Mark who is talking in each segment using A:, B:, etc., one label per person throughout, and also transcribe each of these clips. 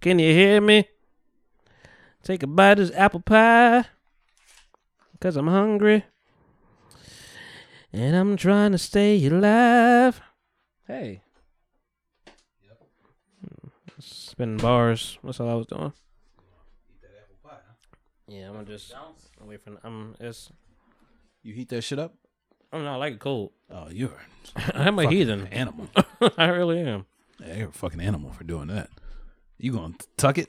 A: Can you hear me? Take a bite of this apple pie. Cause I'm hungry. And I'm trying to stay alive. Hey. Spinning bars. That's all I was doing. Yeah, I'm gonna just I'm wait for. I'm it's.
B: You heat that shit up?
A: I'm not like it cold.
B: Oh, you're
A: I'm a
B: Fucking
A: heathen.
B: animal.
A: I really am.
B: Yeah, you're a fucking animal for doing that. You gonna tuck it?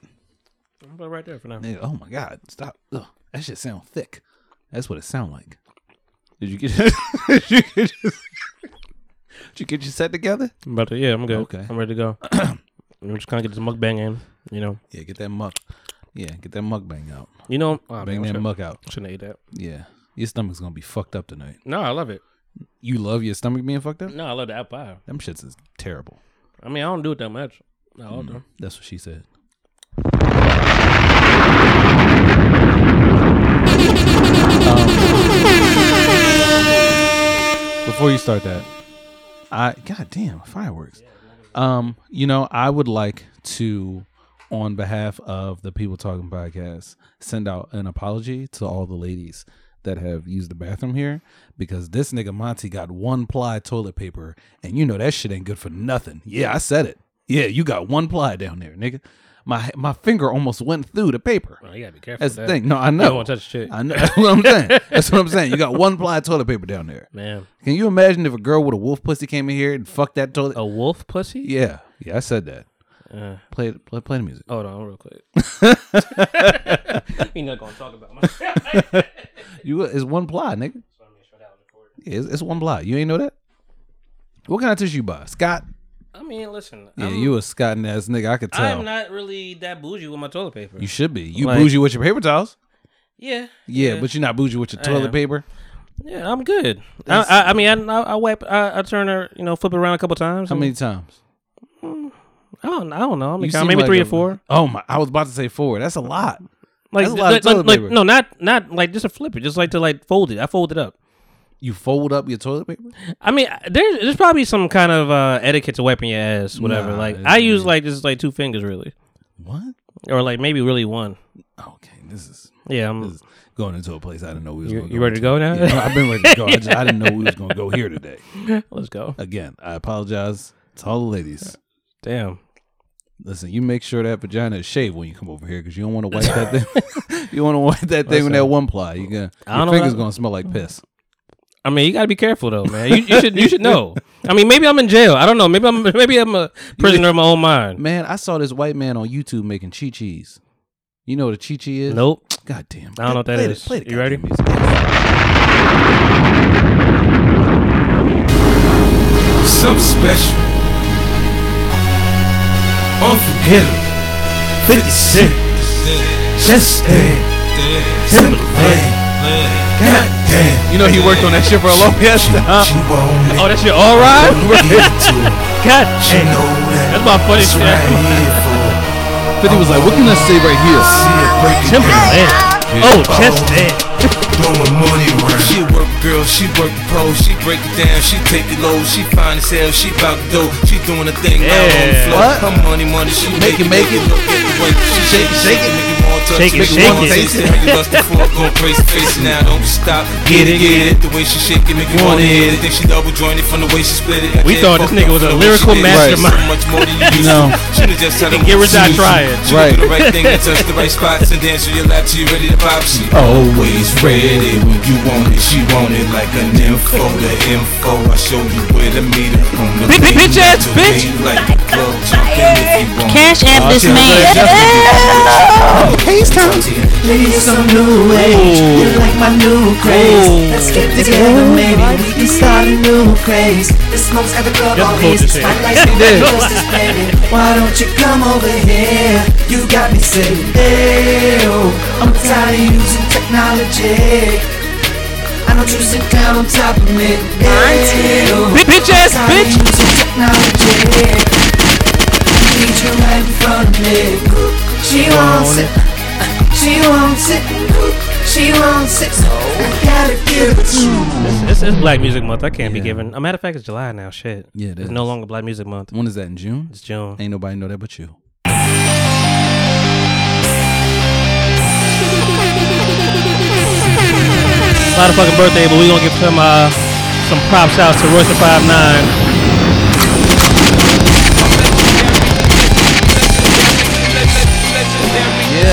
A: I'm about right there for now.
B: Nigga, oh my god, stop! Ugh, that shit sound thick. That's what it sound like. Did you get? did, you get your, did you get your set together?
A: I'm about to, yeah, I'm good.
B: Okay.
A: I'm ready to go. I'm just gonna get this mukbang in. You know.
B: Yeah, get that muck. Yeah, get that muck bang out.
A: You know. Oh,
B: Bang
A: man, I
B: that
A: should-
B: muck out.
A: Shouldn't have ate that.
B: Yeah, your stomach's gonna be fucked up tonight.
A: No, I love it.
B: You love your stomach being fucked up?
A: No, I love the apple pie.
B: Them shits is terrible.
A: I mean, I don't do it that much. No, I'll do.
B: That's what she said. Um, before you start that, I goddamn fireworks. Um, you know, I would like to, on behalf of the People Talking Podcast, send out an apology to all the ladies that have used the bathroom here because this nigga Monty got one ply toilet paper and you know that shit ain't good for nothing. Yeah, I said it. Yeah, you got one ply down there, nigga. My my finger almost went through the paper.
A: Oh, you gotta be careful.
B: That's
A: with
B: the
A: that.
B: thing. No, I
A: You don't
B: know.
A: want to touch shit,
B: I know. That's what I'm saying. That's what I'm saying. You got one ply toilet paper down there.
A: man.
B: Can you imagine if a girl with a wolf pussy came in here and fucked that toilet?
A: A wolf pussy?
B: Yeah, yeah, I said that.
A: Uh,
B: Play play play the music.
A: hold on, real quick. You're not gonna talk about my.
B: You it's one ply, nigga. Yeah, it's, it's one ply. You ain't know that. What kind of tissue you buy, Scott?
A: I mean, listen.
B: Yeah,
A: I'm,
B: you a Scott ass nigga. I could tell.
A: I'm not really that bougie with my toilet paper.
B: you should be. You
A: Like-
B: bougie with your paper towels.
A: yeah,
B: Yeah, but you're not bougie with your toilet
A: am.
B: paper.
A: yeah, I'm good. I, I, I mean, I, I, I wipe, I, I turn her, you know, flip it around a couple times.
B: How
A: and-
B: many times?
A: I don't, I don't know. I mean,
B: You
A: count,
B: seem
A: maybe
B: like
A: three
B: a-
A: or four.
B: Oh my! I was about to say four. That's a lot.
A: Like,
B: that's a lot of
A: like,
B: toilet
A: like-
B: paper.
A: no, not, not like just to flip it, just like to like fold it. I fold it up.
B: You fold up your toilet paper.
A: I mean, there's there's probably some kind of uh, etiquette to wiping your ass, whatever.
B: Nah,
A: like
B: it's
A: I use like just like two fingers really,
B: What?
A: or like maybe really one.
B: Okay, this is
A: Yeah, I'm,
B: this is going into a place I didn't know we was
A: You-
B: going.
A: you ready to go now?
B: I've been ready to go. I, just, I didn't know we was going to go here today.
A: let's go.
B: Again, I apologize to all the ladies.
A: Damn.
B: Listen, you make sure that vagina is shaved when you come over here because you don't want to wipe that thing. you want to wipe that thing with that one ply. You gonna
A: I don't
B: your
A: know
B: fingers
A: that-
B: gonna smell like piss.
A: I mean, you gotta be careful though, man. You, you should you should know. I mean, maybe I'm in jail. I don't know. Maybe I'm maybe I'm a prisoner of my own mind.
B: Man, I saw this white man on YouTube making chi chis. You know what a chi chi is?
A: Nope.
B: God damn.
A: I don't know what that
B: play the-
A: is.
B: play the
A: You ready?
B: goddamn music.
C: Something special. Unforgettable. 56. Just stand. Timberland. God damn.
B: You know he worked on that shit for a long ass time.
C: She want it.
A: Uh-huh. Oh, that shit all right.
C: Get to it.
A: God,
C: She know that.
A: that's my funny
C: That's what I'm
A: shit.
C: here for.
B: But he was like, what can I say right here?
C: See it break it down.
A: Timberland. Oh, chest that.
C: Doing money round.
D: She work the girl, she work the pole, she break it down, she take it low, she find herself, she bout to dope, she doing a thing now on the
A: Yeah.
D: floor.
B: What?
D: Her money, money, she
B: Make it, make it.
D: Look at the way she shake it, shake it, make it more touch,
A: Shake it,
D: make
A: shake
D: more
A: it.
D: taste it. How you lost the floor, gon' brace the face now, don't you stop. Get it, get it. The way she shake it, make you wanna hit it. Think she double jointed from the way she split it. I
A: We thought
D: can't
A: this
D: fuck
A: nigga
D: up
A: was a
D: the way she
A: lyrical
D: did it. She
A: mastermind.
D: So much more than you used
B: No.
D: to. Shoulda just had a
A: Get rich, I
D: solution.
A: try it.
D: She would
B: Right.
D: do the right thing and touch the right spots and dance on your lap till you ready to pop. She
C: Always ready when you want it. She want it like a nympho. The info I show you where to meet her on the
A: Bitch,
C: main
A: bitch ass
C: to
A: bitch.
C: main Like the club jumping if you want.
E: Cash app this man.
F: Need some new age. You like my new craze. Let's get together, maybe we can start a new craze. The smoke's at the club
A: Just
F: always.
A: hold your hand.
F: Spotlights on the posters, baby. Why don't you come over here? You got me sitting there. Oh, I'm tired of using technology. I don't you sit down on top of me. oh. Ayo,
A: Bitch ass
F: I'm tired
A: bitch.
F: of using technology. Need you right in front of me. She wants it. She wants it. She wants it. I gotta give it to her.
A: This is Black Music Month. I can't be given. A matter of fact, it's July now. Shit.
B: Yeah, it
A: it's
B: is.
A: no longer Black Music Month.
B: When is that in June?
A: It's June.
B: Ain't nobody know that but you.
A: a lot of fucking birthday, but we gonna give some uh, some props out to Royster Five Nine.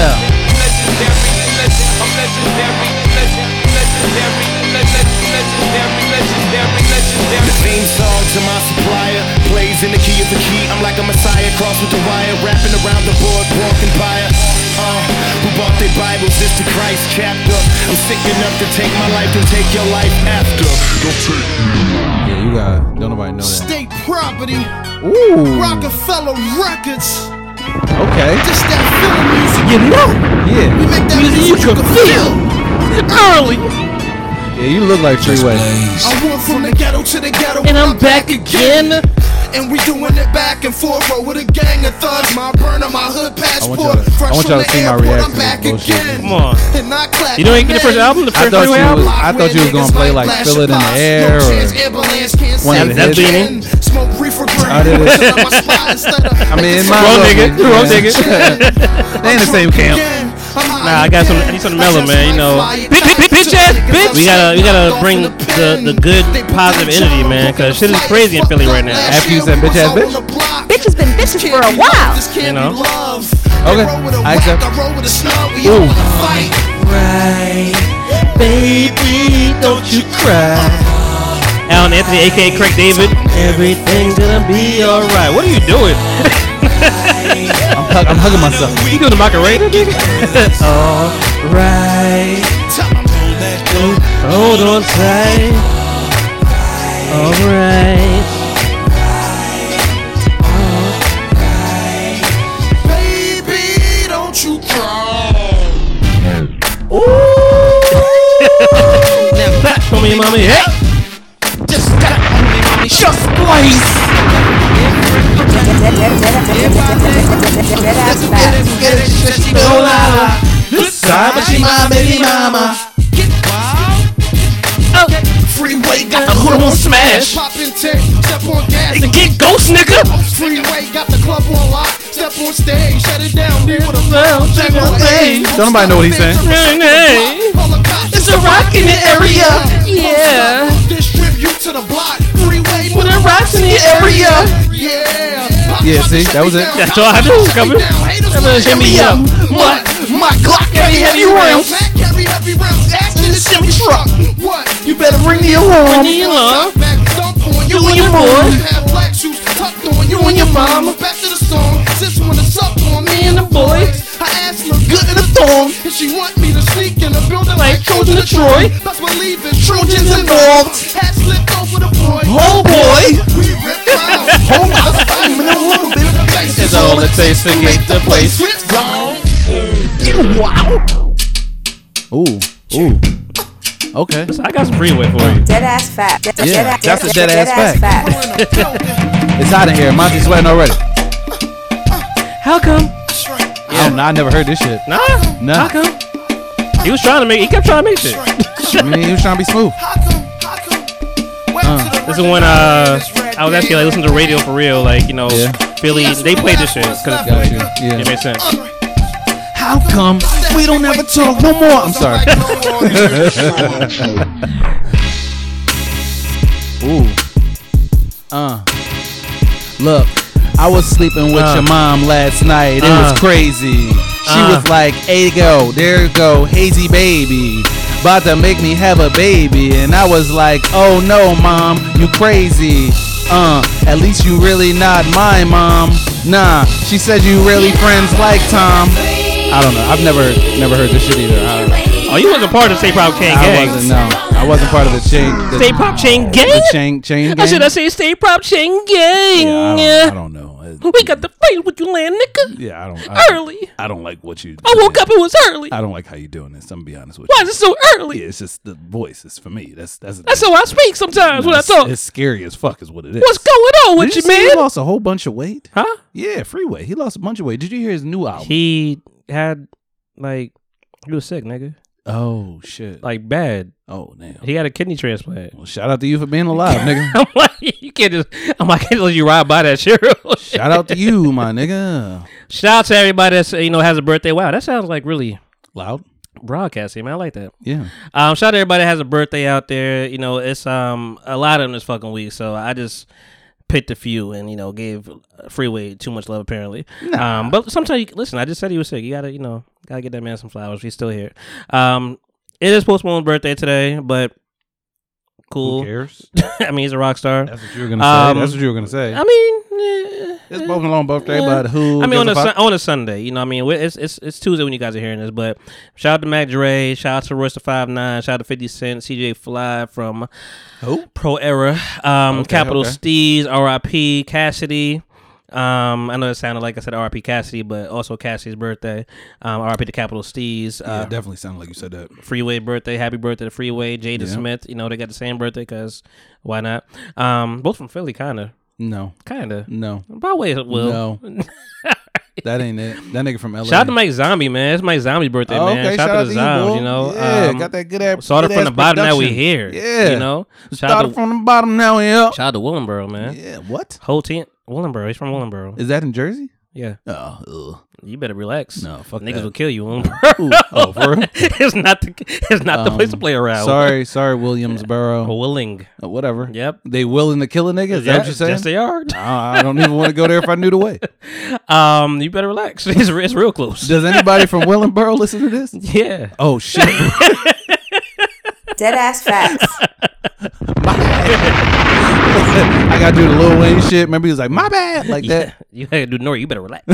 B: Yeah.
E: The theme song to my supplier plays in the key of the key. I'm like a messiah, crossed with the wire, rapping around the board, walking by it. Uh, who bought their Bibles? It's the Christ chapter. I'm sick enough to take my life and take your life after.
B: Yeah, you got. Don't nobody know that.
E: State property,
B: Ooh.
E: Rockefeller Records.
B: Okay.
E: Just that feeling music. You
B: Yeah.
E: make that music you can feel. Early.
B: Yeah, you look like Three Way.
E: I went from the ghetto to the ghetto.
A: And I'm back again.
E: And we doing it back and forth bro, with a gang of thugs. My burner, my hood
B: want
E: passport.
B: y'all to- I
E: Fresh
B: want
E: from
B: y'all to
E: the
B: see my
E: airport,
B: reaction
E: I'm
B: to
E: back
B: this bullshit.
E: again.
A: Come on.
E: And I clap
A: You know,
E: my
A: ain't get the first
E: hands.
A: album, the
B: I
A: first
B: thought
A: three
B: you
A: album.
B: was- I thought you was gonna play like Fill It in the Air or One of the hits.
E: Smoke reefer green.
B: I did it.
E: Sit on my spot instead of-
B: I mean, it might
A: Wrong
B: look
A: nigga,
B: good,
A: wrong
B: man.
A: nigga.
B: They in the same camp.
A: Nah, Uh, I got some. I need some mellow, man. You know, bitch, bitch, bitch, bitch, ass, bitch. We gotta, we gotta bring the, the good, positive energy, man. Cause shit is crazy in Philly right now.
B: After you said bitch ass bitch?
G: Bitch has been bitches for a while.
A: You know?
B: Okay, I accept. Ooh.
A: Baby, don't you cry. Alan Anthony, aka Craig David. Everything's gonna be alright. What are you doing?
B: I'm, hug- I'm hugging myself.
A: You doing the Macarena, nigga? alright. Hold on tight. Alright.
E: Baby, don't you cry.
A: Now clap for me, mommy. Hey!
E: Just stop me, mommy. Just please.
B: Side, but she my baby mama.
E: Freeway got the hood on smash. Pop and tick, step on gas. And
A: Get ghost, nigga!
E: freeway got the club on lock. Step on stage, shut it down. Near the flow, check my face.
B: Don't nobody know what he's saying.
E: It's a rock in the area. Yeah. Distribute to the block. Freeway with a rock in the area. Yeah.
B: Yeah, see, that was it.
A: That's all I do, coming. hit me up.
E: What? My Glock carry heavy rounds. Carry heavy rounds. Action is semi truck. What? You better bring the alarm.
A: Bring the alarm.
E: You and your boy. Have black shoes tucked on. You and your mama. Back to the song. Sis wanna suck on me and the boys. I asked her good in the thong. And she want me to sneak in the building like Trojan to Troy. Best believe in Trojans involved. Hat slipped over the boy. Oh boy. We ripped out. Oh my. I'm in a little bit of bass. It's all it takes to get the place ripped down.
B: Ooh, ooh. Okay.
A: I got some freeway for you.
G: Dead ass fact. Dead,
B: Yeah,
G: ass-
B: that's a dead ass
G: fact.
B: It's hot in here. Monty's sweating already.
A: How come?
B: I don't know. I never heard this shit.
A: Nah.
B: No.
A: How come? He was trying to make. He kept trying to make shit.
B: I mean, he was trying to be smooth.
A: This is when uh, I was actually like listening to radio for real. Like you know,
B: Yeah.
A: Philly. They played this shit because
B: Got you.
A: it
B: Yeah.
A: made sense.
B: How come we don't ever talk no more? I'm sorry. Ooh. Uh. Look, I was sleeping with
A: Uh.
B: your mom last night. It was
A: Uh.
B: crazy. She
A: Uh.
B: was like, hey, go, there go, hazy baby. About to make me have a baby. And I was like, oh no, mom, you crazy. Uh, at least you really not my mom. Nah, she said you really friends like Tom. I don't know. I've never never heard this shit either. I,
A: Oh, you wasn't part of Stay Pop Chain
B: I
A: Gang.
B: wasn't no. I wasn't part of the chain. The,
A: Stay Pop Chain Gang.
B: the chain chain.
A: I
B: gang?
A: should I say Stay Pop Chain Gang?
B: Yeah, I don't, I don't know.
A: we got the fight with you, land nigga.
B: Yeah, I don't. I, don't-
A: Early.
B: I don't like what you.
A: I woke up. It was early.
B: I don't like how you're doing this. I'm gonna be honest with
A: Why
B: you.
A: is it so early?
B: Yeah, it's just the voice. It's for me. That's that's
A: That's how I speak sometimes when I
B: it's,
A: talk.
B: it's scary as fuck, is what it is.
A: What's going on
B: Did
A: with you,
B: see He
A: man?
B: lost a whole bunch of weight.
A: Huh?
B: Yeah, Freeway. He lost a bunch of weight. Did you hear his new album?
A: He had like he was sick, nigga.
B: oh shit.
A: Like bad.
B: oh damn.
A: He had a kidney transplant.
B: well, shout out to you for being alive, nigga.
A: I'm like, you can't just. I'm like, I can't let you ride by that shit.
B: Shout out to you, my nigga.
A: Shout out to everybody that's you know has a birthday. Wow, that sounds like really
B: Loud.
A: broadcasting, man. I like that.
B: Yeah.
A: Um, shout out to everybody that has a birthday out there. You know, it's um a lot of them this fucking week, so I just picked a few and you know gave Freeway too much love apparently. Um, but sometimes you, listen, I just said he was sick. You gotta you know gotta get that man some flowers. He's still here. Um, it is Post Malone's birthday today, but
B: Who
A: cool.
B: cares?
A: I mean, he's a rock star.
B: That's what you were gonna say.
A: Um,
B: That's what you were gonna say.
A: I mean, eh,
B: it's both long birthday,
A: yeah.
B: but who?
A: I mean, on a,
B: gives
A: sun
B: fuck?
A: on a Sunday, you know, what I mean, We're- it's, it's it's Tuesday when you guys are hearing this, but shout out to Mac Dre, shout out to Royce the Five Nine, shout out to Fifty Cent, CJ Fly from
B: Who?
A: Pro Era, um,
B: Okay,
A: Capital
B: okay.
A: Steez, R.I.P. Cassidy. Um, I know it sounded like I said R.I.P. Cassidy, but also Cassidy's birthday. Um, R.I.P. to Capital Steez.
B: Yeah,
A: Uh,
B: it definitely sounded like you said that.
A: Freeway birthday, happy birthday to Freeway. Jada
B: Yeah.
A: Smith, you know they got the same birthday because why not? Um, both from Philly, kinda,
B: No,
A: kinda.
B: no,
A: Broadway will.
B: no. that ain't it. That nigga from LA.
A: Shout out to Mike Zombie, man. It's Mike Zombie's birthday,
B: Oh,
A: man.
B: okay,
A: Shout, out to
B: you,
A: the Zombie,
B: bro.
A: you know.
B: Yeah,
A: um,
B: got that good ass.
A: Started
B: good
A: from
B: ass
A: the bottom, now we
B: production.
A: here.
B: Yeah,
A: you know. Shout out
B: Started
A: to
B: from the bottom, now we up.
A: shout out to Willenboro, man.
B: Yeah, what?
A: Whole team, Willenboro. He's from Willenboro.
B: Is that in Jersey?
A: Yeah,
B: Oh, ugh.
A: you better relax.
B: no, fuck
A: Niggas
B: that.
A: will kill you. Willenboro.
B: Ooh, oh, for real?
A: it's not the it's not the place to
B: Um,
A: play around.
B: Sorry, sorry, Williamsboro.
A: Willing.
B: Uh, whatever.
A: Yep.
B: They willing to kill a nigga? Is that what you're saying?
A: Yes, they are.
B: I I don't even want to go there if I knew the way.
A: Um, you better relax. It's, it's real close.
B: Does anybody from Willingboro listen to this?
A: yeah.
B: Oh shit!
G: Dead ass facts.
B: I gotta do the Lil Wayne shit. Remember he was like, "My bad," like
A: Yeah,
B: that.
A: you had to do Nori. You better relax.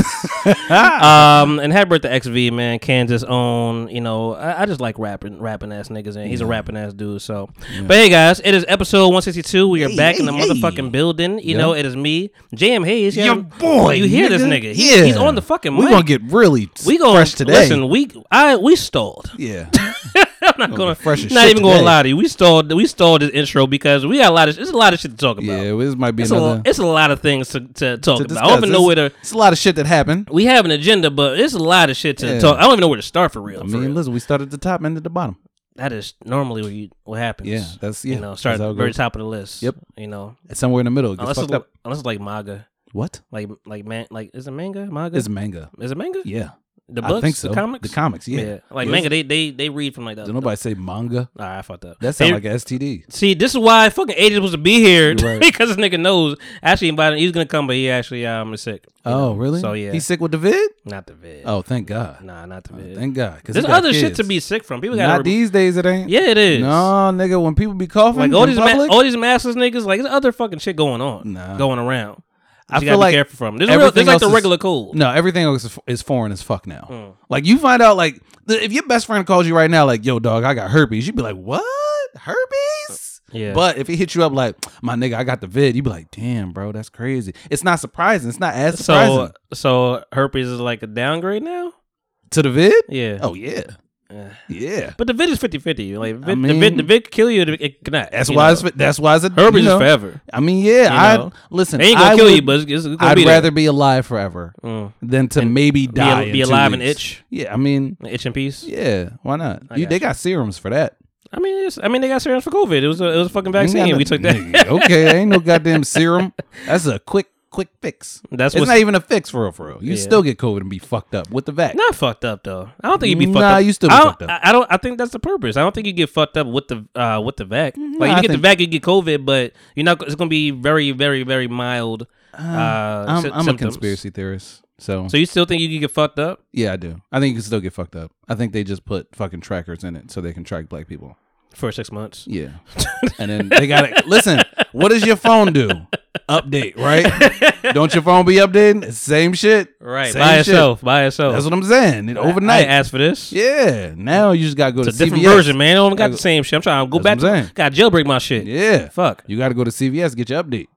B: Uh,
A: um, and happy birthday, XV man, Kansas own. You know, I, I just like rapping, rapping ass niggas, and he's a rapping ass dude. So, but hey guys, it is episode one sixty two. We are back in the motherfucking building. You know, it is me, JM Hayes. Yeah,
B: Your boy,
A: You hear this
B: nigga.
A: nigga? He-
B: Yeah.
A: he's on the fucking.
B: We
A: mic.
B: gonna get really
A: we
B: we
A: gonna
B: fresh today.
A: Listen, we I we stalled.
B: yeah,
A: I'm not gonna
B: fresh as
A: not
B: shit
A: even gonna
B: today.
A: lie to you. We stalled. We stalled this intro because we got a lot of. There's a lot of shit to talk about.
B: yeah. This might be
A: It's a,
B: another.
A: it's a lot of things to, to talk
B: to
A: about. I don't
B: discuss.
A: even know where to.
B: It's- It's a lot of shit that happened.
A: we have an agenda, but it's a lot of shit to
B: Yeah.
A: talk. I don't even know where to start for real.
B: I
A: for
B: mean,
A: real.
B: listen, we started at the top, ended at the bottom.
A: that is normally what, you, what happens.
B: Yeah, that's- yeah,
A: You know,
B: that's
A: start at
B: how
A: the
B: it
A: very
B: goes.
A: top of the list.
B: Yep.
A: You know,
B: It's somewhere in the middle. It gets
A: unless it's,
B: fucked up.
A: unless it's like manga,
B: What?
A: like like man, like is it manga? Manga
B: It's manga.
A: is it manga?
B: Yeah,
A: The
B: I
A: books,
B: think so.
A: the comics,
B: The comics. Yeah.
A: Like
B: Yes.
A: manga, they they they read from like that.
B: Did nobody say manga?
A: All right, I fucked up.
B: That sounds
A: They-
B: like a STD.
A: See, this is why fucking agent was to be here
B: You're right.
A: because this nigga knows actually invited. He was gonna come, but he actually um is sick. you
B: Oh,
A: know?
B: really?
A: So yeah,
B: He's sick with the vid.
A: not the vid.
B: Oh, thank God.
A: nah, not the vid.
B: Thank God. 'cause he
A: There's
B: got
A: other shit
B: kids.
A: to be sick from. People gotta
B: Not
A: remember.
B: these days. It ain't.
A: Yeah, it is.
B: No, nigga. When people be coughing
A: Like all
B: in
A: these ma-
B: public,
A: all these massless niggas, like there's other fucking shit going on,
B: Nah.
A: going around.
B: I
A: you
B: feel
A: gotta
B: like
A: be careful from. There's, real,
B: everything
A: there's like
B: else
A: the
B: is-
A: regular cold. Hmm.
B: No, everything else is, is foreign as fuck now. Like you find out, like the, if your best friend calls you right now, like yo, dog, I got herpes, you'd be like, what? Herpes?
A: Uh, Yeah.
B: But if he hit you up like, my nigga, I got the vid, you'd be like, damn, bro, that's crazy. It's not surprising. It's not as surprising
A: so so herpes is like a downgrade now.
B: to the vid.
A: Yeah.
B: Oh yeah,
A: Yeah.
B: yeah.
A: But the vid is 50-50. Like vid, the
B: mean-
A: vid, the vid could kill you. the- It cannot.
B: That's
A: you
B: why.
A: know?
B: It's, that's why it's a
A: herpes
B: you know,
A: is forever.
B: I mean, yeah.
A: You know?
B: I listen.
A: They ain't gonna
B: I
A: kill
B: would-
A: you, but it's, it's gonna
B: I'd
A: be there.
B: rather be alive forever
A: Mm.
B: than to maybe
A: be,
B: die.
A: al-
B: in
A: be
B: two
A: alive and
B: weeks.
A: itch,
B: Yeah, I mean,
A: itch and peace.
B: yeah. Why not?
A: I
B: You,
A: got
B: they
A: you.
B: got serums for that.
A: I mean, it's, I mean, they got serums for COVID. It was a, it was a fucking
B: Ain't got
A: vaccine.
B: no-
A: We took that.
B: Nigga, okay, ain't no goddamn serum. That's a quick, quick fix.
A: That's
B: it's
A: what's
B: not even a fix for real, for real. You
A: Yeah.
B: still get COVID and be fucked up with the vac.
A: Not fucked up though. I don't think you'd be fucked
B: Nah,
A: up.
B: you still be
A: I don't-
B: fucked up.
A: I, I don't. I think that's the purpose. I don't think you get fucked up with the uh with the vac. like you
B: Mm-hmm. I
A: get the
B: think-
A: vac, you get COVID, but you're not. It's gonna be very, very, very mild. Uh,
B: I'm,
A: sy-
B: I'm a
A: symptoms.
B: conspiracy theorist, so,
A: So you still think you can get fucked up?
B: yeah, I do. I think you can still get fucked up. I think they just put fucking trackers in it so they can track black people.
A: For six months,
B: Yeah, and then they got to listen. What does your phone do? Update, right? Don't your phone be updating? Same shit,
A: right?
B: Same
A: by
B: shit.
A: yourself, by yourself.
B: That's what I'm saying. It,
A: I
B: overnight,
A: didn't ask for this.
B: yeah. Now you just gotta go
A: it's a
B: to
A: different
B: CVS.
A: version, man. I don't got the
B: That's-
A: same shit. I'm trying to go
B: that's what I'm
A: back. Got jailbreak my shit.
B: Yeah,
A: Fuck.
B: You got to go to CVS get your update.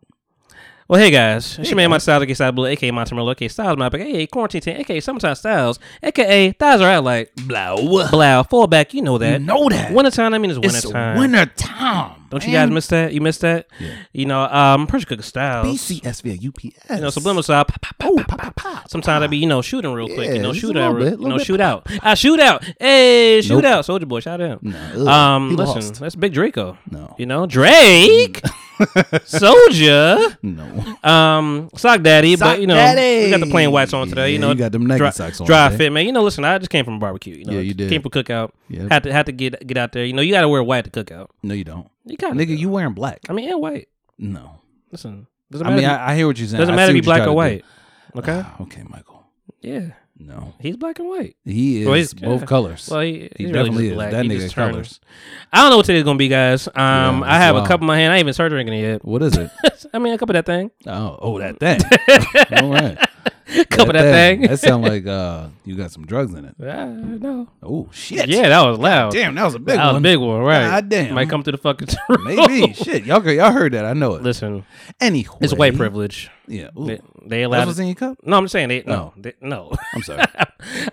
A: Well, hey guys, it's your man, my style, aka Style Blue, aka Montemurlo, aka Styles Map, aka Quarantine 10, aka Summertime Styles, aka Thighs Are Out Like Blow. Blow. Fall back, you know that.
B: You know that.
A: Wintertime, I mean, it's wintertime.
B: winter time.
A: Don't you guys miss that? You miss that? You know, um, Pressure Cooker Styles.
B: BCS via UPS?
A: You know, subliminal side. pop, pop, pop,
B: Oh,
A: pop,
B: pop,
A: pop.
B: pop, pop.
A: Sometimes I be, you know, shooting real quick.
B: Yeah,
A: you know,
B: just a
A: shoot
B: little
A: out.
B: bit,
A: real- You
B: little
A: know,
B: bit.
A: shoot out. I shoot out. Hey, shoot
B: Nope.
A: out. Soldier Boy, shout out.
B: No, ugh,
A: um,
B: he
A: listen,
B: lost.
A: that's Big Draco.
B: No.
A: You know, Drake. Soldier,
B: No.
A: um, sock daddy, but you know
B: Daddy.
A: we got the plain whites on today.
B: Yeah,
A: you know,
B: you got them naked
A: dry,
B: socks on
A: Dry
B: today.
A: fit, man. You know, listen, I just came from a barbecue. You know,
B: Yeah, you did.
A: Came from cookout.
B: Yep.
A: Had to had to get get out there. You know, you got to wear white to cookout.
B: No, you don't.
A: You got
B: Nigga, you wearing black.
A: I mean, yeah, white.
B: No.
A: Listen, doesn't
B: I
A: matter. if
B: mean,
A: you-
B: I, I hear what you're saying.
A: doesn't
B: I
A: matter if
B: see
A: you're
B: what
A: black or
B: you
A: white.
B: try to
A: Okay.
B: do. Ah, Okay, Michael.
A: Yeah,
B: No.
A: he's black and white.
B: He is
A: Well, he's-
B: both
A: yeah.
B: colors.
A: Well, he,
B: He
A: he's
B: definitely
A: really
B: is.
A: just Black.
B: That
A: He
B: nigga
A: just
B: colors.
A: turns. I don't know what today's gonna be, guys. Um,
B: Yeah,
A: I have
B: wow.
A: a cup in my hand. I ain't even started drinking it yet.
B: What is it?
A: I mean, a cup of that thing.
B: oh, oh, that thing. All right.
A: cup of that thing.
B: That sound like uh, you got some drugs in it.
A: Ah, no.
B: Oh shit.
A: Yeah, that was loud.
B: Damn, that was a big
A: that was a
B: one.
A: big one, right?
B: God damn.
A: Might come to the fucking. room.
B: Maybe shit. Y'all, y'all heard that. I know it.
A: Listen,
B: Anyway,
A: it's white privilege.
B: Yeah. Ooh.
A: They, they
B: That's
A: allowed.
B: what's in your cup.
A: no, I'm saying they
B: No.
A: no, they, no.
B: I'm sorry.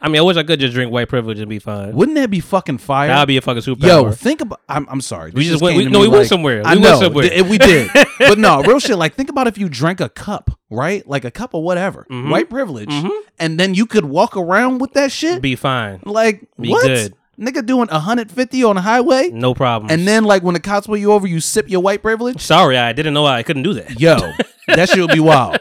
A: I mean, I wish I could just drink white privilege and be fine.
B: Wouldn't that be fucking fire?
A: That'd be a fucking superpower.
B: Yo, think about. I'm, I'm sorry.
A: We
B: This
A: just went-
B: came
A: we-
B: to
A: no,
B: me
A: we went somewhere.
B: I
A: We
B: know
A: went somewhere.
B: th- we did, but no, real shit. Like, think about if you drank a cup, right? Like a cup of whatever,
A: Mm-hmm.
B: white privilege, and then you could walk around with that shit.
A: be fine.
B: like
A: be
B: what?
A: good.
B: Nigga doing 150 on the highway,
A: No problem.
B: and then like when the cops pull you over, you sip your white privilege.
A: sorry, I didn't know I couldn't do that.
B: Yo, that shit would be wild.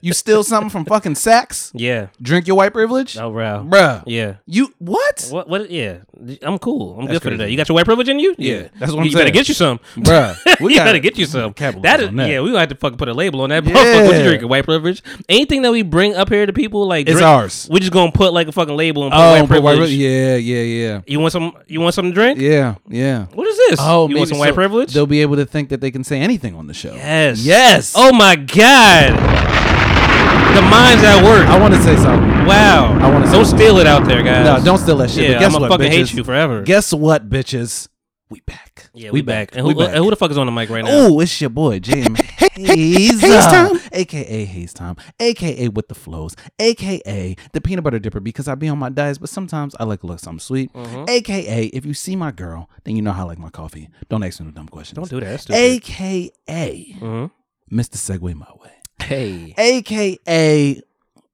B: You steal something from fucking Saks,
A: Yeah.
B: drink your white privilege,
A: Oh, wow.
B: bruh.
A: Yeah.
B: You what?
A: What? What? Yeah, I'm cool. I'm good for
B: crazy.
A: today. You got your white privilege in you?
B: Yeah, that's what I'm
A: you better
B: saying.
A: get you some,
B: Bruh, we
A: you
B: gotta
A: better get you some.
B: capitalize
A: That is,
B: on that.
A: yeah, we gonna have to fucking put a label on that. motherfucker. What
B: Yeah.
A: you drinking? White privilege? Anything that we bring up here to people, like
B: It's
A: drink-
B: ours.
A: We're just gonna put like a fucking label and put
B: Oh,
A: white
B: but white
A: privilege.
B: privilege. Yeah, yeah, yeah,
A: You want some? You want something to drink?
B: yeah, yeah.
A: What is this?
B: Oh,
A: you
B: maybe
A: want some white
B: so
A: privilege?
B: They'll be able to think that they can say anything on the show.
A: Yes.
B: Yes.
A: Oh my god. The mind's at work.
B: I want to say something.
A: Wow.
B: I wanna say-
A: don't steal it out there, guys.
B: No, don't steal that shit.
A: Yeah,
B: but guess
A: I'ma
B: what,
A: fucking hate
B: bitches?
A: you forever.
B: Guess what, bitches? We back.
A: Yeah, we, back. And
B: we
A: who,
B: back.
A: who the fuck is on the mic right now?
B: Oh, it's your boy Jim Hayes, Hayes Tom, aka Hayes Tom, aka with the flows, aka the peanut butter dipper because I be on my diets, but sometimes I like to look something sweet,
A: Mm-hmm.
B: aka if you see my girl, then you know how I like my coffee. Don't ask me no dumb questions.
A: Don't do that. That's stupid.
B: aka
A: Mhm.
B: Mr. Segway my way,
A: Hey.
B: aka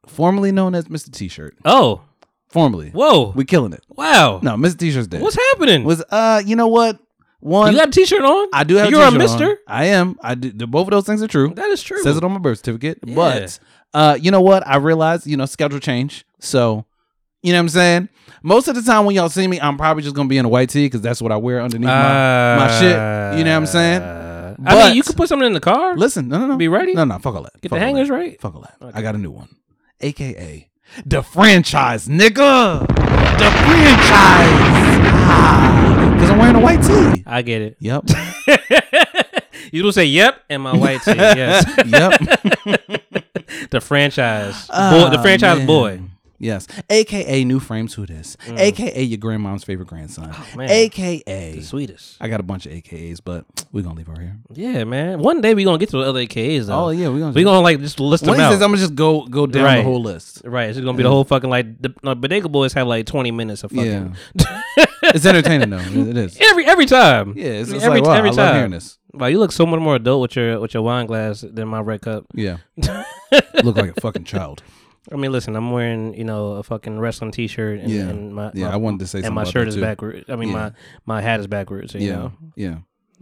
B: formerly known as Mr. T-shirt.
A: Oh.
B: Formerly,
A: Whoa.
B: we killing it.
A: wow.
B: No, Mr. T-shirt's dead.
A: What's happening?
B: was uh, you know what? One,
A: you got a t-shirt on?
B: I do have.
A: You're
B: a
A: a
B: t-shirt
A: mister?
B: on. I am. I do. the- Both of those things are true.
A: That is true.
B: Says it on my birth certificate.
A: Yeah.
B: But uh, you know what? I realized, you know, schedule change. So, you know what I'm saying? Most of the time when y'all see me, I'm probably just gonna be in a white tee because that's what I wear underneath my, my shit. You know what I'm saying?
A: Uh, I
B: But-
A: mean, you could put something in the car.
B: Listen, no, no, no.
A: Be ready?
B: No, no, fuck all that.
A: Get
B: Fuck
A: the
B: all
A: hangers
B: that.
A: right.
B: Fuck all that. I got a new one. AKA the franchise, nigga. The franchise. Because I'm wearing a white tee.
A: I get it.
B: Yep.
A: You will say yep and my white tee. Yes.
B: yep.
A: the franchise.
B: Ah,
A: boy, the franchise
B: man.
A: boy. Mm.
B: Yes. AKA New Frames Who This. AKA your grandma's favorite grandson.
A: Oh, man.
B: AKA.
A: Sweetest.
B: I got a bunch of AKAs, but we're going to leave her here.
A: Yeah, man. One day we gonna get to the other KAs though.
B: Oh, yeah, we gonna-
A: we gonna like just list
B: One
A: them
B: of
A: out.
B: these days, I'm going to just go go down the
A: Right.
B: whole list.
A: right, it's gonna be the whole fucking like the no, Bodega Boys have like twenty minutes of fucking
B: Yeah. it's entertaining, though. It it is.
A: every every time.
B: Yeah, it's,
A: I mean,
B: it's like, wow, I love hearing this.
A: Wow, you look so much more adult with your with your wine glass than my red cup.
B: Yeah. Look like a fucking child.
A: I mean, listen, I'm wearing you know a fucking wrestling T-shirt and,
B: Yeah.
A: and my
B: Yeah,
A: my-
B: I wanted to say
A: and
B: something
A: my
B: about
A: shirt
B: that,
A: is
B: too.
A: backwards. I mean,
B: Yeah.
A: my my hat is backwards. You
B: Yeah.
A: know,
B: Yeah.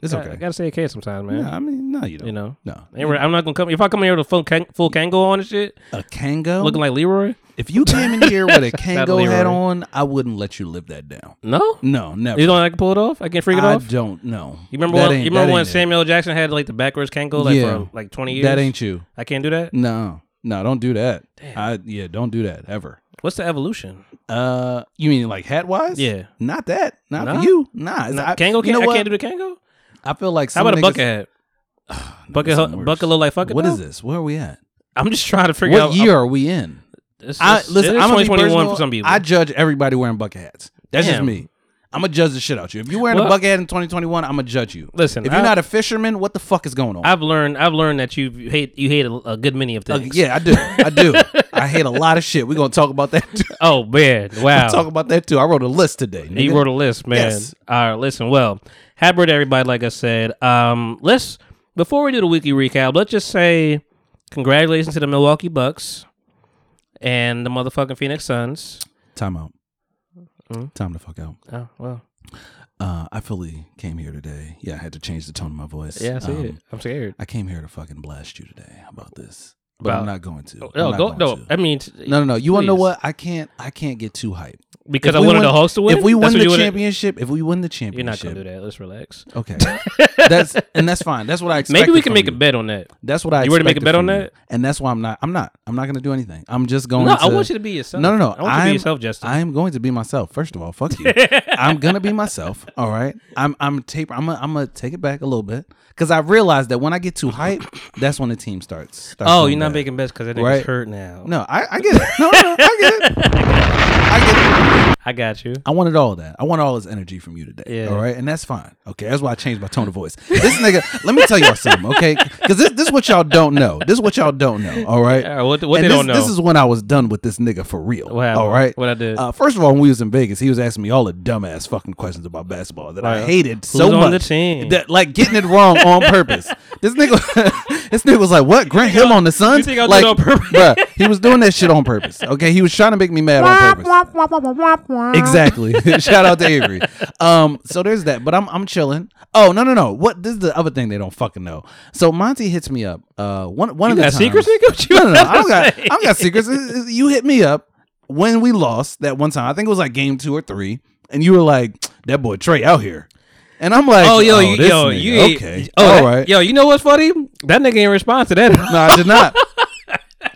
B: It's
A: I, I
B: okay.
A: gotta say okay sometimes, man.
B: No, I mean, no, you don't.
A: You know,
B: No.
A: Ain't re- I'm not gonna come if I come in here with a full can, full Kango on and shit,
B: A Kango?
A: looking like Leroy.
B: if you came in here with a Kango
A: Leroy.
B: hat on, I wouldn't let you live that down.
A: No,
B: No, never.
A: you don't like pull it off. I can't freak it
B: I
A: off.
B: don't know.
A: You remember
B: That
A: when,
B: ain't-
A: you
B: that
A: remember when
B: ain't it.
A: Samuel Jackson had like the backwards Kango like
B: Yeah.
A: for like 20 years?
B: That ain't you.
A: I can't do that.
B: No, no, don't do that. I yeah, don't do that ever.
A: What's the evolution?
B: Uh, you mean like hat wise?
A: Yeah.
B: not that. Not
A: Nah.
B: for you. Nah, it's- I,
A: Kango
B: You
A: can't,
B: know
A: I
B: what?
A: can't do the Kango.
B: I feel like
A: How
B: some
A: about a
B: niggas-
A: bucket hat? bucket
B: something worse.
A: bucket look like fucking.
B: What is this? Where are we at?
A: I'm just trying to figure out
B: What year are we in?
A: It's,
B: I
A: it's-
B: listen.
A: it is
B: I'm gonna be
A: 2021
B: personal.
A: for some people.
B: I judge everybody wearing bucket hats. That's just
A: Damn.
B: me. I'm gonna judge the shit out you. If you're wearing a
A: Well-
B: bucket hat in 2021, I'm gonna judge you.
A: Listen,
B: if you're
A: I-
B: not a fisherman, what the fuck is going on?
A: I've learned. I've learned that you hate. You hate a, a good many of
B: Uh,
A: things.
B: yeah, I do. I do. I hate a lot of shit. We're gonna talk about that. Too.
A: Oh man! Wow.
B: Talk about that too. I wrote a list today.
A: You
B: nigga.
A: wrote a list, man.
B: Yes.
A: All right, listen. Well, happy birthday, everybody. Like I said, um, let's before we do the weekly recap, let's just say congratulations to the Milwaukee Bucks and the motherfucking Phoenix Suns. Hmm?
B: Time out. Time to fuck out.
A: Oh well,
B: Uh, I fully came here today. Yeah, I had to change the tone of my voice.
A: Yeah, I see
B: Um,
A: it. I'm scared.
B: I came here to fucking blast you today about this, but
A: About-
B: I'm
A: Oh,
B: not going to. I'm
A: No,
B: not
A: go
B: going
A: no.
B: to.
A: I mean,
B: no, no, no. You want to know
A: please.
B: what? I can't. I can't get too hyped
A: Because
B: If
A: I
B: we
A: wanted
B: win-
A: the host to win.
B: If we win
A: That's what
B: the
A: you wanted-
B: championship, if we win the championship,
A: You're not gonna do that. Let's relax.
B: Okay, that's and that's fine. That's what I expect.
A: Maybe we can make a bet on that.
B: That's what I.
A: You ready to make a
B: expected
A: bet on
B: from you.
A: that?
B: And that's why I'm not. I'm not. I'm not going to do anything. I'm just going.
A: No,
B: to,
A: I want you to be yourself.
B: No, no, no.
A: I want you to
B: I'm-
A: be yourself, Justin.
B: I am going to be myself. First of all, fuck you. I'm gonna be myself. All right. I'm I'm tape. I'm i I'm gonna take it back a little bit because I realized that when I get too hype, that's when the team starts. starts
A: oh,
B: going
A: you're not
B: bad.
A: making bets because that nigga's
B: Right.
A: hurt now.
B: No, I, I get it. No, no, no, I get it.
A: I got you.
B: I wanted all that. I wanted all his energy from you today.
A: Yeah.
B: All right. And that's fine. Okay. That's why I changed my tone of voice. This nigga, let me tell y'all something. Okay. Because this, this is what y'all don't know. This is what y'all don't know. All right.
A: All right, what- what
B: And
A: they
B: this,
A: don't know?
B: This is when I was done with this nigga for real.
A: What happened?
B: All right.
A: What I did?
B: Uh, first of all, when we was in Vegas, he was asking me all the dumbass fucking questions about basketball that I
A: Like,
B: hated so
A: who's
B: much.
A: on the team?
B: That, like getting it wrong on purpose. This nigga, this nigga was like, "What? Grant Hill on the Suns?"
A: think I did
B: like,
A: it on purpose?
B: bruh, he was doing that shit on purpose. Okay, he was trying to make me mad on purpose exactly. Shout out to Avery. Um, so there's that, but I'm I'm chilling. Oh no no no! What this is the other thing they don't fucking know. So Monty hits me up. Uh, one one of the
A: got
B: times.
A: secrets, nigga? What you
B: no no no! I
A: about
B: don't
A: to
B: got
A: say?
B: I don't got secrets. It- it- You hit me up when we lost that one time. I think it was like game two or three, and you were like, "That boy Trey out here," and I'm like,
A: Oh, yo, you,
B: this
A: yo,
B: nigga.
A: you ain't-
B: okay?
A: Oh, that-
B: All right.
A: Yo, you know what's funny? That nigga ain't respond to that.
B: No, I did not.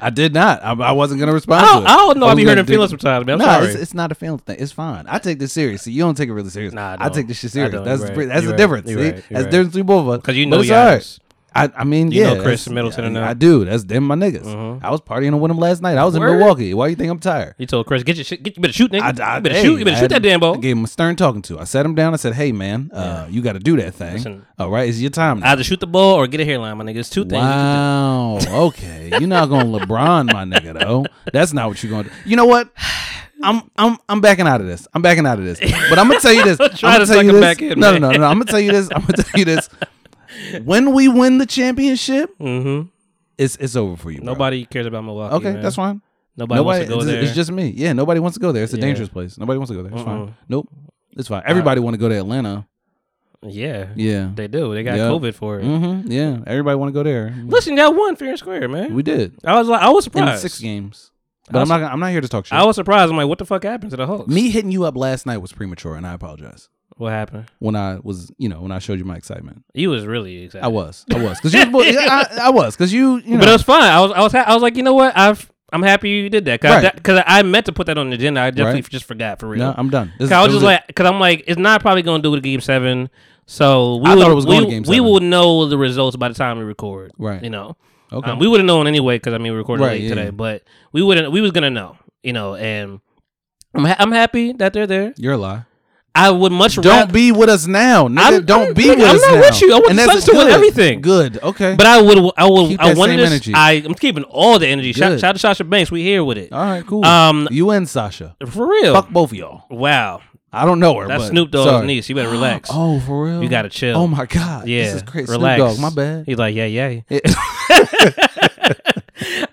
B: I did not. I, I wasn't gonna respond.
A: I don't-
B: to it.
A: I don't know. I
B: wasn't
A: be
B: gonna
A: hurting
B: do-
A: feelings sometimes, man. I'm
B: no,
A: sorry.
B: It's, it's not a feeling thing. It's fine. I take this serious. See, you don't take it really serious.
A: Nah, I
B: I,
A: don't.
B: take this shit
A: I
B: serious.
A: don't.
B: That's
A: You're
B: the
A: right.
B: pre- that's
A: You're
B: the
A: right.
B: difference.
A: You're
B: see?
A: right. You're
B: That's
A: right.
B: the difference between both of us.
A: 'Cause you
B: But
A: know
B: it's all right.
A: Giannis.
B: I, I mean,
A: You
B: yeah,
A: know Chris
B: that's-
A: Middleton and them. Mm-hmm.
B: I do. That's them, my niggas. I was partying with them last night. I was in
A: Word.
B: Milwaukee. Why you think I'm tired?
A: You told Chris, get your shit, get you better shoot, nigga.
B: I, I,
A: you better
B: hey,
A: shoot, you better
B: I
A: shoot that
B: had-
A: damn
B: I
A: ball.
B: gave him a stern talking to. I sat him down. I said, "Hey, man, uh, you got to do that thing.
A: Listen.
B: All right, it's your time." now."
A: Either shoot the ball or get a hairline, my nigga. It's two things.
B: Wow. okay. You're not gonna LeBron my nigga though. That's not what you're gonna do. You know what? I'm I'm I'm backing out of this. I'm backing out of this. But I'm gonna tell you this. I'm
A: trying to
B: gonna tell
A: suck
B: you
A: him
B: this.
A: back in,
B: no,
A: man.
B: no, no, no. I'm gonna tell you this. I'm gonna tell you this. When we win the championship,
A: Mm-hmm.
B: it's it's over for you. bro.
A: Nobody cares about Milwaukee.
B: Okay,
A: man.
B: that's fine.
A: Nobody, wants to go
B: it's,
A: there.
B: it's just me. Yeah, nobody wants to go there. It's a
A: Yeah.
B: dangerous place. Nobody wants to go there. It's
A: Mm-mm.
B: fine. Nope. It's fine. Everybody want to go to Atlanta.
A: yeah,
B: Yeah.
A: they do. They got
B: Yeah.
A: COVID for it.
B: Mm-hmm. Yeah. Everybody want to go there.
A: Listen, y'all won fair and square, man.
B: We did.
A: I was like, I was
B: in
A: surprised.
B: six games. But I'm not. gonna- I'm not here to talk shit.
A: I was surprised. I'm like, what the fuck happened to the Hawks?
B: Me hitting you up last night was premature, and I apologize
A: What happened?
B: when I was, you know, when I showed you my excitement.
A: You was really excited.
B: I was, I was, because you, was, yeah, I, I was, because you, you know,
A: But it was fun. I was, I was, ha- I was like, you know what? I've, I'm happy you did that because
B: Right.
A: I, meant to put that on the agenda. I definitely
B: Right.
A: just forgot for real.
B: no, I'm done. This-
A: Cause I was
B: this
A: just
B: it.
A: like, cause I'm like, it's not probably gonna do it game seven. So we
B: I
A: would,
B: thought it was
A: we,
B: going to game
A: we
B: seven.
A: will know the results by the time we record.
B: Right.
A: You know.
B: Okay.
A: Um, we would have known anyway because I mean we recorded
B: Right,
A: late
B: yeah,
A: today,
B: yeah.
A: but we wouldn't. We was gonna know. You know, and I'm ha- I'm happy that they're there.
B: you're a lie.
A: I would much
B: Don't
A: rather,
B: be with us now, nigga.
A: I'm-
B: don't
A: I'm-
B: be
A: nigga,
B: with
A: I'm
B: us
A: not
B: now.
A: with you. I want
B: And
A: the
B: that's
A: Suns to win
B: good.
A: everything.
B: Good. Okay.
A: but I would. I would.
B: Keep
A: I
B: that
A: wanted
B: same
A: this.
B: energy.
A: I, I'm keeping all the energy. Shout,
B: Good.
A: shout out to Sasha Banks. We here with it
B: all right, cool.
A: Um,
B: you and Sasha.
A: for real.
B: Fuck both of y'all.
A: Wow,
B: I don't know her.
A: that's
B: but,
A: Snoop Dogg's
B: sorry.
A: niece. You better relax.
B: Oh, for real?
A: You gotta chill.
B: Oh my god.
A: yeah,
B: This is crazy.
A: Relax.
B: Snoop Dogg. My bad.
A: He's like, yeah, yeah.
B: Yeah.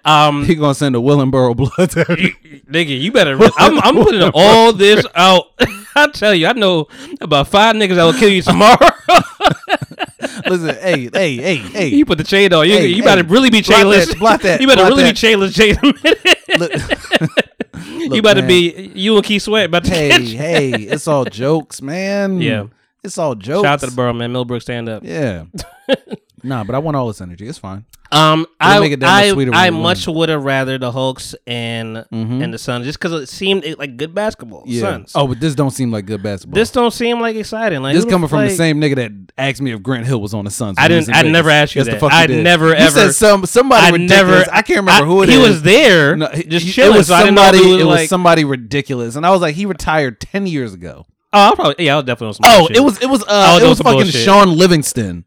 A: Um,
B: He gonna send a Willingboro blood. to everybody.
A: Nigga, you better. I'm, I'm putting all this out. I tell you, I know about five niggas that will kill you tomorrow.
B: Listen, hey, hey, hey, hey.
A: you put the chain on. You,
B: Hey,
A: you better
B: hey,
A: really be
B: block
A: chainless.
B: that, block that,
A: you better
B: block
A: really
B: that.
A: be chainless, Jason.
B: Look-
A: you
B: Look,
A: better
B: man.
A: be you and Keith Sweat. About to
B: hey,
A: catch. Shout
B: hey, it's all jokes, man.
A: Yeah.
B: It's all jokes.
A: out to the borough, man. Millbrook, stand up.
B: Yeah. nah, but I want all this energy. It's fine.
A: Um,
B: It'll
A: I
B: make it that much
A: I,
B: sweeter when
A: I
B: we win. Mm-hmm.
A: much would have rather the Hulks and and the Suns just because it seemed eh, like good basketball.
B: Yeah.
A: Suns.
B: Oh, but this don't seem like good basketball.
A: this don't seem like exciting. Like
B: This
A: who
B: coming from the
A: like-
B: same nigga that asked me if Grant Hill was on the Suns.
A: I
B: when he
A: didn't-
B: was in
A: I
B: Vegas.
A: never asked you
B: Yes, the
A: that.
B: fuck
A: I
B: did.
A: never,
B: You
A: ever-
B: said some somebody ridiculous. I can't remember who it
A: he
B: is.
A: was there.
B: No, he-
A: just
B: he-
A: chilling.
B: It was
A: so I didn't know if
B: somebody.
A: he was
B: it was
A: like-
B: somebody ridiculous, and I was like, he retired ten years ago.
A: Oh, I probably yeah, I was definitely on some.
B: Oh,
A: bullshit.
B: it was it was uh
A: was
B: it
A: on
B: was
A: some
B: fucking
A: bullshit.
B: Sean Livingston.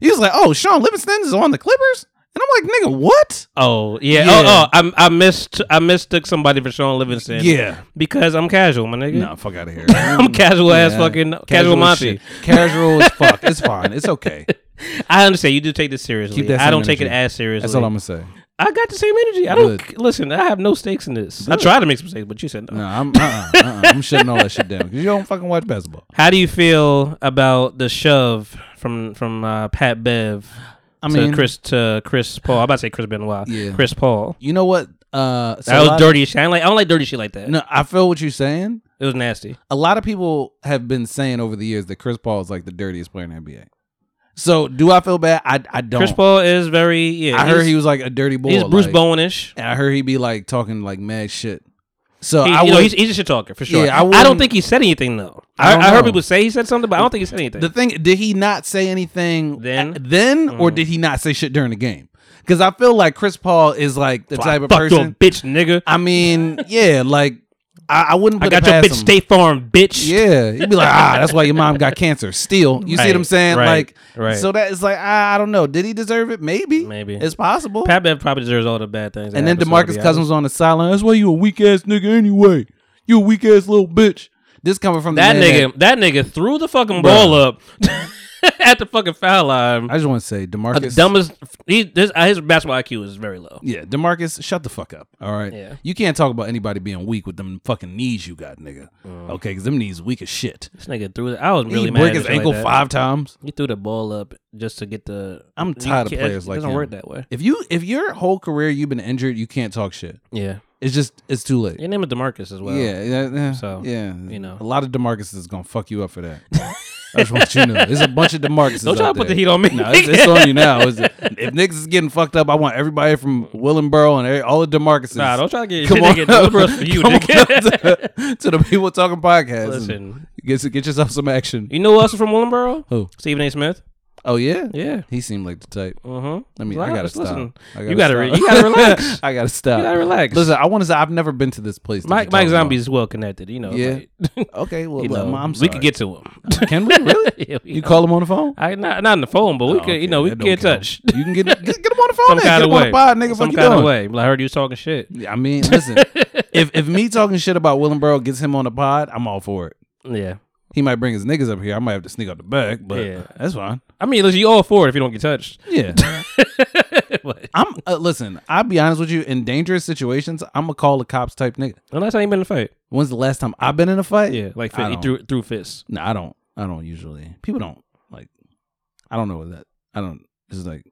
B: He was like, "Oh, Sean Livingston is on the Clippers," and I'm like, "Nigga, what?"
A: Oh yeah.
B: Yeah.
A: Oh, oh I, I missed. I mistook somebody for Sean Livingston.
B: Yeah.
A: because I'm casual, my nigga.
B: Nah, fuck out of here.
A: I'm casual ass
B: Yeah.
A: fucking casual, Monty.
B: shit. Casual as fuck. It's fine. It's okay.
A: I understand you do take this seriously.
B: Keep that
A: I
B: same
A: don't take it
B: energy.
A: as seriously.
B: That's all I'm gonna say.
A: I got the same energy. I don't
B: Good.
A: listen. I have no stakes in this. I try to make some mistakes, but you said no.
B: No, I'm uh-uh, uh-uh. I'm shutting all that shit down because you don't fucking watch basketball.
A: How do you feel about the shove from from uh, Pat Bev?
B: I mean,
A: to Chris to Chris Paul. I'm about to say Chris Benoit.
B: Yeah.
A: Chris Paul.
B: you know what? Uh, so
A: That
B: a
A: was
B: lot-
A: dirty as shit. I don't like, I don't like dirty shit like that.
B: No, I feel what you're saying.
A: It was nasty.
B: A lot of people have been saying over the years that Chris Paul is like the dirtiest player in the NBA. So do I feel bad? I I don't.
A: Chris Paul is very. Yeah,
B: I heard
A: he's-
B: he was like a dirty boy.
A: He's Bruce
B: like,
A: Bowenish.
B: and I heard he be like talking like mad shit. So
A: He,
B: I
A: you know,
B: would-
A: he's, he's a shit talker for sure.
B: Yeah, I
A: I, don't
B: wouldn't-
A: think he said anything though.
B: I
A: I,
B: don't
A: I, heard
B: know.
A: people say he said something, but I don't think he said anything.
B: The thing did he not say anything
A: Then? Mm.
B: a- then, or did he not say shit during the game? Because I feel like Chris Paul is like the
A: I
B: type of
A: fucked your
B: person.
A: bitch, nigga.
B: I mean, yeah, like I, I wouldn't.
A: I
B: Put
A: got
B: it
A: your
B: past
A: bitch
B: him.
A: State Farm, bitch.
B: Yeah, he'd be like, ah, that's why your mom got cancer. Still, you see what
A: Right,
B: I'm saying?
A: right,
B: like,
A: right.
B: so that is like, I, I don't know. Did he deserve it? Maybe,
A: Maybe.
B: it's possible.
A: Pat Bev probably deserves all the bad things. that
B: and then
A: happened, so to
B: Demarcus
A: be
B: Cousins was on the sideline. That's why you a weak ass nigga anyway. You a weak ass little bitch. This coming from the
A: That
B: man
A: nigga, that nigga threw the fucking ball up at the fucking foul line.
B: I just want to say, Demarcus.
A: the dumbest. He, this, uh, his basketball IQ is very low.
B: Yeah, Demarcus, shut the fuck up. All right.
A: Yeah.
B: You can't talk about anybody being weak with them fucking knees you got, nigga. Okay, because them knees weak as shit.
A: This nigga threw. The, I was Mm. really
B: he
A: mad.
B: break
A: at
B: his
A: shit like
B: ankle
A: that.
B: five times.
A: He threw the ball up just to get the.
B: I'm
A: you
B: tired of
A: can't-
B: players
A: it
B: like
A: doesn't
B: him.
A: work that way.
B: If you if your whole career you've been injured, you can't talk shit.
A: Yeah,
B: It's just it's too late.
A: your name is Demarcus as well.
B: yeah, yeah, yeah.
A: so,
B: yeah,
A: you know.
B: a lot of Demarcus is gonna fuck you up for that. I just want you to know, there's a bunch of Demarcus.
A: Don't try to put the heat on me.
B: No, it's, it's on you now. It's- if niggas is getting fucked up, I want everybody from Willenboro and every- all the Demarcuses.
A: Nah, don't try to get
B: come
A: shit
B: on,
A: nigga, deliberate for you,
B: come on
A: nigga.
B: to, to the people talking podcast. Listen,
A: Listen,
B: get, get yourself some action.
A: you know who else is from Willenboro?
B: Who?
A: Stephen A. Smith.
B: Oh yeah,
A: Yeah.
B: He seemed like the type.
A: Mm-hmm.
B: I mean, I gotta stop. I
A: you gotta, re-
B: stop.
A: you gotta relax.
B: I gotta stop.
A: gotta relax.
B: Listen, I want to say I've never been to this place. that
A: Mike,
B: you're
A: Mike
B: talking about.
A: Zombie is well connected. You know.
B: Yeah.
A: like,
B: Okay, well,
A: you know,
B: I'm
A: we
B: sorry.
A: could get to him.
B: Can we really?
A: Yeah, we
B: You
A: know.
B: call him on the phone? Oh,
A: I not not on the phone, but we could you know we could get in touch.
B: You can get get, get him on the phone.
A: Some
B: then.
A: kind of
B: get him on
A: way,
B: the pod, nigga.
A: some
B: what you
A: kind of
B: doing?
A: way. Well, I heard you was talking shit.
B: Yeah, I mean, listen, if if me talking shit about Willenboro gets him on the pod, I'm all for it.
A: Yeah,
B: He might bring his niggas up here. I might have to sneak out the back, but
A: Yeah.
B: that's fine.
A: I mean, listen, you all for it if you don't get touched.
B: Yeah,
A: But-
B: I'm. Uh, listen, I'll be honest with you. In dangerous situations, I'm a call the cops type nigga.
A: Unless I ain't been in a fight.
B: When's the last time I've been in a fight?
A: Yeah, like
B: I
A: he
B: don't.
A: threw threw fists.
B: No, I don't. I don't usually. People don't like. I don't know what that. I don't. It's like,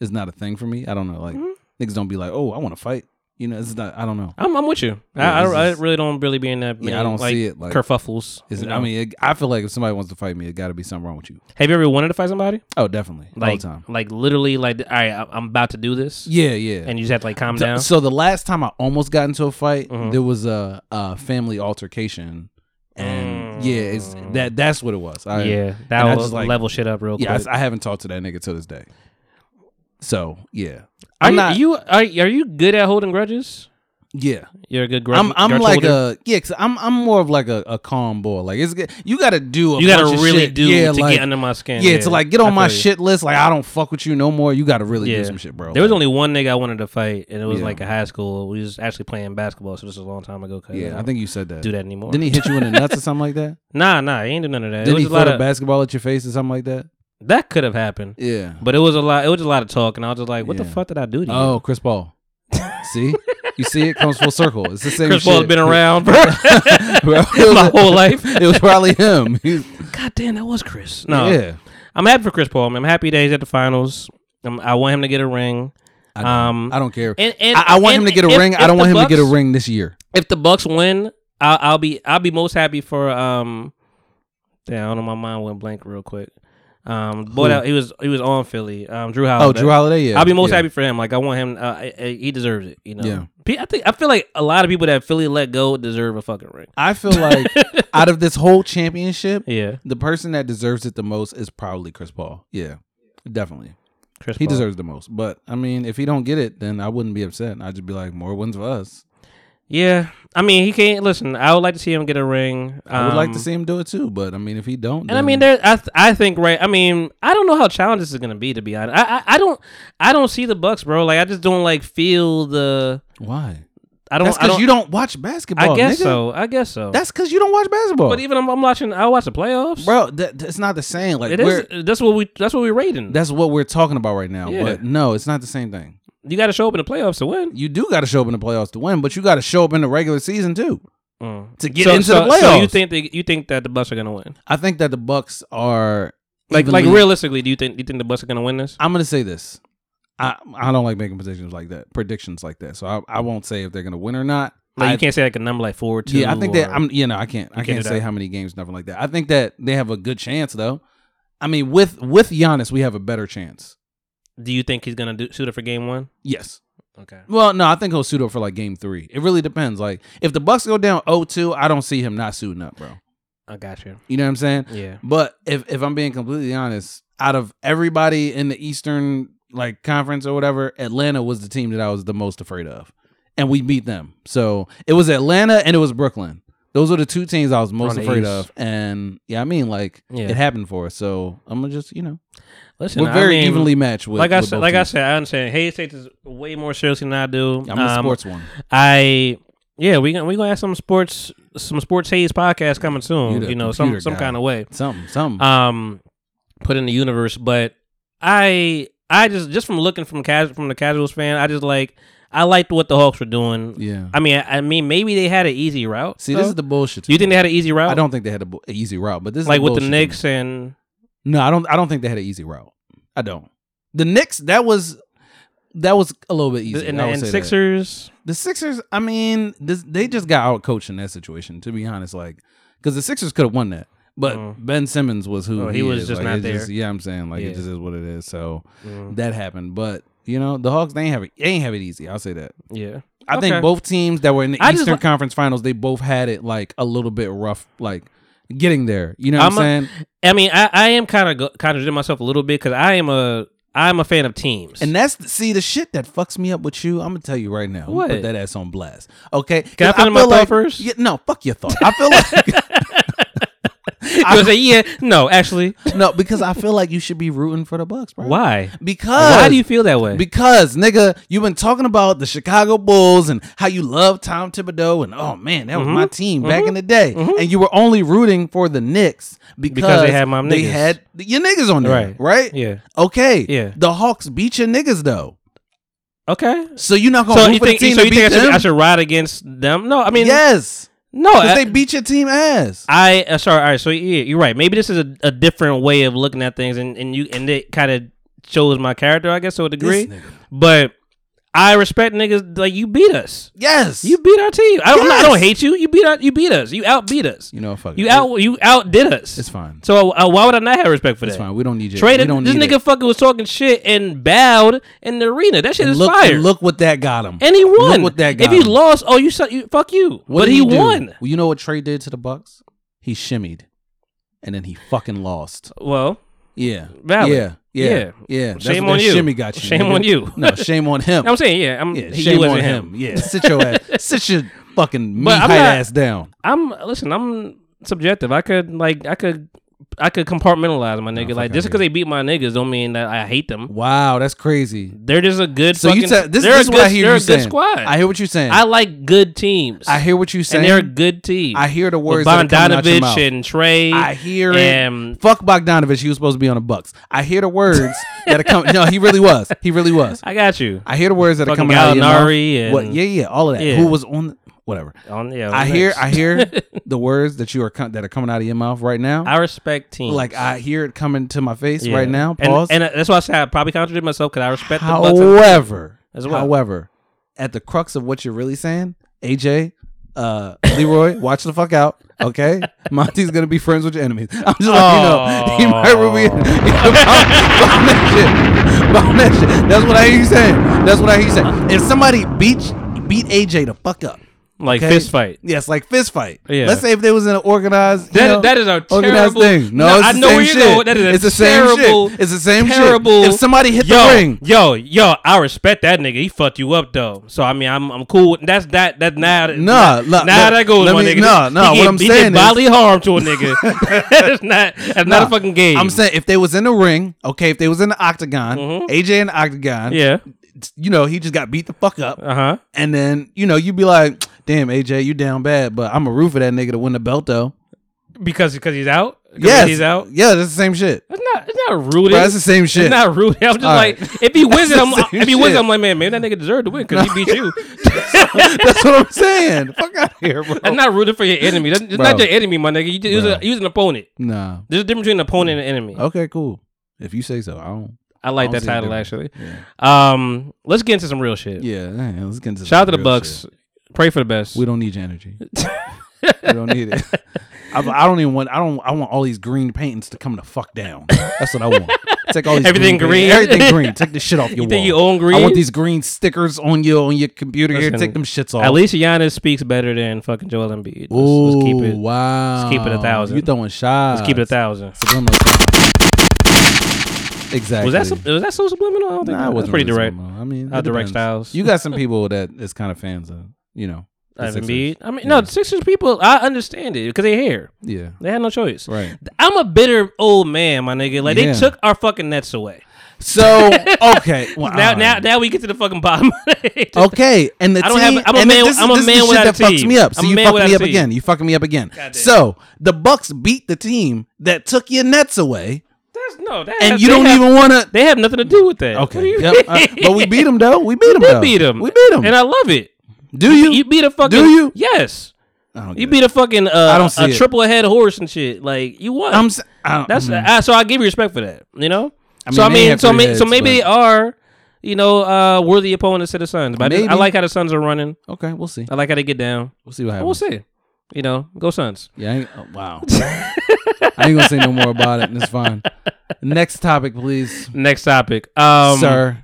B: it's not a thing for me. I don't know. Like
A: Mm-hmm.
B: niggas don't be like, oh, I want to fight. You know, it's not. I don't know.
A: I'm, I'm with you.
B: Yeah,
A: I, I,
B: this
A: don't- I
B: is-
A: really don't really be in that.
B: Yeah, I don't see it, like-
A: kerfuffles.
B: Is
A: you
B: I
A: know?
B: mean, it, I feel like if somebody wants to fight me, it got to be something wrong with you.
A: have you ever wanted to fight somebody?
B: Oh, definitely.
A: Like,
B: All the time.
A: like literally, like all right, I- I'm about to do this.
B: Yeah, yeah.
A: and you just have to like calm
B: So-
A: down. Mm-hmm.
B: So the last time I almost got into a fight, there was a, a family altercation, and yeah, it's, that that's what it was. I,
A: Mm. yeah,
B: and I
A: that will
B: just, like-
A: level shit up real
B: yeah. I,
A: quick.
B: I haven't talked to that nigga to this day. So yeah,
A: are
B: I'm
A: you,
B: not-
A: you are, are you good at holding grudges?
B: yeah.
A: You're a good grudge.
B: I'm I'm
A: grudge
B: like
A: holder?
B: a yeah. Cause I'm I'm more of like a, a calm boy. Like it's good. You gotta do. A
A: You gotta
B: bunch of
A: really
B: shit.
A: do
B: yeah,
A: to
B: like,
A: get under my skin.
B: Yeah, to like get
A: I
B: on my
A: feel you.
B: shit list. Like I don't fuck with you no more. You gotta really do some shit, bro.
A: There was
B: Like,
A: only one nigga I wanted to fight, and it was
B: Yeah.
A: like a high school. We was actually playing basketball, so this is a long time ago. 'cause
B: yeah. I think you said that.
A: don't do that anymore.
B: Didn't he hit you in the nuts or something like that?
A: Nah, nah, he ain't do none of that. it
B: Didn't
A: was
B: he
A: a
B: throw
A: lot
B: a
A: of
B: basketball at your face or something like that?
A: that could have happened,
B: Yeah.
A: but it was a lot. It was a lot of talk, and I was just like, "What the
B: Yeah.
A: fuck did I do to you?"
B: Oh, Chris Paul. see, you see, it comes full circle. It's the same.
A: Chris Paul's
B: shit.
A: been around for
B: Bro,
A: my whole life.
B: It was probably him. He's-
A: God damn, that was Chris. No,
B: Yeah.
A: I'm happy for Chris Paul. man. I'm happy that he's at the finals. Um, I want him to get a ring.
B: I don't,
A: Um,
B: I don't care.
A: and- and-
B: I, I want
A: and
B: him to get a
A: if-
B: ring.
A: if
B: I don't want
A: the
B: him to get a
A: Bucks-
B: ring this year.
A: If the Bucks win, I'll, I'll be I'll be most happy for um. Damn, I don't know. My mind went blank real quick. Um, boy,
B: Who?
A: that, he was he was on Philly. Um, Drew
B: Oh,
A: Holiday.
B: Drew Holiday. Yeah,
A: I'll be most
B: yeah.
A: happy for him. Like I want him. Uh, I, I- he deserves it. You know.
B: Yeah.
A: Pe- I think I feel like a lot of people that Philly let go deserve a fucking ring.
B: I feel like out of this whole championship,
A: Yeah.
B: the person that deserves it the most is probably Chris Paul. Yeah, definitely.
A: Chris
B: He
A: Paul.
B: deserves the most. But I mean, if he don't get it, then I wouldn't be upset. I'd just be like, more wins for us.
A: Yeah. I mean, he can't listen. I would like to see him get a ring.
B: I would like to
A: Um,
B: see him do it too. But I mean, if he don't,
A: And I mean, there. I th- I think right. I mean, I don't know how challenging this is gonna be. To be honest, I, I I don't I don't see the Bucks, bro. Like I just don't like feel the.
B: why?
A: I don't.
B: That's
A: I
B: because
A: don't.
B: you don't watch basketball.
A: I guess
B: nigga.
A: so. I guess so.
B: That's because you don't watch basketball.
A: but even I'm, I'm watching. I watch the playoffs,
B: bro, that, that's not the same. Like
A: It
B: we're
A: is. That's what we. That's what we're rating.
B: that's what we're talking about right now.
A: Yeah.
B: But no, it's not the same thing.
A: You got to show up in the playoffs to win.
B: You do got to show up in the playoffs to win, but you got to show up in the regular season too
A: Mm.
B: to get
A: So-
B: into
A: so-
B: the playoffs.
A: So you think they, you think that the Bucks are gonna win?
B: I think that the Bucks are
A: Like like
B: evenly-
A: realistically, do you think you think the Bucks are gonna win this?
B: I'm gonna say this. I I don't like making predictions like that, predictions like that. So I, I won't say if they're gonna win or not.
A: Like
B: I-
A: you can't say like a number like four or two.
B: Yeah, I think that
A: or-
B: I'm. You know, I can't. I
A: can't
B: can't
A: do
B: say
A: that.
B: how many games, nothing like that. I think that they have a good chance though. I mean, with with Giannis, we have a better chance.
A: Do you think he's gonna do, shoot it for game one?
B: Yes.
A: Okay.
B: Well, no, I think he'll suit up for like game three. It really depends. Like if the Bucks go down 0-2, I don't see him not suiting up, bro.
A: I got you.
B: You know what I'm saying?
A: Yeah.
B: But if if I'm being completely honest, out of everybody in the Eastern like conference or whatever, Atlanta was the team that I was the most afraid of, and we beat them. So it was Atlanta and it was Brooklyn. Those are the two teams I was most
A: On the
B: afraid
A: East.
B: of, and yeah, I mean like
A: Yeah.
B: it happened for us. So I'm gonna just you know
A: Listen,
B: we're very
A: I mean,
B: evenly matched with
A: like I
B: with
A: said,
B: both
A: like I
B: teams.
A: said, I understand. Hayes takes this way more seriously than I do.
B: I'm a
A: Um,
B: sports one.
A: I yeah, we gonna we gonna have some sports some sports Hayes podcast coming soon.
B: the
A: You know, some
B: computer
A: some
B: guy.
A: kind of way.
B: Something, something.
A: um put in the universe but i i just just from looking from casual from the casuals fan i just like i liked what the hawks were doing
B: yeah.
A: i mean i, I mean maybe they had an easy route
B: See, this
A: though.
B: is the bullshit.
A: do you think they had an easy route
B: I don't think they had an easy route, but this
A: like
B: is
A: with the
B: bullshit to me.
A: Knicks and
B: No, I don't. I don't think they had an easy route. I don't. The Knicks that was that was a little bit easy.
A: the, and,
B: I would
A: and
B: say that.
A: Sixers.
B: the Sixers. I mean, this, they just got out coached in that situation. To be honest, like because the Sixers could have won that, but
A: Mm.
B: Ben Simmons was who
A: Oh, he was
B: is.
A: just
B: Like,
A: not
B: it just-
A: there.
B: yeah, I'm saying like
A: Yeah.
B: it just is what it is. So
A: Mm,
B: that happened, but. You know the Hawks, they ain't have it. They ain't have it easy. I'll say that.
A: yeah,
B: I
A: Okay.
B: think both teams that were in the
A: I just
B: Eastern
A: li-
B: Conference Finals, they both had it like a little bit rough, like getting there. You know what I'm,
A: I'm
B: saying?
A: I mean, I, I am kind of go- contradicting myself a little bit because I am a I'm a fan of teams.
B: And that's the, see the shit that fucks me up with you. I'm gonna tell you right now. I'm gonna
A: What?
B: Put that ass on blast. Okay.
A: Can I
B: 'Cause
A: put in my
B: feel
A: thought
B: like-
A: first?
B: Yeah, no, fuck your thought. I feel like
A: I say, yeah, no, actually,
B: no because I feel like you should be rooting for the Bucks, bro.
A: why?
B: Because
A: Why do you feel that way?
B: Because nigga, you've been talking about the Chicago Bulls and how you love Tom Thibodeau and oh man, that was
A: Mm-hmm.
B: my team back in the day, and you were only rooting for the Knicks because,
A: they had my
B: they
A: niggas.
B: had your niggas on there,
A: Right.
B: right? right?
A: Yeah.
B: Okay.
A: Yeah.
B: The Hawks beat your niggas though,
A: okay,
B: so you're not gonna
A: so
B: root
A: you
B: for
A: think
B: the team
A: so
B: to
A: you
B: beat
A: think I should,
B: them.
A: I should ride against them? No, I mean
B: yes.
A: no.
B: Because
A: Oh, I,
B: they beat your team ass.
A: I uh, sorry. All right, so yeah, you're right. Maybe this is a, a different way of looking at things, and, and you and it kind of shows my character, I guess, to a degree.
B: nigga.
A: But I respect niggas like you beat us.
B: yes.
A: You beat our team. I don't. I don't
B: Yes.
A: hate you. You beat our, You beat us. You outbeat us.
B: you know, fuck it.
A: You out. You outdid us.
B: It's fine.
A: So uh, why would I not have respect for
B: It's
A: that?
B: fine. We don't need you.
A: Trey,
B: we
A: this
B: don't
A: this
B: need
A: nigga
B: it.
A: fucking was talking shit and bowed in the arena. That shit
B: And
A: is
B: look,
A: fire.
B: and look what that got him.
A: and he won.
B: Look what that got
A: if you
B: him.
A: lost, oh, you suck. You fuck you.
B: What
A: but
B: did
A: he,
B: do?
A: won.
B: Well, you know what Trey did to the Bucks? He shimmied, and then he fucking lost.
A: Well,
B: Yeah.
A: Valid.
B: Yeah. Yeah.
A: Yeah.
B: Yeah. That's
A: Shame
B: what
A: on
B: that
A: you.
B: Shimmy got you.
A: Shame
B: nigga.
A: on you.
B: no, shame on him.
A: I'm saying, yeah, I'm
B: yeah,
A: he
B: shame
A: wasn't
B: on him.
A: him.
B: Yeah. Sit your ass. sit your fucking meat
A: But I'm
B: height
A: not-
B: ass down.
A: I'm listen. I'm subjective. I could like I could I could compartmentalize my nigga. like just because they beat my niggas don't mean that I hate them.
B: Wow, that's crazy.
A: They're just a good.
B: So
A: fucking,
B: you said this,
A: they're
B: this is
A: a
B: what
A: good,
B: I hear
A: they're
B: you
A: a good
B: saying.
A: squad.
B: I hear what you're saying.
A: I like good teams.
B: I hear what you're saying.
A: and they're a good team.
B: I hear the
A: With
B: words that are coming out your mouth.
A: Bogdanovich and Trey.
B: I hear
A: and
B: it. Fuck Bogdanovich. He was supposed to be on the Bucks. I hear the words that are coming. No, he really was. He really was.
A: I got you.
B: I hear the words that are
A: Fucking
B: coming out of your
A: Gallinari
B: mouth. What?
A: and-
B: Yeah, yeah, all of that.
A: Yeah.
B: Who was on? The, whatever.
A: On, yeah,
B: I hear.
A: next.
B: I hear the words that you are com- that are coming out of your mouth right now.
A: I respect teams.
B: like I hear it coming to my face
A: Yeah.
B: right now.
A: And-
B: Pause.
A: And, uh, that's why I said I probably contradict myself because I respect the Bucks. and-
B: however,
A: as well.
B: however, at the crux of what you're really saying, AJ, uh, Leroy, watch the fuck out. Okay, Monty's gonna be friends with your enemies. I'm just like, you know, he might be you know, bomb- bomb that shit. Bomb that shit. That's what I hear you saying. That's what I hear you saying. If somebody beat beat AJ the fuck up,
A: Like
B: okay?
A: fist fight.
B: Yes, like fist fight.
A: Yeah.
B: Let's say if there was an organized, you
A: That-
B: know,
A: that is a
B: organized
A: terrible-
B: thing. No,
A: No,
B: it's
A: I
B: the
A: know
B: same
A: where you're
B: shit.
A: going with that. It is a
B: it's the same
A: terrible-
B: shit. It's the same
A: terrible-
B: shit. If somebody hit
A: yo,
B: the ring,
A: Yo, yo, I respect that nigga. He fucked you up though. So I mean, I'm I'm cool. With, that's that. That now. that-
B: Nah,
A: now,
B: nah, nah,
A: that goes,
B: let
A: my
B: me-
A: nigga.
B: nah,
A: He
B: nah,
A: gave-
B: what I'm
A: he
B: saying
A: did
B: is-
A: bodily harm to a nigga. that's not that's not a
B: Nah,
A: fucking game.
B: I'm saying if they was in the ring, okay, if they was in the octagon, AJ in the octagon,
A: Mm-hmm. yeah.
B: you know, he just got beat the fuck up.
A: Uh huh.
B: And then, you know, you'd be like, damn, AJ, you down bad, but I'm a root for that nigga to win the belt though.
A: Because because he's out. 'Cause
B: Yes.
A: he's out.
B: Yeah, that's the same shit.
A: It's not. It's not rooted.
H: But that's the same shit.
A: It's not rooted. I'm just
H: All
A: like,
H: right.
A: if he wins it,
H: the
A: I'm
H: same
A: if he wins,
H: shit.
A: it, I'm like, man, maybe that nigga deserved to win because he beat you.
H: That's what I'm saying. Fuck out here, bro.
B: Oh.
A: That's not rooting for your enemy. That's, it's not
H: Bro.
A: your enemy, my nigga. You just use, a, use an opponent.
B: Nah.
A: There's a difference between an opponent and an enemy.
B: Okay, cool. If you say so, I don't.
A: I like
B: Oh.
A: that
B: I don't see the
A: title
B: difference.
A: actually.
B: Yeah.
A: Um, let's get into some real shit.
B: Yeah. man, let's get into
A: Shout out
B: some
A: to the
B: real
A: Bucks.
B: shit.
A: Pray for the best.
B: We don't need your energy. we don't need it. I, I don't even want. I don't. I want all these green paintings to come the fuck down. That's what I want. Take all these
A: Everything
B: paintings.
A: green?
B: Everything green. Take this shit off your
A: You
B: wall.
A: think you own
B: I
A: green?
B: want these green stickers on your on your computer here.
A: Listen,
B: Take them shits off.
A: At least Giannis speaks better than fucking Joel Embiid. Let's,
B: Ooh,
A: let's keep
B: Oh,
A: it.
B: Wow.
A: let's keep it a thousand.
B: You throwing shots.
A: Let's keep it a thousand.
B: Subliminal stuff. Exactly.
A: Was that sub- was that so subliminal? I don't think
B: Nah, it
A: that was
B: wasn't
A: pretty
B: really
A: direct.
B: subliminal. I mean,
A: Not
B: it
A: direct
B: depends.
A: styles.
B: You got some people that is kind of fans of, you know, the
A: Evan
B: Sixers.
A: Embiid. I mean, no, the Sixers people. I understand it because they're here.
B: Yeah.
A: They had no choice.
B: Right.
A: I'm a bitter old man, my nigga. Like
B: Yeah.
A: they took our fucking nets away.
B: So okay. Well,
A: Now,
B: all
A: now,
B: right.
A: now we get to the fucking bottom.
B: Okay, and the
A: I don't
B: team.
A: have- I'm a
B: and
A: man-
B: This,
A: I'm a
B: this is
A: man
B: the shit
A: without
B: that
A: a
B: fucks
A: team.
B: me up. So
A: I'm a
B: you
A: man
B: fucking
A: without
B: me
A: a
B: up
A: team.
B: again. You fucking me up again.
A: Goddamn.
B: So the Bucks beat the team that took your nets away,
A: That's, no, that
B: and
A: has-
B: you
A: they
B: don't
A: have-
B: even want to.
A: They have nothing to do with that. What do
B: Okay,
A: you
B: Yep, uh, but we beat them though. We beat them.
A: We
B: though.
A: beat them.
B: We beat them.
A: and I love it.
B: Do you?
A: You beat a fucking.
B: Do you?
A: Yes.
B: I don't
A: You
B: get it.
A: beat a fucking. Uh,
B: I don't
A: a- a
B: see it.
A: triple head horse and shit. Like you won.
B: I'm. s- I don't,
A: That's
B: mm.
A: I, so I give you respect for that. You know.
B: I
A: so I
B: mean, they
A: mean,
B: have
A: so
B: three
A: may, so
B: heads,
A: maybe they
B: but-
A: are. You know, uh, worthy opponents to the Suns, but I, just, I
B: Maybe.
A: like how the Suns are running.
B: okay. We'll see.
A: I like how they get down.
B: We'll see what
A: But we'll
B: happens.
A: see. You know, go Suns.
B: Yeah. I ain't, oh, wow. I ain't gonna say no more about it. And it's fine. Next topic, please,
A: Next topic, um,
B: sir.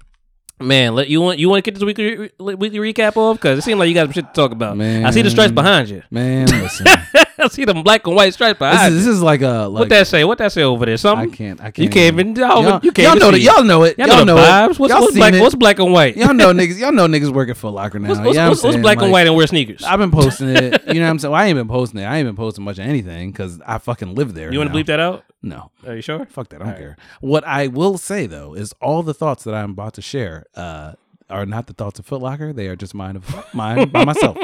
A: Man, let, you want you want to get this weekly re- weekly recap off because it seems like you got some shit to talk about. I see the stripes
B: Man.
A: behind you.
B: Man, listen.
A: I see them black and white stripes
B: this,
A: behind.
B: is,
A: you.
B: this is like a like
A: what that say? What that say over there?
B: I
A: Something.
B: can't. I can't.
A: Um, You can't even. Y'all,
B: Y'all,
A: you can't
B: y'all
A: even
B: know
A: see
B: that.
A: it.
B: Y'all know it.
A: Y'all know the
B: it.
A: vibes. What's,
B: y'all
A: what's
B: seen
A: black?
B: it.
A: What's black and white?
B: y'all know niggas. Y'all know niggas working for Locker now.
A: What's,
B: You
A: what's,
B: know what I'm
A: what's, what's
B: saying?
A: black and
B: Like,
A: white and wear sneakers?
B: I've been posting it. You know what I'm saying? Well, I ain't been posting it. I ain't been posting much of anything because I fucking live there.
A: you want to
B: now.
A: bleep that out?
B: No.
A: Are you sure?
B: Fuck that. I don't care. What I will say though is all the thoughts that I'm about to share uh, are not the thoughts of Foot Locker. They are just mine of mine by myself.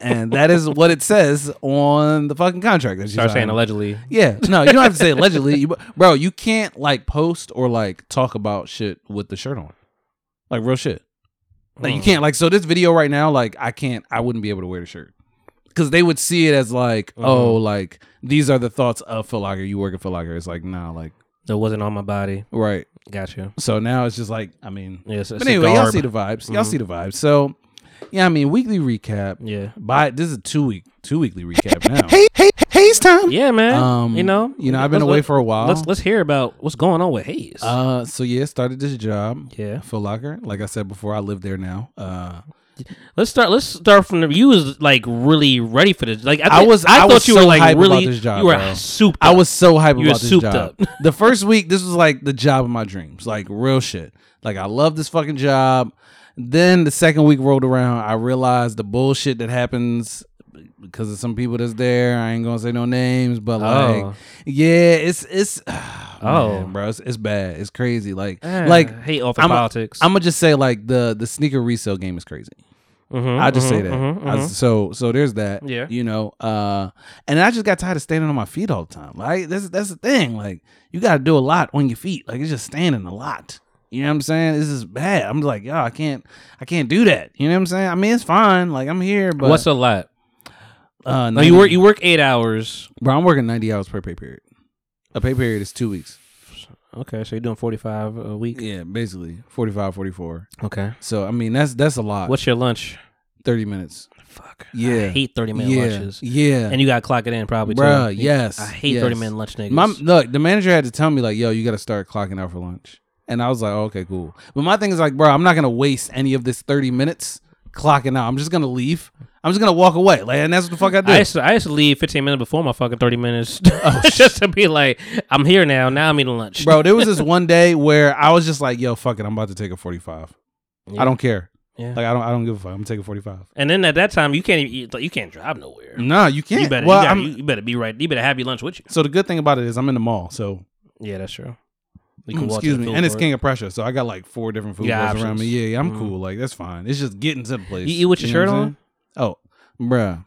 B: And that is what it says on the fucking contract. That you
A: Start saying
B: signed.
A: allegedly.
B: Yeah, no, you don't have to say allegedly, you, bro. You can't like post or like talk about shit with the shirt on, like real shit. Like
H: Mm.
B: you can't like so this video right now, like I can't, I wouldn't be able to wear the shirt because they would see it as like, oh,
H: Mm-hmm.
B: like these are the thoughts of Foot Locker. You work at Foot Locker. It's like nah, like
A: It wasn't on my body.
B: right.
A: Got you.
B: So now it's just like, I mean,
A: Yes. it's
B: but
A: a
B: anyway, y'all
A: garb.
B: see the vibes. Y'all
H: Mm-hmm.
B: see the vibes. So yeah, I mean, weekly recap.
A: Yeah.
B: By this is a two week, two weekly recap now.
H: hey, haze time.
A: Yeah, man.
B: Um,
A: Eh, you know.
B: you know, I've been
A: Let's-
B: away
A: let's-
B: for a while.
A: Let's let's hear about what's going on with Hayes.
B: Uh, so yeah, started this job.
A: Yeah.
B: Foot Locker. Like I said before, I live there now. Uh,
A: Let's start. Let's start from the. You was like really ready for this. Like I,
B: I
A: think-
B: was-
A: I,
B: I
A: thought
B: was
A: you
B: so
A: were like
B: hype about
A: really.
B: this job,
A: you were
B: bro.
A: souped.
B: I
A: up.
B: was so hype
A: You were
B: about this
A: souped
B: job.
A: up.
B: the first week, this was like the job of my dreams. Like real shit. Like I love this fucking job. Then the second week rolled around, I realized the bullshit that happens because of some people that's there. I ain't gonna say no names, but like,
A: Oh.
B: yeah, it's it's
A: Oh.
B: man, bro, it's, it's bad. It's crazy. Like
A: Ah,
B: like
A: hate office
B: I'm
A: politics.
B: I'm gonna just say like the the sneaker resale game is crazy.
A: Mm-hmm,
B: I just say that. I- so so there's that.
A: Yeah.
B: You know, uh and I just got tired of standing on my feet all the time. Like that's that's the thing. Like you gotta do a lot on your feet. Like it's just standing a lot. You know what I'm saying? This is bad. I'm like, yo, I can't I can't do that. You know what I'm saying? I mean it's fine. Like I'm here, but
A: What's a lot?
B: uh
A: No, you work. You work eight hours.
B: bro, I'm working ninety hours per pay period. A pay period is two weeks.
A: Okay, so you're doing forty five a week.
B: Yeah, basically. 45, 44.
A: Okay.
B: So I mean that's that's a lot.
A: What's your lunch?
B: thirty minutes?
A: Fuck. I
B: Yeah.
A: hate thirty minute
B: yeah.
A: lunches.
B: Yeah.
A: And you gotta clock it in probably. too.
B: Bruh, yes,
A: I hate
B: yes.
A: thirty minute lunch niggas.
B: My look, the manager had to tell me like, "Yo, you got to start clocking out for lunch," and I was like, oh, "Okay, cool." But my thing is like, bro, I'm not gonna waste any of this thirty minutes clocking out. I'm just gonna leave. I'm just gonna walk away, like, and that's what the fuck I do.
A: I used, to, I used to leave 15 minutes before my fucking 30 minutes
B: Oh,
A: just to be like, I'm here now. Now I'm eating lunch.
B: bro, there was this one day where I was just like, "Yo, fuck it, I'm about to take a 45.
A: Yeah.
B: I don't care.
A: Yeah.
B: Like, I don't, I don't give a fuck. I'm taking 45.
A: And then at that time, you can't even, eat- like, you can't drive nowhere.
B: No, you can't.
A: You better,
B: Mm, well,
A: you, gotta-
B: I'm-
A: you better be right. You better have your lunch with you.
B: so the good thing about it is I'm in the mall, so
A: Yeah, that's true. You can walk to
B: Mm, excuse
A: the
B: me,
A: food
B: and it's
A: court.
B: King of Pressure, so I got like four different food
A: You got
B: places around me.
A: options.
B: Yeah, yeah, I'm
A: Mhm.
B: cool. Like that's fine. It's just getting to the place.
A: You eat with your
B: know
A: shirt
B: what I'm saying? Oh, bruh.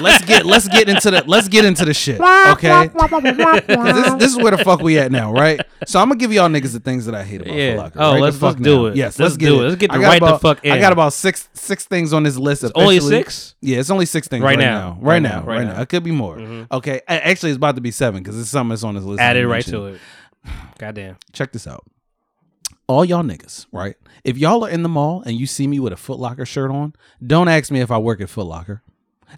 B: let's get let's get into the let's get into the shit. Okay. 'Cause this, this is where the fuck we at now, right? So I'm gonna give y'all niggas the things that I hate about
A: Yeah.
B: Foot Locker,
A: Oh,
B: right? The
A: let's-
B: fuck
A: let's do
B: now.
A: it.
B: Yes,
A: Let's
B: let's, get
A: do
B: it.
A: it. Let's get
B: I
A: the
B: got
A: right the
B: about-
A: fuck
B: I
A: in.
B: got about six six things on this list.
A: only
B: officially.
A: six?
B: Yeah, it's only six things
A: Right
B: right,
A: now.
B: now. Right now. Right, now. It could be more. Okay. A- Actually, it's about to be seven because it's something that's on this list.
A: Added right to it. Mm, Goddamn.
B: Check this out. All y'all niggas, right? If y'all are in the mall and you see me with a Foot Locker shirt on, don't ask me if I work at Foot Locker.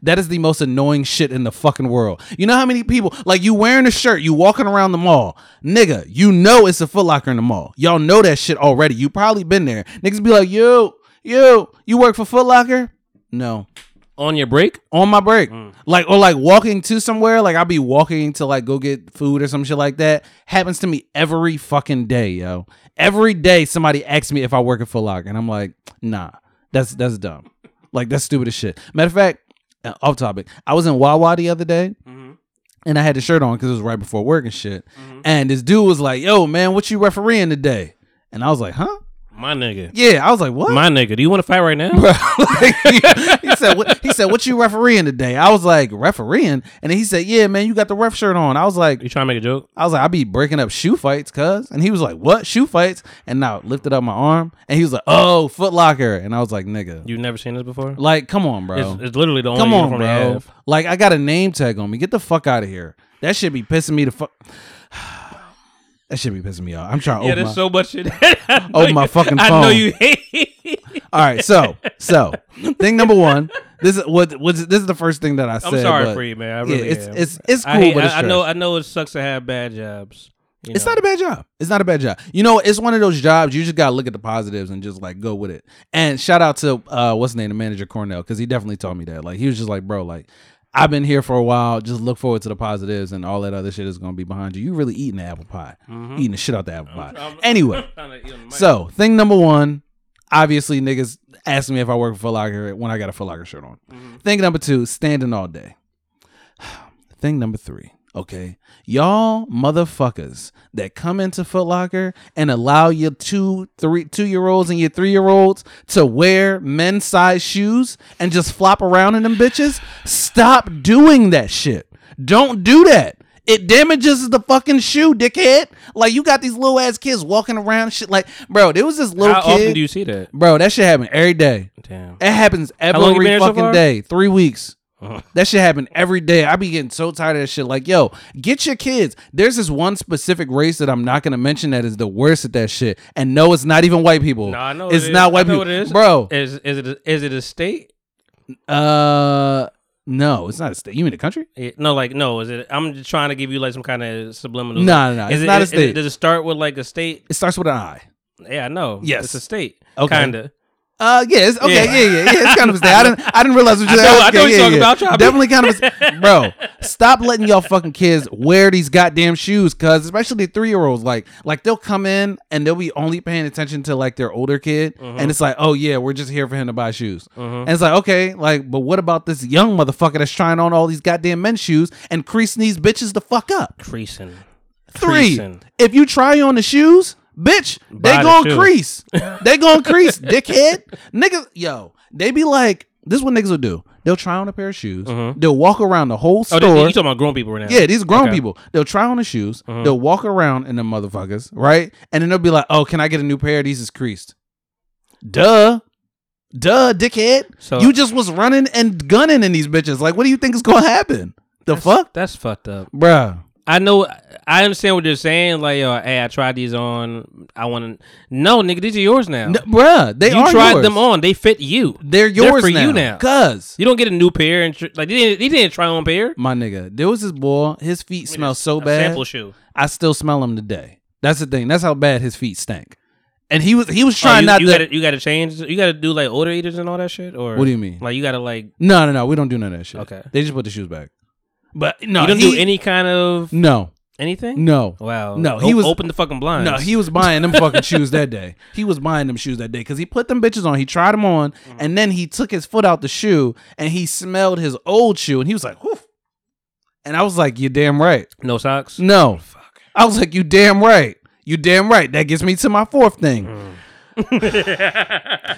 B: That is the most annoying shit in the fucking world. You know how many people like you wearing a shirt, you walking around the mall, nigga. You know it's a Foot Locker in the mall. Y'all know that shit already. You probably been there. Niggas be like, yo, yo, you work for Foot Locker? No
A: On your break?
B: on my break. Like or like walking to somewhere, like I'll be walking to like go get food or some shit like that. Happens to me every fucking day, yo. Every day somebody asks me if I work at Foot Locker and I'm like, "Nah. That's that's dumb. Like that's stupid as shit." Matter of fact, uh, off topic. I was in Wawa the other day. And I had the shirt on because it was right before work and shit. And this dude was like, "Yo, man, what you refereeing today?" And I was like, "Huh?
A: My nigga.
B: Yeah." I was like, "What?"
A: My nigga. Do you want to fight right now?
B: he said, what, "He said, what you refereeing today?" I was like, "Refereeing," and then he said, "Yeah, man, you got the ref shirt on." I was
A: You
B: like,
A: trying to make a joke?
B: "I was like, I be breaking up shoe fights, cuz," and he was like, "What shoe fights?" And now lifted up my arm, and he was like, "Oh, Foot Locker," and I was like, "Nigga,
A: You've never seen this before?
B: like, come on, bro,
A: It's, it's literally the only
B: come on,
A: uniform they
B: bro,
A: have.
B: like, I got a name tag on me. Get the fuck out of here. That should be pissing me the fuck. that should be pissing me off. I'm trying to
A: Yeah,
B: open
A: there's
B: Oh, my-
A: so much shit. I know
B: Open my
A: you-
B: fucking
A: I know
B: phone.
A: you hate.
B: All right, so so thing number one. This is what was. This is the first thing that I said.
A: I'm sorry
B: but-
A: for you, man. I
B: yeah,
A: really
B: it's,
A: am.
B: it's it's cool,
A: I, hate,
B: but it's
A: I, I know
B: trash.
A: I know it sucks to have bad jobs. you
B: it's
A: know.
B: not a bad job. It's not a bad job. You know, it's one of those jobs you just gotta look at the positives and just like go with it. And shout out to uh, what's his name, the manager Cornell, because he definitely taught me that. Like he was just like, bro, like I've been here for a while. Just look forward to the positives, and all that other shit is gonna be behind you. You really eating the apple pie,
A: Mm-hmm.
B: eating the shit out the apple pie. anyway, so thing number one, obviously niggas asked me if I work for Foot Locker when I got a Foot Locker shirt on.
A: Mm-hmm.
B: Thing number two, standing all day. Thing number three, okay? Y'all motherfuckers that come into Foot Locker and allow your two, three, two year olds and your three year olds to wear men's size shoes and just flop around in them bitches, stop doing that shit. Don't do that. It damages the fucking shoe, dickhead. Like you got these little ass kids walking around, shit. Like, bro, there was this little
A: How
B: kid.
A: often do you see that?
B: bro, that shit happen every day.
A: Damn.
B: It happens
A: long you
B: every
A: been here so
B: fucking
A: far? Uh-huh.
B: day. Three weeks. That shit happen every day. I be getting so tired of that shit. Like, yo, get your kids. There's this one specific race that I'm not gonna mention that is the worst at that shit. And no, it's not even white people.
A: No, I know
B: it's
A: it is.
B: not white
A: I know
B: people,
A: it is.
B: bro.
A: Is is it a, is it a state?
B: Uh, no, it's not a state. You mean the country?
A: Eh, No, like no. Is it? I'm just trying to give you like some kind of subliminal.
B: No, no, no,
A: Is
B: it's
A: it,
B: not a
A: is- is it-
B: state.
A: does it start with like a state?
B: It starts with an I.
A: Yeah, I know.
B: Yes.
A: it's a state.
B: Okay.
A: Kinda.
B: Uh, yeah, it's, okay,
A: Yeah.
B: yeah. yeah, yeah, It's kind of a state. I didn't, I didn't realize what you
A: I
B: said.
A: know- I
B: Okay,
A: know what you're
B: yeah,
A: talking
B: yeah.
A: about, Choppy.
B: Definitely kind of, a s- bro. Stop letting y'all fucking kids wear these goddamn shoes, cause especially three year olds, like, like they'll come in and they'll be only paying attention to like their older kid,
A: Mm-hmm.
B: and it's like, oh yeah, we're just here for him to buy shoes, and it's like, okay, like, but what about this young motherfucker that's trying on all these goddamn men's shoes and creasing these bitches the fuck up?
A: Creasing.
B: Three,
A: Creasing.
B: if you try on the shoes, bitch, they
A: Buy the
B: gonna
A: shoe.
B: crease. They gonna crease, dickhead. Niggas, yo, they be like, this is what niggas will do. They'll try on a pair of shoes. They'll walk around the whole
A: Mm-hmm. Oh,
B: store.
A: they, you talking about grown people right now?
B: yeah, these grown
A: Okay. Mm-hmm.
B: people. They'll try on the shoes. They'll walk around in them motherfuckers, right? And then they'll be like, oh, can I get a new pair? These is creased. Duh. Duh, dickhead.
A: So-
B: you just was running and gunning in these bitches. Like, what do you think is gonna happen? The fuck?
A: That's fucked up.
B: Bruh.
A: I know. I understand what you're saying. Like, uh, hey, I tried these on. I want to. No, nigga, these are yours now.
B: N- bruh, they
A: you
B: are
A: tried
B: yours.
A: them on. They fit you.
B: They're yours
A: for
B: now.
A: you now.
B: Cuz
A: You don't get a new pair and tr- like they didn't, they didn't try on pair.
B: my nigga, there was this boy. His feet smell so bad.
A: Sample shoe.
B: I still smell him today. That's the thing. That's how bad his feet stank. And he was he was
A: Oh,
B: trying
A: you,
B: not
A: you
B: to.
A: Gotta, you gotta change. You gotta do like order eaters and all that shit. Or
B: What do you mean?
A: Like you gotta like
B: no, no, no. We don't do none of that shit.
A: Okay.
B: They just put the shoes back. But no,
A: you don't
B: he,
A: do any kind of
B: No,
A: anything.
B: no.
A: Wow.
B: No, he was
A: open the fucking blinds.
B: No, he was buying them fucking shoes that day. He was buying them shoes that day because he put them bitches on. He tried them on,
A: Mm-hmm.
B: and then he took his foot out the shoe and he smelled his old shoe, and he was like, "Whew." And I was like, "You're damn right."
A: no socks. Mm.
B: No. I was like, you damn right. You damn right. That gets me to my fourth thing.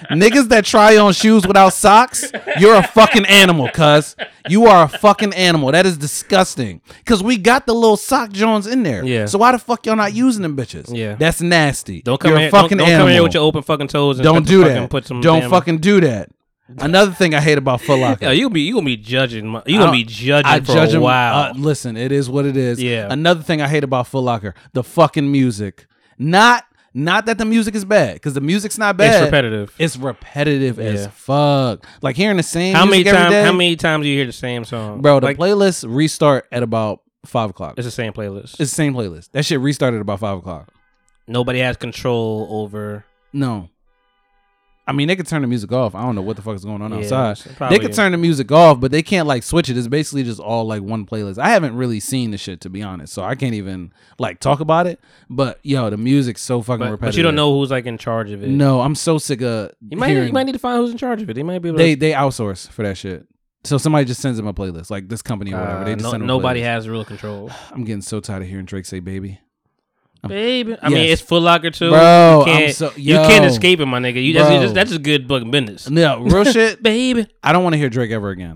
B: Niggas that try on shoes without socks, you're a fucking animal, cuz. You are a fucking animal. That is disgusting. Cuz we got the little sock Jones in there.
A: Yeah.
B: So why the fuck y'all not using them bitches?
A: Yeah.
B: That's nasty.
A: Don't come
B: you're
A: here.
B: A
A: don't,
B: fucking
A: don't
B: animal.
A: come here with your open fucking toes. And
B: don't
A: put-
B: do
A: fucking
B: that.
A: Put some
B: don't
A: damn-
B: fucking do that. Another thing I hate about Foot Locker.
A: Yeah, you be you gonna be judging. my- You gonna
B: I
A: be
B: don't-
A: judging
B: I
A: for
B: judge
A: a
B: 'em-
A: while.
B: uh, listen, it is what it is.
A: Yeah.
B: Another thing I hate about Foot Locker, the fucking music. Not not that the music is bad, because the music's not bad.
A: repetitive.
B: It's repetitive as
A: Yeah.
B: fuck. Like hearing the same.
A: how many
B: music every
A: times?
B: day,
A: How many times do you hear the same song,
B: Bro, the
A: Like,
B: playlists restart at about five o'clock.
A: it's
B: It's,
A: the same playlist.
B: the same playlist. That shit restarted at about five o'clock.
A: Nobody has control over.
B: No. I mean, they could turn the music off. I don't know what the fuck is going on
A: Yeah, it's
B: outside.
A: probably-
B: they could turn the music off, but they can't like switch it. It's basically just all like one playlist. I haven't really seen the shit to be honest, so I can't even like talk about it. But yo, the music's so fucking
A: But,
B: repetitive.
A: but you don't know who's like in charge of it.
B: No, I'm so sick of
A: you might
B: hearing.
A: you might need to find who's in charge of it. They might be able
B: they
A: to.
B: they outsource for that shit. So somebody just sends them a playlist, like this company or whatever.
A: Uh,
B: They just
A: no-
B: send them a
A: nobody
B: playlist.
A: has real control.
B: I'm getting so tired of hearing Drake say "baby."
A: Baby, I mean
B: Yes.
A: it's Foot Locker too.
B: Bro,
A: you
B: I'm
A: can't,
B: so-
A: you can't
B: yo.
A: escape it, my nigga. You just, you
B: Bro.
A: just that's just good fucking business,
B: No, real shit.
A: baby.
B: I don't want to hear Drake ever again.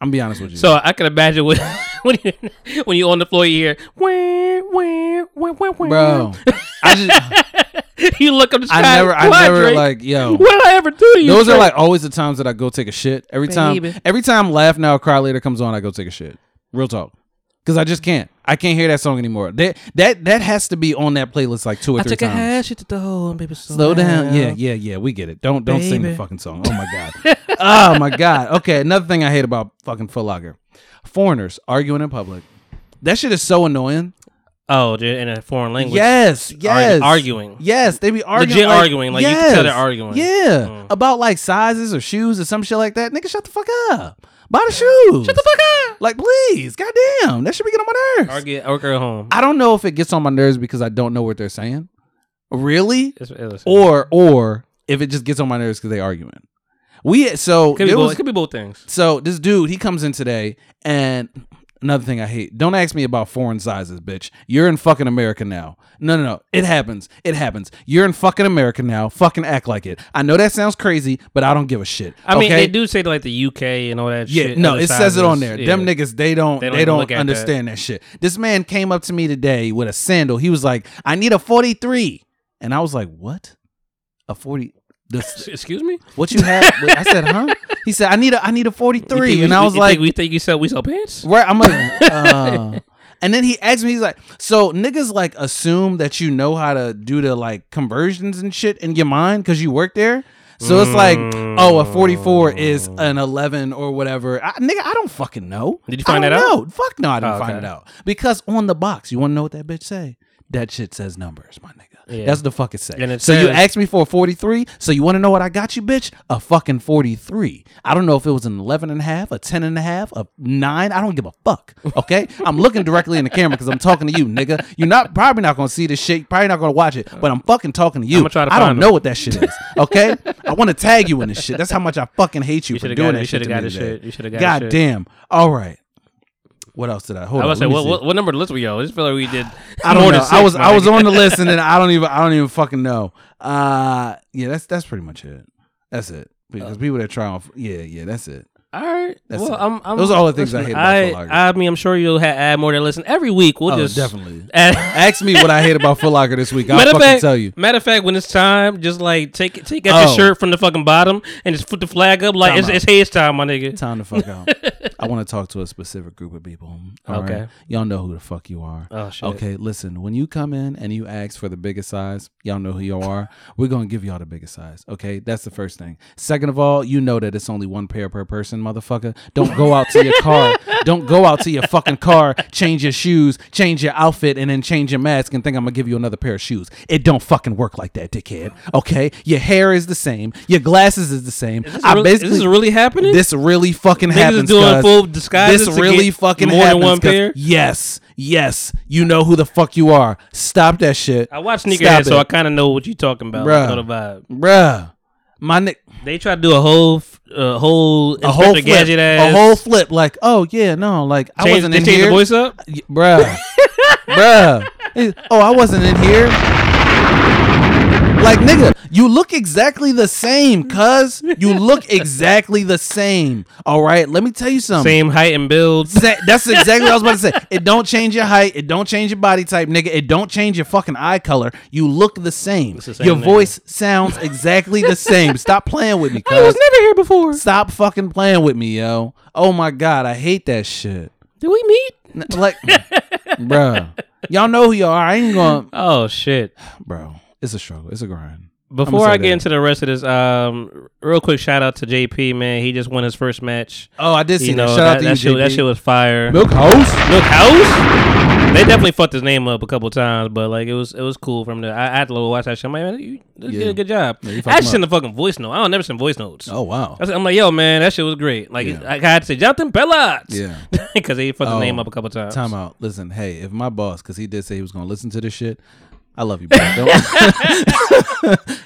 B: I'm gonna be honest with you.
A: So I can imagine when when you when you on the floor, you hear wah, wah, wah, wah, wah.
B: bro, I just
A: you look up the sky.
B: I never I
A: "Why,
B: never
A: Drake?
B: like yo.
A: What did I ever do to you?
B: Those are
A: Drake?"
B: like always the times that I go take a shit. Every
A: Baby.
B: time, every time Laugh Now Cry Later comes on, I go take a shit. Real talk, because I just can't. I can't hear that song anymore. That that that has to be on that playlist like two or
A: I
B: three
A: took a
B: times.
A: hash at the hole and baby slow,
B: Slow down. Yeah, yeah, yeah. We get it. Don't don't sing the
A: Baby.
B: fucking song. Oh my god. oh my god. Okay. Another thing I hate about fucking Foot Locker, foreigners arguing in public. That shit is so annoying.
A: Oh, dude, in a foreign language.
B: Yes, yes.
A: arguing.
B: Yes, they be arguing.
A: Legit arguing, like, you can tell they're arguing.
B: Yeah,
A: Mm.
B: about like sizes or shoes or some shit like that. Nigga, shut the fuck up. Buy the shoes. Shut the fuck up. Like, please, goddamn, that should be getting on my nerves.
A: Argue or go home.
B: I don't know if it gets on my nerves because I don't know what they're saying. Really?
A: It's- it's-
B: or or if it just gets on my nerves because they arguing. We so
A: could be
B: there
A: both.
B: was-
A: could be both things.
B: so this dude he comes in today and another thing I hate. Don't ask me about foreign sizes, bitch. You're in fucking America now. No, no, no. It happens. It happens. You're in fucking America now. Fucking act like it. I know that sounds crazy, but I don't give a shit.
A: I mean,
B: okay?
A: they do say like the UK and all that.
B: Yeah,
A: shit.
B: no,
A: other
B: it says it on there.
A: sizes.
B: Them
A: Yeah.
B: niggas, they don't,
A: They
B: they
A: don't even
B: don't,
A: look at
B: understand that. shit. This man came up to me today with a sandal. He was like, "I need a 43," and I was like, "What? A 40? This,
A: Excuse me.
B: what you have?" I said, "Huh?" He said, "I need a, I need a
A: You
B: 43,"
A: think we-
B: and I
A: you
B: was
A: think
B: like,
A: "We think you sell we sell pants."
B: Right, I'm like, uh. and then he asked me, he's like, so niggas like assume that you know how to do the like conversions and shit in your mind because you work there. So it's like, oh, a 44 is an 11 or whatever. I, nigga, I don't fucking know.
A: Mm. Did you find
B: I
A: that
B: don't
A: out?
B: Know. Fuck no, I didn't
A: Oh,
B: find
A: okay.
B: it out. Because on the box, you want to know what that bitch say? That shit says numbers, my nigga.
A: Yeah.
B: That's what the fuck it say.
A: And it
B: so you
A: says-
B: asked me for a 43. So you want to know what I got you, bitch? A fucking 43. I don't know if it was an 11 and a half, a 10 and a half, a 9. I don't give a fuck. Okay? I'm looking directly in the camera because I'm talking to you, nigga. You're not probably not going to see this shit. You're probably not going to watch it, but I'm fucking talking to you.
A: I'ma try to
B: I
A: find
B: don't know
A: them.
B: what that shit is. Okay? I want to tag you in this shit. That's how much I fucking hate you,
A: You
B: for
A: shoulda
B: doing
A: got it.
B: that
A: You
B: shit.
A: shoulda
B: to
A: got
B: me
A: it
B: today.
A: shit. You shoulda got it
B: God
A: shit.
B: damn. All right. What else did I hold
A: I
B: on?
A: was
B: let
A: like,
B: me
A: what,
B: see.
A: what what number of the list were y'all? I just feel like we did.
B: I don't
A: more
B: know.
A: than
B: I
A: six,
B: was
A: my
B: I was
A: nigga.
B: on the list and then I don't even I don't even fucking know. Uh yeah, that's that's pretty much it. That's it.
A: Uh.
B: Because people that try on f- yeah, yeah, that's it.
A: All right.
B: That's
A: well,
B: it.
A: I'm, I'm,
B: Those are all the things I hate about Foot
A: I,
B: Locker.
A: I mean, I'm sure you'll ha- add more to the listen every week. We'll
B: Oh,
A: just
B: definitely.
A: add.
B: Ask me what I hate about Foot Locker this week. I'll
A: matter
B: fucking
A: of fact,
B: tell you.
A: Matter of fact, when it's time, just like take take out your
B: Oh.
A: shirt from the fucking bottom and just put the flag up. Like
B: Time
A: it's,
B: out.
A: it's heads time, my nigga.
B: Time to fuck out. I want to talk to a specific group of people. alright?
A: Okay.
B: Y'all know who the fuck you are.
A: Oh, shit.
B: Okay, listen, when you come in and you ask for the biggest size, y'all know who y'all are. We're going to give y'all the biggest size. Okay. That's the first thing. Second of all, you know that it's only one pair per person, motherfucker. Don't go out to your car. Don't go out to your fucking car, change your shoes, change your outfit, and then change your mask and think I'm going to give you another pair of shoes. It don't fucking work like that, dickhead. Okay. Your hair is the same. Your glasses is the same.
A: Is this, really, is this really happening?
B: This really fucking happens.
A: doing
B: cuz.
A: full disguises
B: This
A: to
B: really
A: get
B: fucking
A: more than
B: happens,
A: one
B: 'cuz
A: pair?
B: Yes, yes. You know who the fuck you are. Stop that shit.
A: I watch
B: Stop
A: Sneakerhead, so
B: it.
A: I kind of know what you're talking about.
B: Bruh.
A: I know the vibe.
B: Bruh, my nick,
A: They try to do a whole, f- a whole,
B: a whole flip,
A: gadget ass.
B: a whole flip. Like, oh yeah, no, like I
A: Change-
B: wasn't
A: they
B: in
A: change
B: here,
A: the voice up.
B: Y- bruh. bruh. It- Oh, I wasn't in here. Like nigga, you look exactly the same, cuz you look exactly the same. All right, let me tell you something.
A: Same height and build.
B: Sa- That's exactly what I was about to say. It don't change your height. It don't change your body type, nigga. It don't change your fucking eye color. You look the same.
A: the same
B: your
A: nigga.
B: voice sounds exactly the same. Stop playing with me, cuz.
A: never here before.
B: Stop fucking playing with me, yo. Oh my god, I hate that shit.
A: Did we meet?
B: N- Like, bruh, y'all know who y'all are. I ain't going, to
A: Oh shit.
B: bro. It's a struggle. It's a grind.
A: Before
B: say
A: I get
B: that.
A: into the rest of this, um, real quick shout out to JP, man. He just won his first match.
B: Oh, I did see
A: You know,
B: that. Shout
A: that,
B: out to
A: that
B: you,
A: shit, that
B: JP.
A: shit was fire.
B: Milk host.
A: Look House. They definitely fucked his name up a couple times, but like it was it was cool from there. I, I had to watch that shit. I'm like, man, you you did
B: Yeah.
A: a good job.
B: you fucked
A: I
B: him
A: just sent a fucking voice note. I don't never send voice notes.
B: Oh wow.
A: I said- I'm like, yo, man, that shit was great. Like,
B: Yeah.
A: I had to say, Jonathan Bellot.
B: Yeah.
A: Because he fucked
B: Oh,
A: his name up a couple times.
B: Time out. Listen, hey, if my boss, because he did say he was gonna listen to this shit, I love you, bro. Don't- Uh,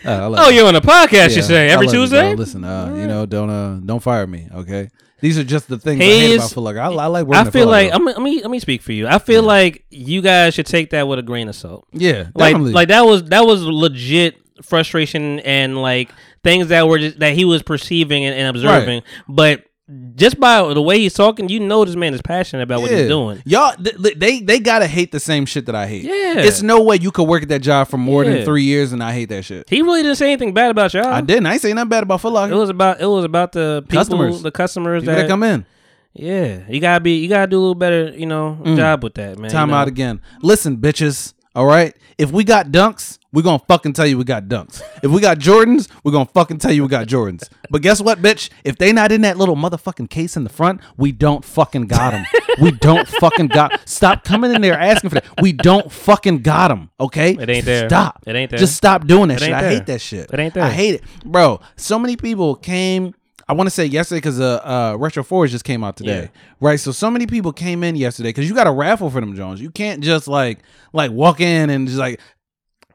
B: I love
A: Oh, you're on a podcast, you
B: Yeah,
A: say,
B: I
A: every
B: love you,
A: Tuesday?
B: bro. Listen, uh, you know, don't uh, don't fire me, okay? These are just the things I
A: He
B: hate about
A: is-
B: Foot Locker. I, I like working.
A: I
B: at
A: feel
B: Foot Locker.
A: like, I'm, let, me, let me speak for you. I feel like you guys should take that with a grain of salt.
B: yeah,
A: like
B: definitely.
A: like that was that was legit frustration and like things that were just that he was perceiving and, and observing but just by the way he's talking you know this man is passionate about what he's
B: Yeah.
A: doing
B: Y'all, th- th- they they gotta hate the same shit that I hate.
A: Yeah.
B: it's no way you could work at that job for more than
A: Yeah.
B: three years and I hate that shit.
A: he really didn't say anything bad about y'all
B: I didn't. I ain't saying nothing bad about Foot Locker.
A: it was about it was about the people
B: Customers.
A: the customers
B: People
A: that,
B: that, come in.
A: yeah you gotta be you gotta do a little better you know job with that man
B: Mm. Time
A: you know?
B: out again. Listen, bitches. All right. If we got dunks, we're gonna fucking tell you we got dunks. If we got Jordans, we're gonna fucking tell you we got Jordans. But guess what, bitch? If they not in that little motherfucking case in the front, we don't fucking got them. We don't fucking got. Stop coming in there asking for that. We don't fucking got them. Okay.
A: It ain't there.
B: Stop.
A: It ain't there.
B: Just stop doing that
A: It
B: shit.
A: ain't
B: I hate
A: there.
B: that shit.
A: It ain't there.
B: I hate it, bro. So many people came. I want to say yesterday because uh, uh, Retro Forge just came out today, right? So so many people came in yesterday because you got a raffle for them, Jones. You can't just like like walk in and just like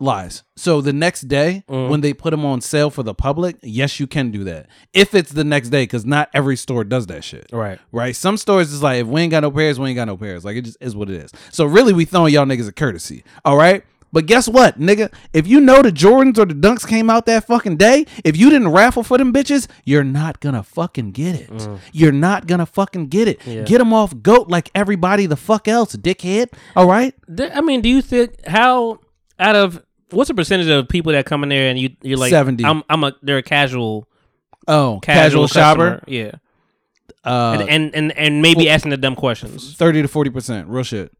B: lies. So the next day
A: Mm-hmm.
B: when they put them on sale for the public, yes, you can do that if it's the next day because not every store does that shit,
A: Right.
B: Right? Some stores is like if we ain't got no pairs, we ain't got no pairs. Like it just is what it is. So really, we throwing y'all niggas a courtesy, all right? But guess what, nigga? If you know the Jordans or the Dunks came out that fucking day, if you didn't raffle for them bitches, you're not gonna fucking get it. You're not gonna fucking get it. Get 'em Get them off goat like everybody the fuck else, dickhead. All right?
A: Th- I mean, do you think how out of what's the percentage of people that come in there and you you're like
B: 70.
A: I'm I'm a they're a casual
B: Oh,
A: casual,
B: casual,
A: shopper
B: shopper.
A: yeah
B: Uh,
A: and and and, and maybe asking the dumb questions.
B: thirty to forty percent, real shit.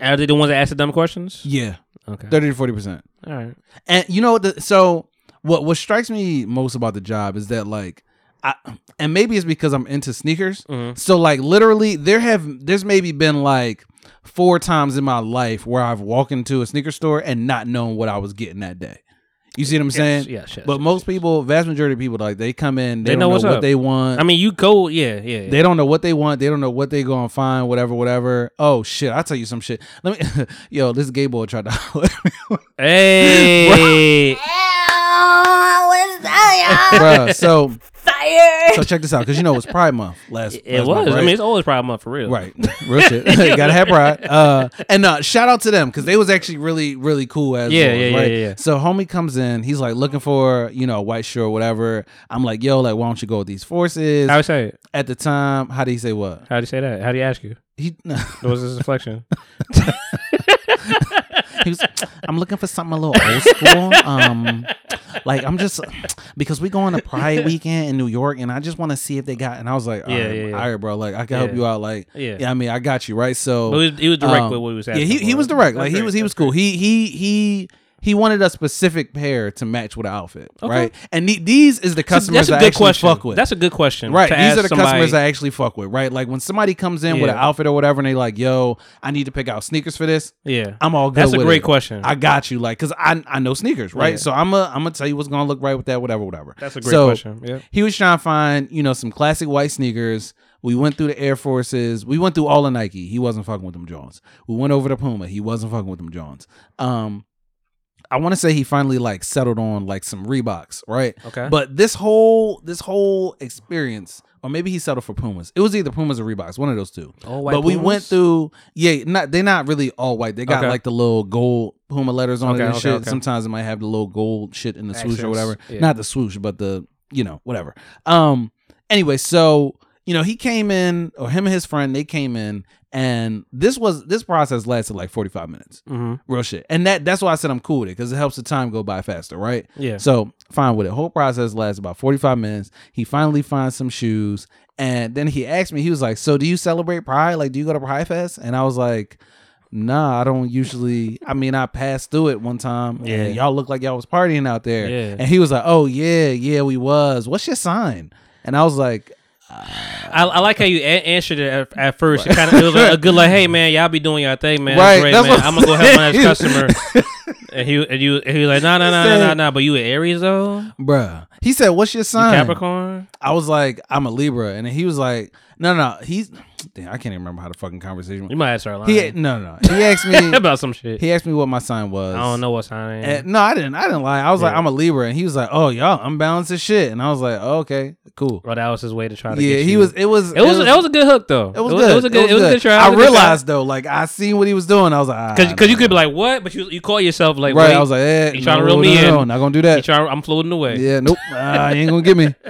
A: Are they the ones that ask the dumb questions?
B: Yeah,
A: Okay.
B: thirty to forty percent.
A: All right.
B: and you know what the, so what what strikes me most about the job is that like I, and maybe it's because I'm into sneakers.
A: Mm-hmm.
B: So like literally there have there's maybe been like four times in my life where I've walked into a sneaker store and not known what I was getting that day. You see what I'm saying?
A: yes, yes, yes,
B: But most people, vast majority of people, like they come in, they,
A: They
B: don't
A: know
B: know,
A: what's
B: what
A: up.
B: they want.
A: I mean, you go. Yeah, yeah. yeah.
B: They don't know what they want. They don't know what they gonna find. Whatever, whatever. Oh shit! I'll tell you some shit. Let me, yo, this gay boy tried to. holler at me.
A: hey,
B: Bruh, so So check this out, because you know it was Pride Month last.
A: it
B: last
A: was.
B: Month, right?
A: I mean, it's always problem up for real.
B: right, real shit. Gotta have pride. Uh, and uh, shout out to them because they was actually really, really cool as
A: Yeah,
B: well,
A: yeah, yeah,
B: right?
A: yeah, yeah.
B: So homie comes in, he's like looking for you know a white shirt or whatever. I'm like, yo, like why don't you go with these forces?
A: How do you say it?
B: At the time, how do you say what?
A: How do you say that? How do you ask you?
B: He,
A: What was this inflection?
B: he was, I'm looking for something a little old school. Um, like I'm just because we going to Pride weekend in New York, and I just want to see if they got. And I was like, all right,
A: Yeah, yeah, yeah.
B: all right, bro, like I can help
A: Yeah.
B: you out. Like,
A: Yeah.
B: I mean, I got you, right? So um,
A: But he was- he was direct with what he was
B: Yeah, he,
A: asking
B: he
A: for.
B: was direct.
A: That's
B: Like he
A: great,
B: was he was
A: that's
B: cool. He he he. He wanted a specific pair to match with an outfit, right? And the- these is the customers
A: That's a
B: I
A: good
B: actually
A: question.
B: fuck with.
A: That's a good question.
B: Right.
A: to
B: These
A: ask
B: are the
A: somebody.
B: customers I actually fuck with, right? Like when somebody comes in with
A: Yeah.
B: an outfit or whatever and they like, yo, I need to pick out sneakers for this.
A: Yeah.
B: I'm all good.
A: That's a
B: with
A: great
B: it.
A: question.
B: I got you. Like, cause I I know sneakers, right?
A: Yeah.
B: So I'm a I'm gonna tell you what's gonna look right with that, whatever, whatever.
A: That's a great
B: So,
A: question. Yeah.
B: He was trying to find, you know, some classic white sneakers. We went through the Air Forces. We went through all the Nike. He wasn't fucking with them Jones. We went over to Puma. He wasn't fucking with them Jones. Um I want to say he finally like settled on like some Reeboks, right?
A: Okay.
B: But this whole this whole experience, or maybe he settled for Pumas. It was either Pumas or Reeboks, one of those two.
A: All white
B: but we went
A: Pumas?
B: through, yeah, not they're not really all white. They got
A: Okay.
B: like the little gold Puma letters on it
A: Okay,
B: and
A: okay,
B: shit.
A: okay.
B: Sometimes it might have the little gold shit in the swoosh or
A: Accents,
B: whatever.
A: yeah.
B: Not the swoosh, but the you know whatever. Um. Anyway, so you know he came in, or him and his friend, they came in, and this was this process lasted like forty five minutes
A: Mm-hmm.
B: real shit. And that that's why I said I'm cool with it because it helps the time go by faster, right?
A: Yeah.
B: So fine with it. Whole process lasts about 45 minutes. He finally finds some shoes, and then he asked me. He was like, "So do you celebrate Pride? Like, do you go to Pride Fest?" And I was like. Nah, I don't usually. I mean, I passed through it one time. and
A: Yeah.
B: y'all look like y'all was partying out there.
A: Yeah.
B: and he was like, "Oh yeah, yeah, we was." What's your sign? And I was like,
A: I, I like how you a- answered it at, at first. It kind of it was a, a good like, hey man, y'all be doing your thing, man.
B: Right,
A: That's great,
B: that's
A: man.
B: what
A: I'm
B: I'm
A: gonna go help my next
B: saying.
A: customer. and he and you and he was like, no, no, no, no, no,
B: Said-
A: no. But you an Aries though, You
B: "Bruh," he said, "What's your sign?"
A: Capricorn.
B: I was like, I'm a Libra, and he was like, No, no, he's. Damn, I can't even remember how the fucking conversation.
A: You might have started
B: He
A: lying
B: no, no. He asked me.
A: about some shit.
B: he asked me what my sign was.
A: I don't know what sign. I am.
B: And- no, I didn't. I didn't lie. I was like, I'm a Libra, and he was like, Oh, y'all, I'm balanced as shit, and I was like, oh, Okay, cool.
A: Well, that was his way to try to.
B: Yeah,
A: get
B: he
A: you.
B: was. It was.
A: It was. That was a good hook though.
B: It was good.
A: It was a good. It was a good try.
B: I realized though, like I seen what he was doing. I was like, ah,
A: because because you
B: nah.
A: could be like, what? But you you call yourself like
B: right.
A: wait,
B: I was like, eh,
A: you
B: no,
A: tryna reel me
B: no, no,
A: in.
B: Not gonna do
A: you
B: that.
A: tryna- I'm floating away.
B: Yeah, nope. Uh, you ain't gonna get me.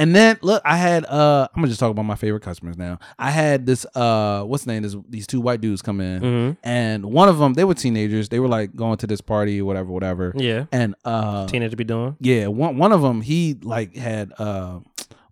B: And then look, I had uh I'm gonna just talk about my favorite customers now. I had this uh what's the name? This these two white dudes come in
A: Mm-hmm.
B: and one of them they were teenagers. They were like going to this party, whatever, whatever.
A: Yeah.
B: And uh
A: Teenager be doing.
B: yeah, one one of them he like had uh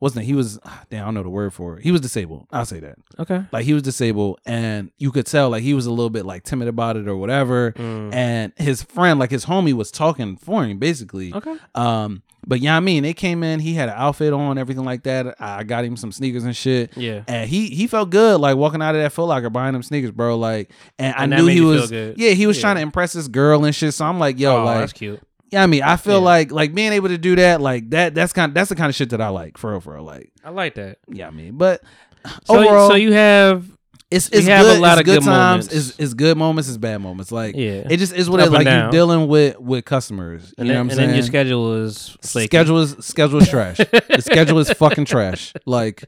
B: what's the name? He was ah, damn, I don't know the word for it. He was disabled. I'll say that
A: Okay.
B: like he was disabled and you could tell like he was a little bit like timid about it or whatever
A: Mm.
B: and his friend like his homie was talking for him basically
A: Okay.
B: um but yeah i mean they came in he had an outfit on everything like that i got him some sneakers and shit
A: Yeah.
B: and he he felt good like walking out of that Foot Locker buying them sneakers bro like and,
A: And
B: i
A: that
B: knew
A: made
B: he
A: you feel
B: was
A: good.
B: yeah he was
A: Yeah.
B: trying to impress this girl and shit so i'm like yo
A: oh,
B: like
A: that's cute.
B: yeah i mean i feel
A: Yeah.
B: like like being able to do that like that that's kind that's the kind of shit that i like for real for real like
A: I like that.
B: yeah i mean but
A: So,
B: overall
A: so you have
B: it's
A: We
B: it's
A: have a
B: good,
A: lot
B: it's
A: of
B: good,
A: good
B: times.
A: moments.
B: It's, it's good moments. It's bad moments. Like
A: Yeah.
B: it just is what
A: Up
B: it
A: and
B: like. You're
A: down.
B: dealing with with customers. You
A: and,
B: know
A: then,
B: what I'm
A: and then your
B: saying?
A: schedule is flaky.
B: schedule is schedule is trash. the schedule is fucking trash. Like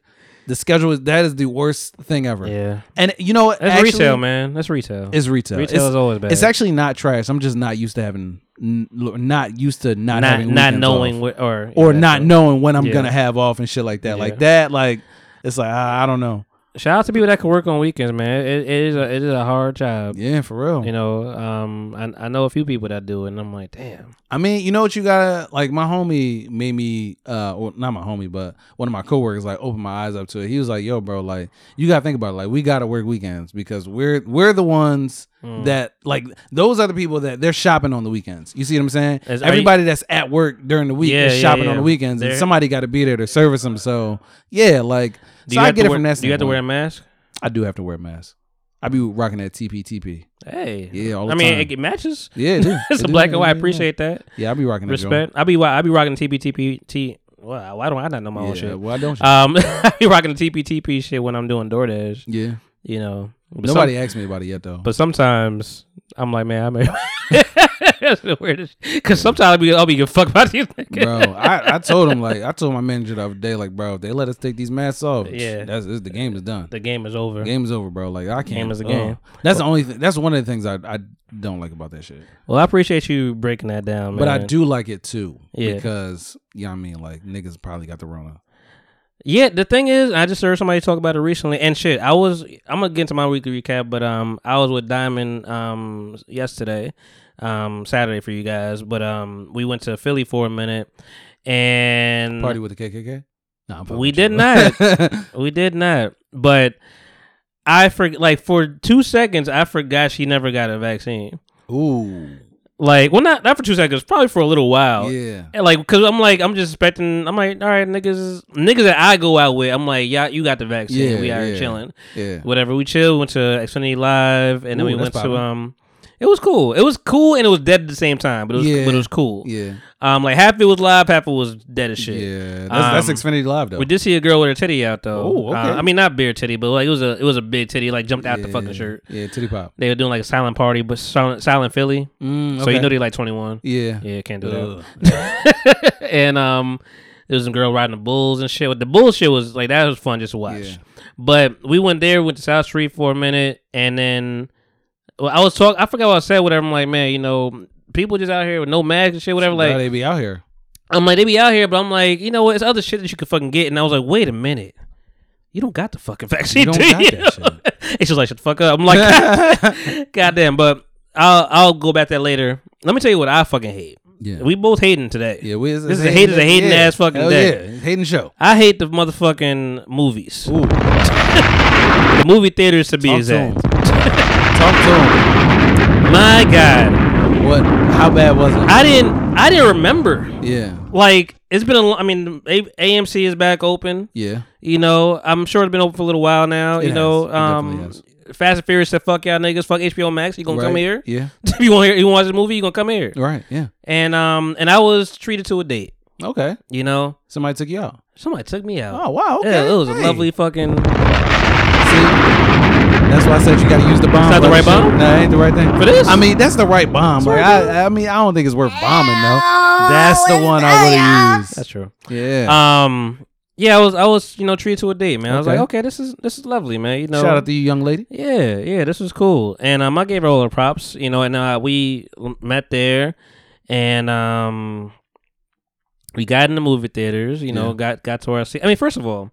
B: the schedule is that is the worst thing ever.
A: Yeah.
B: And you know what?
A: That's
B: actually,
A: retail, man. That's retail.
B: It's retail.
A: Retail
B: It's-
A: is always bad.
B: It's actually not trash. I'm just not used to having, n- not used to not
A: not
B: having
A: not
B: weekends
A: knowing
B: off.
A: what or
B: or
A: yeah,
B: not
A: so-
B: knowing when I'm
A: Yeah.
B: gonna have off and shit like that.
A: Yeah.
B: Like that. Like it's like I, I don't know.
A: Shout out to people that can work on weekends, man. It, it is a it is a hard job.
B: Yeah, for real.
A: You know, um, I, I know a few people that do it, and I'm like, damn.
B: I mean, you know what you gotta like. My homie made me, uh, well, not my homie, but one of my coworkers like opened my eyes up to it. He was like, "Yo, bro, like you gotta think about it. Like we gotta work weekends because we're we're the ones
A: Hmm.
B: that like those are the people that they're shopping on the weekends. You see what I'm saying?
A: As- are you-
B: Everybody that's at work during the week
A: Yeah,
B: is
A: yeah,
B: shopping
A: yeah.
B: on the weekends,
A: They're-
B: and somebody got to be there to service them. So yeah, like
A: Do
B: so
A: you
B: I
A: have
B: get
A: to
B: it
A: wear,
B: from that.
A: Do you have to wear a
B: standpoint.
A: mask?
B: I do have to wear a mask. I be rocking that TPTP.
A: Hey,
B: Yeah, all
A: I
B: the
A: mean,
B: time.
A: It, it matches.
B: Yeah, it do.
A: it's
B: It
A: a
B: do.
A: black and white. I
B: Yeah, yeah, yeah.
A: appreciate that.
B: Yeah, I be rocking that joint.
A: Respect. I be wa- I be rocking the TPTPT. Wow, why don't I not know my own
B: Yeah,
A: shit?
B: why don't you?
A: Um, I be rocking the TPTP shit when I'm doing DoorDash.
B: yeah.
A: You know, But some-
B: Nobody asked me about it yet, though.
A: But sometimes I'm like, man, I may. That's the weirdest. Because sometimes I'll be, I'll be getting fucked by these niggas.
B: bro, I, I told him like I told my manager the other day like, bro, if they let us take these masks off,
A: Yeah.
B: that's it's, the game is done.
A: The game is over.
B: The game is over, bro. Like I can't.
A: Game is a
B: ugh.
A: game.
B: That's the only. thing That's one of the things I, I don't like about that shit.
A: Well, I appreciate you breaking that down, man.
B: But I do like it too.
A: Yeah.
B: Because you know what I mean like niggas probably got the Rona.
A: Yeah, the thing is, I just heard somebody talk about it recently, and shit, I was I'm gonna get into my weekly recap, but um, I was with Diamond um yesterday, um Saturday for you guys, but um we went to Philly for a minute, and
B: Party with the KKK. Nah, I'm fucking
A: Mm. We
B: with
A: did
B: you.
A: not. we did not, but I for like for two seconds I forgot she never got a vaccine.
B: Ooh.
A: Like, well, not not for two seconds, probably for a little while.
B: Yeah.
A: And like, cause I'm like, I'm just expecting. I'm like, all right, niggas, niggas that I go out with, I'm like, yeah, you got the vaccine.
B: Yeah,
A: we are
B: yeah.
A: chilling,
B: Yeah.
A: whatever. We chill. Went to Xfinity Live, and then
B: Ooh,
A: we
B: that's
A: went to
B: poppin'.
A: um, It was cool. It was cool and it was dead at the same time, but it was
B: Yeah.
A: but it was cool.
B: Yeah.
A: Um, like half of it was live, half of it was dead as shit.
B: Yeah. That's,
A: Um,
B: that's Xfinity Live though.
A: We did see a girl with her titty out though.
B: Oh, okay.
A: Uh, I mean, not beer titty, but like it was a it was a big titty. Like jumped out the
B: Yeah.
A: fucking shirt.
B: Yeah, titty pop.
A: They were doing like a silent party, but silent, silent Philly.
B: Mm,
A: So you know they like twenty one.
B: Yeah.
A: Yeah, can't do that. and um, there was some girl riding the bulls and shit. The bull shit was like that was fun just to watch.
B: Yeah.
A: But we went there, went to South Street for a minute, and then well, I was talk. I forgot what I said. Whatever. I'm like, man, you know, people just out here with no masks and shit. Whatever. Like,
B: Nah, they be out here.
A: I'm like, they be out here, but I'm like, you know what? It's other shit that you could fucking get. And I was like, wait a minute. You don't got the fucking vaccine.
B: don't
A: do
B: got
A: you?
B: that
A: and she was like, shut the fuck up. I'm like, goddamn. But I'll I'll go back that later. Let me tell you what I fucking hate.
B: Yeah.
A: We both hating today.
B: yeah, we,
A: this is a hating, a hating
B: yeah.
A: ass fucking
B: Hell
A: day.
B: Yeah. Hating show.
A: I hate the motherfucking movies.
B: Ooh.
A: The movie theaters to be
B: Talk to him.
A: exact.
B: Talk
A: My God,
B: to him. What? How bad was it?
A: I didn't I didn't remember.
B: yeah.
A: Like it's been a lo- I mean a- AMC is back open.
B: Yeah.
A: You know, I'm sure it's been open for a little while now.
B: It
A: you know,
B: has. It
A: um,
B: definitely
A: Fast and Furious said, "Fuck y'all niggas, fuck HBO Max. You gonna come
B: Right.
A: here?
B: Yeah.
A: if you want here, you want to watch this movie? You gonna come here?"
B: Right. Yeah.
A: And um, and I was treated to a date.
B: Okay.
A: You know,
B: Somebody took you out.
A: somebody took me out.
B: Oh wow. Okay.
A: Yeah, it was a
B: Hey.
A: lovely fucking.
B: See, that's why I said you got to use the bomb.
A: It's not the right
B: brother.
A: bomb?
B: No, it ain't the right thing.
A: For this?
B: I mean, that's the right bomb. Like, I, I mean, I don't think it's worth bombing though. That's
G: Oh,
B: the one I would have used. Uh,
A: That's true.
B: Yeah.
A: Um, yeah, I was I was you know treated to a date, man. I was
B: Okay.
A: like, okay, this is this is lovely, man. You know,
B: Shout out to you, young lady.
A: Yeah, yeah, this was cool, and um, I gave her all her props, you know, and uh, we l- met there, and um, we got in the movie theaters, you know,
B: Yeah.
A: got got to our seat. I mean, first of all,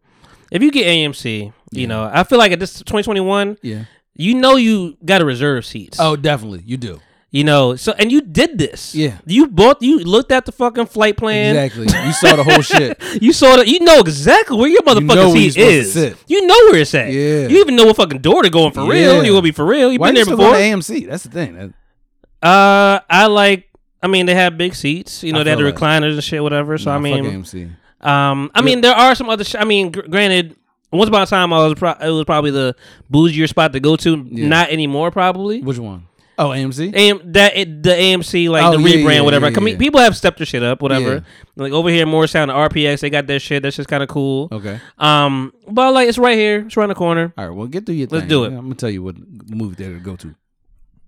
A: if you get AMC, you know, I feel like at this 2021,
B: Yeah.
A: you know, you got to reserve seats.
B: Oh, definitely. You do.
A: you know, so and you did this.
B: Yeah.
A: you bought, you looked at the fucking flight plan.
B: Exactly. You saw the whole shit.
A: You saw that. You know exactly where your motherfucking
B: know where you're
A: seat
B: supposed to
A: is.
B: sit.
A: You know where it's at.
B: Yeah.
A: You even know what fucking door to go in for
B: Yeah.
A: real. You gonna be for real. You've
B: Why
A: been
B: you
A: there
B: still
A: before.
B: on AMC? That's the thing. That-
A: Uh, I like. I mean, they have big seats. You know,
B: I
A: they have the
B: feel that.
A: recliners and shit, whatever. So I
B: nah, fuck
A: mean,
B: AMC.
A: um, I mean, there are some other. Sh- I mean, gr- granted, once upon a time, I was pro- it was probably the bougier spot to go to.
B: Yeah.
A: Not anymore, probably.
B: Which one? Oh, AMC.
A: AM, that it, the AMC like
B: Oh,
A: the
B: yeah,
A: rebrand
B: yeah,
A: whatever.
B: yeah,
A: Come-
B: yeah.
A: People have stepped their shit up, whatever.
B: Yeah.
A: Like over here, in Morristown, the RPX, they got their shit. That's just kind of cool.
B: Okay.
A: Um, but like it's right here, it's around the corner.
B: All right. Well, get through your
A: Let's
B: thing.
A: do it.
B: I'm gonna tell you what movie theater to go to.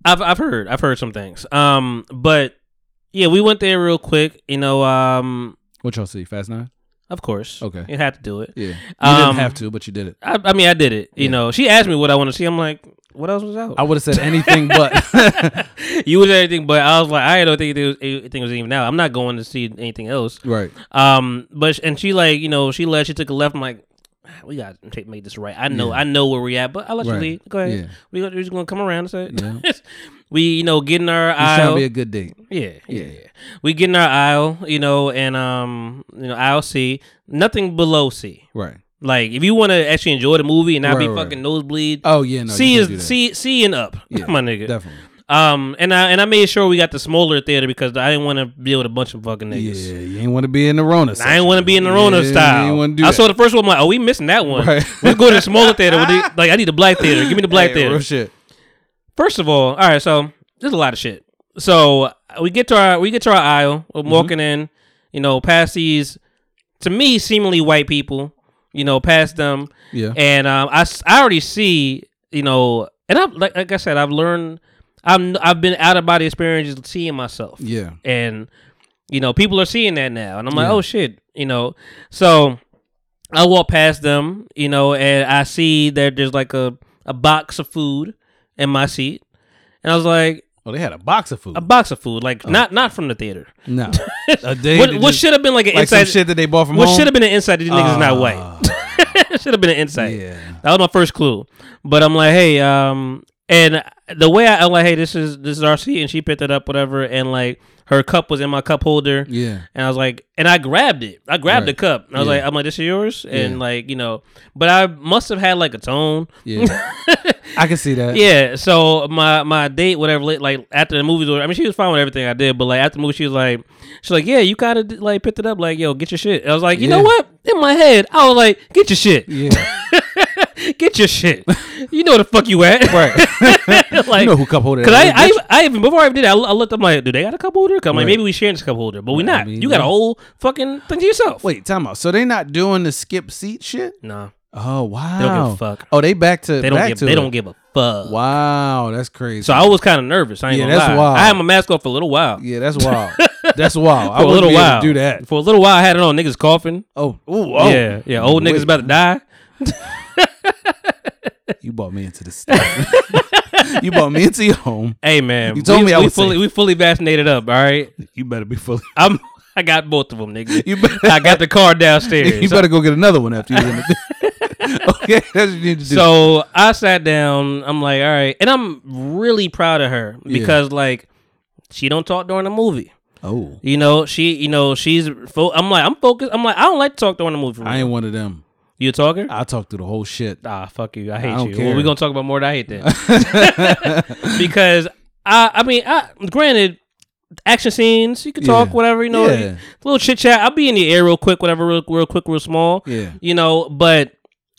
A: I've I've heard I've heard some things. Um, but yeah, we went there real quick. You know, um,
B: What y'all see? Fast Nine.
A: Of course.
B: Okay.
A: You had to do it.
B: Yeah. You
A: Um,
B: didn't have to, but you did it.
A: I, I mean, I did it. You know, she asked me what I want to see. I'm like, what else was out?
B: I would have said anything but.
A: you was everything, but I was like, I don't think it was, anything was even out. I'm not going to see anything else.
B: right.
A: Um, but sh- and she like, you know, she left. She took a left. I'm like, "Ah, we got to take, make this right. I know, I know where we at, but I'll let you
B: Right.
A: lead. Go ahead.
B: Yeah.
A: We gonna, we're just gonna come around and say, we, you know, get in our
B: It's trying
A: aisle.
B: to be a good date.
A: Yeah, yeah, yeah. We get in our aisle, you know, and um, you know, aisle C, nothing below C.
B: Right.
A: Like if you want to actually enjoy the movie and not be
B: Right, right.
A: fucking nosebleed,
B: Oh yeah, no.
A: C
B: you can't do
A: is
B: that.
A: C C and up,
B: Yeah,
A: my nigga.
B: Definitely.
A: Um, and I and I made sure we got the smaller theater because I didn't want to be with a bunch of fucking niggas.
B: Yeah, you ain't want to be in the Rona.
A: I didn't want to be in the Rona
B: Yeah, you
A: style.
B: ain't wanna do
A: I
B: that.
A: saw the first one. I'm like, oh, we missing that one.
B: Right.
A: Let's go to the smaller theater. With the, like, I need the black theater. Give me the black theater.
B: Real shit.
A: First of all, all right, so there's a lot of shit. So we get to our we get to our aisle. We're
B: Mm-hmm.
A: walking in, you know, past these to me seemingly white people, you know, past them.
B: Yeah.
A: And um, I, s- I already see, you know, and I've like, like I said, I've learned I'm I've been out of body experiences seeing myself.
B: Yeah.
A: And you know, people are seeing that now. And I'm like, oh shit, you know. So I walk past them, you know, and I see that there's like a, a box of food in my seat. And I was like,
B: Oh, they had a box of food.
A: a box of food,
B: Oh.
A: like not not from the theater.
B: no. a day
A: What, what should have been like an
B: like
A: inside
B: some shit that they bought from
A: What
B: home. Ah.
A: should have been an insight that these niggas is not white. should have been an insight.
B: Yeah.
A: That was my first clue. But I'm like, hey, um, and the way I, I'm like, hey, this is this is our seat, and she picked it up, whatever, and like her cup was in my cup holder.
B: Yeah.
A: And I was like, and I grabbed it. I grabbed the
B: Right.
A: cup. And I was
B: Yeah.
A: like, I'm like, this is yours, and
B: Yeah.
A: like, you know, but I must have had like a tone.
B: Yeah. I can see that.
A: Yeah, so my my date, whatever, like- like after the movies, were- I mean, she was fine with everything I did, but like after the movie, she was like, she's like, yeah, you kind of like picked it up, like, yo, get your shit. I was like, you know
B: Yeah.
A: what? In my head, I was like, get your shit.
B: Yeah.
A: Get your shit. You know where the fuck you at. Right. like,
B: You know who cup holder
A: Cause
B: that
A: I,
B: is,
A: I,
B: bitch.
A: I, even before I even did that, I, loo- I looked. I'm like, do they got a cup holder? 'Cause I'm like,
B: Right.
A: maybe we sharing this cup holder, but we
B: Yeah, I
A: not.
B: mean,
A: you got a
B: yeah.
A: whole fucking thing to yourself.
B: Wait, time out. So they not doing the skip seat shit?
A: nah,
B: Oh wow.
A: They don't give a fuck.
B: Oh, they back to
A: they don't.
B: back
A: Give,
B: to
A: they
B: it.
A: don't give a fuck.
B: Wow, that's crazy.
A: So I was kind of nervous. I ain't
B: Yeah,
A: gonna
B: that's
A: lie.
B: wild.
A: I had my mask off for a little while.
B: Yeah, that's wild. that's wild. I
A: for a
B: wouldn't
A: little
B: be able to
A: while.
B: do that.
A: for a little while. I had it on niggas coughing.
B: Oh, ooh, oh.
A: Yeah, yeah. Old
B: Wait.
A: niggas about to die.
B: You bought me into this stuff. you bought me into your home.
A: Hey man,
B: You told
A: we,
B: me I
A: we
B: was
A: fully
B: safe.
A: we fully vaccinated up. All right,
B: You better be fully.
A: I'm. I got both of them, nigga.
B: You better-
A: I got the car downstairs.
B: You better go get another one after you. win it. okay, that's what you need to do.
A: So I sat down. I'm like, all right, and I'm really proud of her because like she don't talk during the movie.
B: oh,
A: You know, she, you know, she's. Fo- I'm like, I'm focused. I'm like, I don't like to talk during the movie.
B: I ain't one of them.
A: you a talker?
B: I talk through the whole shit.
A: Ah, fuck you. I hate
B: don't
A: you.
B: care.
A: Well, we're gonna talk about more than I hate that because I, I mean, I granted. Action scenes, you can talk,
B: Yeah.
A: whatever you know,
B: Yeah.
A: little chit chat. I'll be in the air real quick, whatever, real, real quick, real small.
B: Yeah.
A: you know. But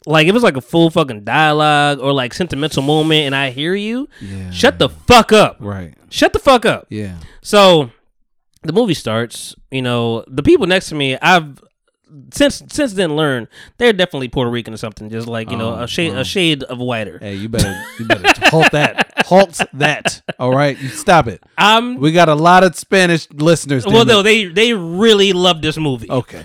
A: like, if it's like a full fucking dialogue or like sentimental moment, and I hear you,
B: Yeah.
A: shut the fuck up,
B: Right.
A: shut the fuck up.
B: Yeah.
A: So the movie starts, you know, the people next to me, I've since since then learned they're definitely Puerto Rican or something, just like, you know,
B: Oh,
A: a shade
B: wow.
A: a shade of whiter.
B: Hey, you better you better halt that. Halt that. All right. You stop it.
A: I'm
B: We got a lot of Spanish listeners.
A: well
B: damn
A: no,
B: it.
A: they they really love this movie.
B: okay.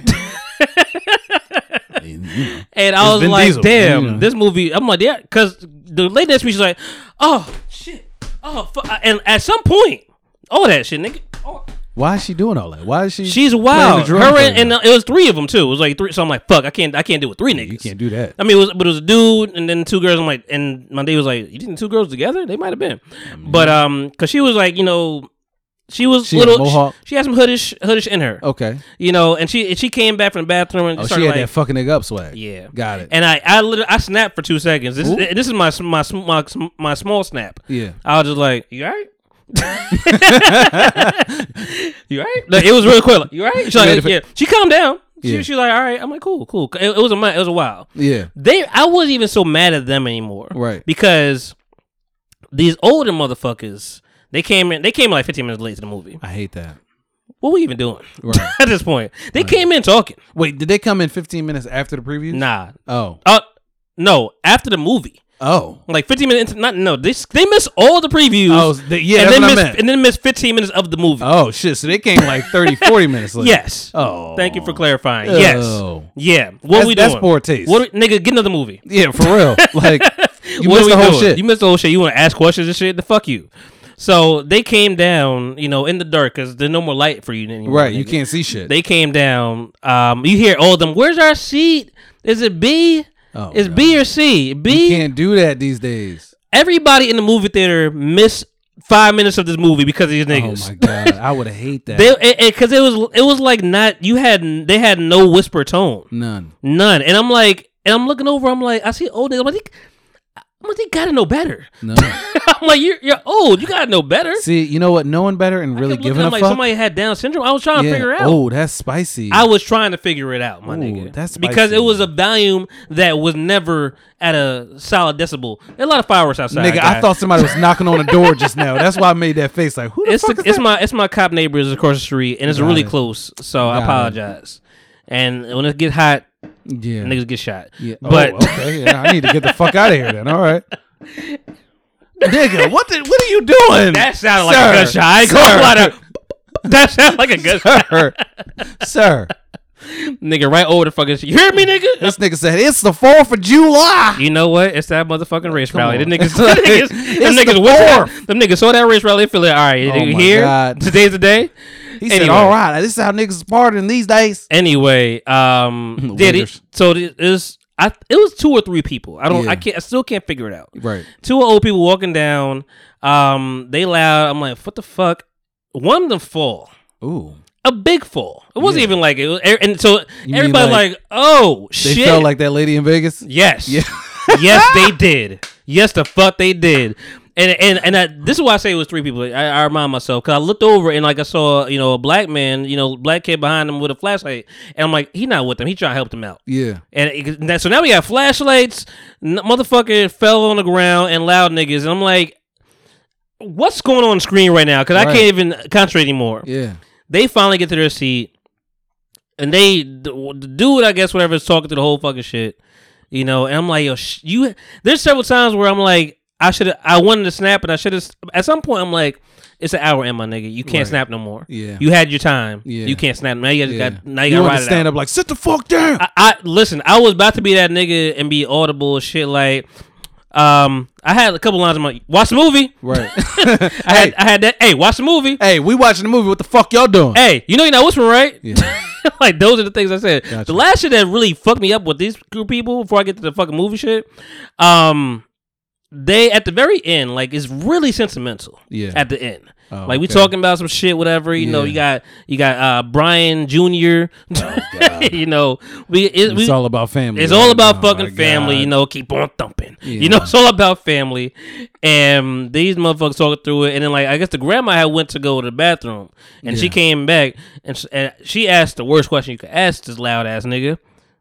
A: And I was
B: Vin
A: like,
B: Diesel. Mm.
A: damn,
B: Yeah.
A: this movie. I'm like, yeah, because the lady next to me, she's like, oh, shit. Oh, fu-. and at some point, all that shit, nigga. Oh,
B: Why is she doing all that? Why is she?
A: she's
B: playing
A: wild.
B: the drum
A: Her
B: for
A: and,
B: you?
A: and uh, it was three of them too. It was like three. So I'm like, fuck, I can't, I can't do it. with Three niggas.
B: you can't do that.
A: I mean, it was, but it was a dude and then two girls. I'm like, and my day was like, you didn't two girls together? They might have been, but um, cause she was like, you know, she was
B: Mm-hmm. She had a
A: little.
B: mohawk?
A: She, she had some hoodish, hoodish in her.
B: Okay.
A: You know, and she and she came back from the bathroom and
B: Oh, she
A: started
B: had
A: like,
B: that fucking nigga up swag.
A: yeah,
B: Got it.
A: And I, I literally, I snapped for two seconds. This,
B: Ooh.
A: is this is my, sm- my, sm- my, sm- my small snap.
B: yeah.
A: I was just like, you all right? you all right? Like, it was real quick. Like, you all right? She's
B: had
A: like,
B: to-
A: yeah. She calmed down.
B: Yeah.
A: She, she was like, all right. I'm like, cool, cool. It, it was a, mi- it was a while
B: Yeah.
A: they I wasn't even so mad at them anymore.
B: Right.
A: Because these older motherfuckers, they came in they came like 15 minutes late to the movie.
B: I hate that.
A: What were we even doing?
B: Right.
A: at this point. They came in talking.
B: Wait, did they come in 15 minutes after the preview?
A: Nah.
B: Oh.
A: Uh no, after the movie.
B: Oh.
A: Like 15 minutes into- not no, they s- they miss all the previews.
B: Oh, they- yeah,
A: and
B: that's
A: then
B: what I
A: miss
B: meant.
A: and then miss 15 minutes of the movie.
B: Oh, shit. So they came like 30, 40 minutes late.
A: yes.
B: Oh.
A: Thank you for clarifying.
B: Oh.
A: Yes. Yeah. What
B: That's-
A: we doing?
B: that's poor taste.
A: What nigga, get another movie.
B: Yeah, for real. Like, you
A: What
B: missed the
A: are we
B: whole
A: doing?
B: shit.
A: You missed the whole shit. You want to ask questions and shit? The fuck you. So they came down, you know, in the dark because there's no more light for you anymore.
B: right. You
A: nigga.
B: can't see shit.
A: They came down. Um, you hear all them. Where's our seat? Is it B?
B: Oh,
A: Is B or C?
B: you
A: B.
B: can't do that these days.
A: Everybody in the movie theater missed five minutes of this movie because of these
B: Oh,
A: niggas.
B: my God. I would hate that.
A: They because it, was it was like not you had they had no whisper tone
B: None.
A: none and I'm like and I'm looking over I'm like I see old niggas I'm like they- I'm like they gotta know better
B: No.
A: I'm like, you're, you're old. You gotta know better.
B: see, you know what? Knowing better and really
A: Kept looking,
B: giving a
A: I'm like
B: fuck.
A: somebody had Down syndrome. I was trying
B: yeah.
A: to figure it out.
B: Oh, that's spicy.
A: I was trying to figure it out, my
B: Ooh,
A: nigga.
B: that's
A: because
B: spicy.
A: it was a volume that was never at a solid decibel. There are a lot of fireworks outside.
B: Nigga, I
A: guys.
B: thought somebody was knocking on the door just now. That's why I made that face. Like, who the
A: it's
B: fuck
A: the,
B: is
A: it's
B: that?
A: my it's my cop neighbors across the street, and it's
B: Got
A: really
B: it.
A: close. So I
B: Got it.
A: apologize. And when it get hot,
B: yeah.
A: niggas get shot.
B: Yeah.
A: But
B: oh, okay, yeah, I need to get the fuck out of here then. All right. Nigga, what the, what are you doing?
A: that sounded
B: Sir,
A: like a gunshot. I ain't gonna lie to- That sounded like a gunshot,
B: sir. sir.
A: nigga. Right over the fucking. You hear me, nigga?
B: This nigga said it's the 4th of July.
A: You know what? It's that motherfucking race rally.
B: Oh, on.
A: Them niggas, them niggas, them
B: It's the
A: niggas, went to that-
B: fourth.
A: them niggas saw that race rally. and Feel like, all right,
B: Oh
A: you
B: my
A: here.
B: God.
A: Today's the day.
B: He said,
A: Anyway.
B: all right, this is how niggas is partying these days.
A: Anyway, um, did it.
B: Wiggers.
A: So it is. I it was two or three people. I don't.
B: Yeah.
A: I can't. I still can't figure it out.
B: Right.
A: Two old people walking down. Um, they loud. I'm like, what the fuck? One of them fall.
B: Ooh.
A: A big fall. It wasn't
B: Yeah.
A: even like it. Was, er, and so
B: mean
A: everybody
B: like
A: like, oh
B: They
A: shit.
B: felt like that lady in Vegas?
A: Yes. yes, they did. Yes, the fuck they did. and and and I, this is why I say it was three people. I, I remind myself because I looked over and like I saw you know a black man, you know black kid behind him with a flashlight, and I'm like, he not with them. He trying to help them out.
B: Yeah.
A: And it, that, so now we got flashlights. N- motherfucker fell on the ground and loud niggas, and I'm like, what's going on screen right now? Because I
B: Right.
A: can't even concentrate anymore.
B: Yeah.
A: They finally get to their seat, and they the the dude, I guess, whatever, is talking to the whole fucking shit. You know, and I'm like, yo, sh- you. There's several times where I'm like, I should, I wanted to snap, and I should have. At some point, I'm like, it's an hour in, my nigga. You can't snap no more.
B: Yeah.
A: you had your time.
B: Yeah.
A: you can't snap now. You
B: Yeah.
A: got now you,
B: you
A: got to
B: want
A: ride
B: to
A: it
B: stand
A: out.
B: up like sit the fuck down.
A: I, I listen. I was about to be that nigga and be audible as shit. Like, um, I had a couple lines. in my watch the movie.
B: right.
A: I had, I had that. Hey, watch the movie.
B: hey, we watching the movie. What the fuck y'all doing?
A: Hey, you know you're not whispering, right?
B: Yeah.
A: like those are the things I said.
B: Gotcha.
A: The last shit that really fucked me up with these group people before I get to the fucking movie shit, um, they at the very end, like it's really sentimental.
B: Yeah.
A: At the end.
B: Oh,
A: like we
B: okay.
A: talking about some shit, whatever. You know,
B: Yeah. Oh,
A: you got you got uh Brian Junior. you know, we, it,
B: It's
A: we
B: all about family.
A: it's all
B: right?
A: about
B: Oh, my
A: fucking family,
B: God.
A: you know. Keep on thumping,
B: Yeah.
A: you know. It's all about family, and these motherfuckers talking through it. And then, like, I guess the grandma had went to go to the bathroom, and she
B: Yeah.
A: came back, and, s- and she asked the worst question you could ask this loud ass nigga.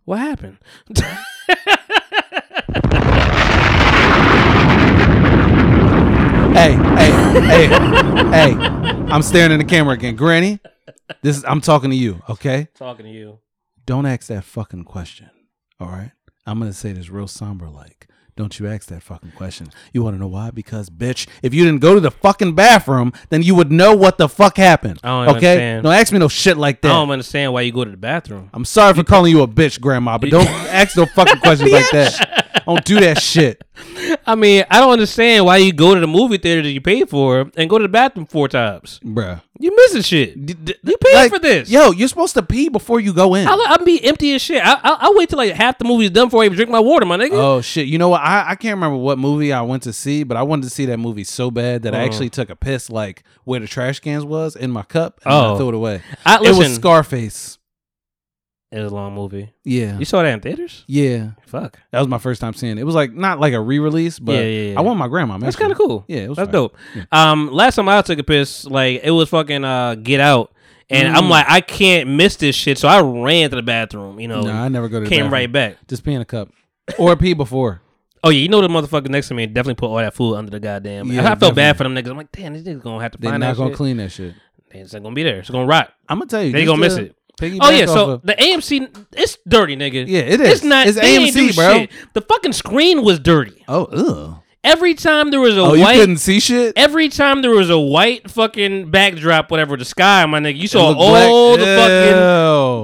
A: What happened?
B: Hey, hey, hey, hey! I'm staring in the camera again, Granny. This is I'm talking to you, okay?
A: Talking to you.
B: Don't ask that fucking question. All right? I'm gonna say this real somber like. Don't you ask that fucking question. You wanna know why? Because bitch, if you didn't go to the fucking bathroom, then you would know what the fuck happened.
A: I don't even
B: okay?
A: understand.
B: Don't ask me no shit like
A: I
B: that.
A: don't understand why you go to the bathroom.
B: I'm sorry for calling you a bitch, grandma, but don't ask no fucking questions like that. Don't do that shit.
A: I mean, I don't understand why you go to the movie theater that you paid for and go to the bathroom four times.
B: Bruh.
A: You missing shit. You paid
B: Like,
A: for this.
B: Yo, you're supposed to pee before you go in.
A: I'll, I'll be empty as shit. I, I, I'll wait till like half the movie's done before I even drink my water, my nigga.
B: Oh shit! You know what? I, I can't remember what movie I went to see, but I wanted to see that movie so bad that I actually took a piss like where the trash cans was in my cup and then I
A: Oh.
B: threw it away.
A: I-
B: it was
A: listen.
B: Scarface.
A: It was a long movie.
B: Yeah,
A: You saw that in theaters?
B: yeah.
A: Fuck.
B: That was my first time seeing it. It was like not like a re-release, but
A: Yeah, yeah, yeah.
B: I want my grandma.
A: That's
B: actually.
A: kind of cool.
B: Yeah, it was
A: that's
B: fire.
A: dope. Um, last time I took a piss, like it was fucking uh, Get Out, and
B: Mm.
A: I'm like, I can't miss this shit, so I ran to the bathroom. You know,
B: Nah, I never go to the
A: came
B: bathroom.
A: right back.
B: Just pee in a cup or pee before.
A: Oh yeah, you know the motherfucker next to me definitely put all that food under the goddamn.
B: Yeah,
A: I felt bad
B: definitely.
A: for them niggas. I'm like, damn, these niggas gonna have to
B: They're
A: find
B: not
A: that
B: gonna
A: shit.
B: clean that shit.
A: It's not gonna be there. It's gonna rot.
B: I'm gonna tell you.
A: They
B: just
A: gonna miss
B: to
A: it.
B: piggyback
A: Oh yeah,
B: off
A: so
B: of-
A: the AMC, it's dirty, nigga.
B: Yeah, it is.
A: It's not.
B: It's
A: It's AMC,
B: AMC, bro.
A: The fucking screen was dirty.
B: oh, ugh.
A: Every time there was a
B: oh, you
A: white
B: couldn't see shit.
A: every time there was a white fucking backdrop, whatever, the sky, my nigga, you
B: It
A: saw
B: looked
A: all the
B: black.
A: fucking
B: Ew.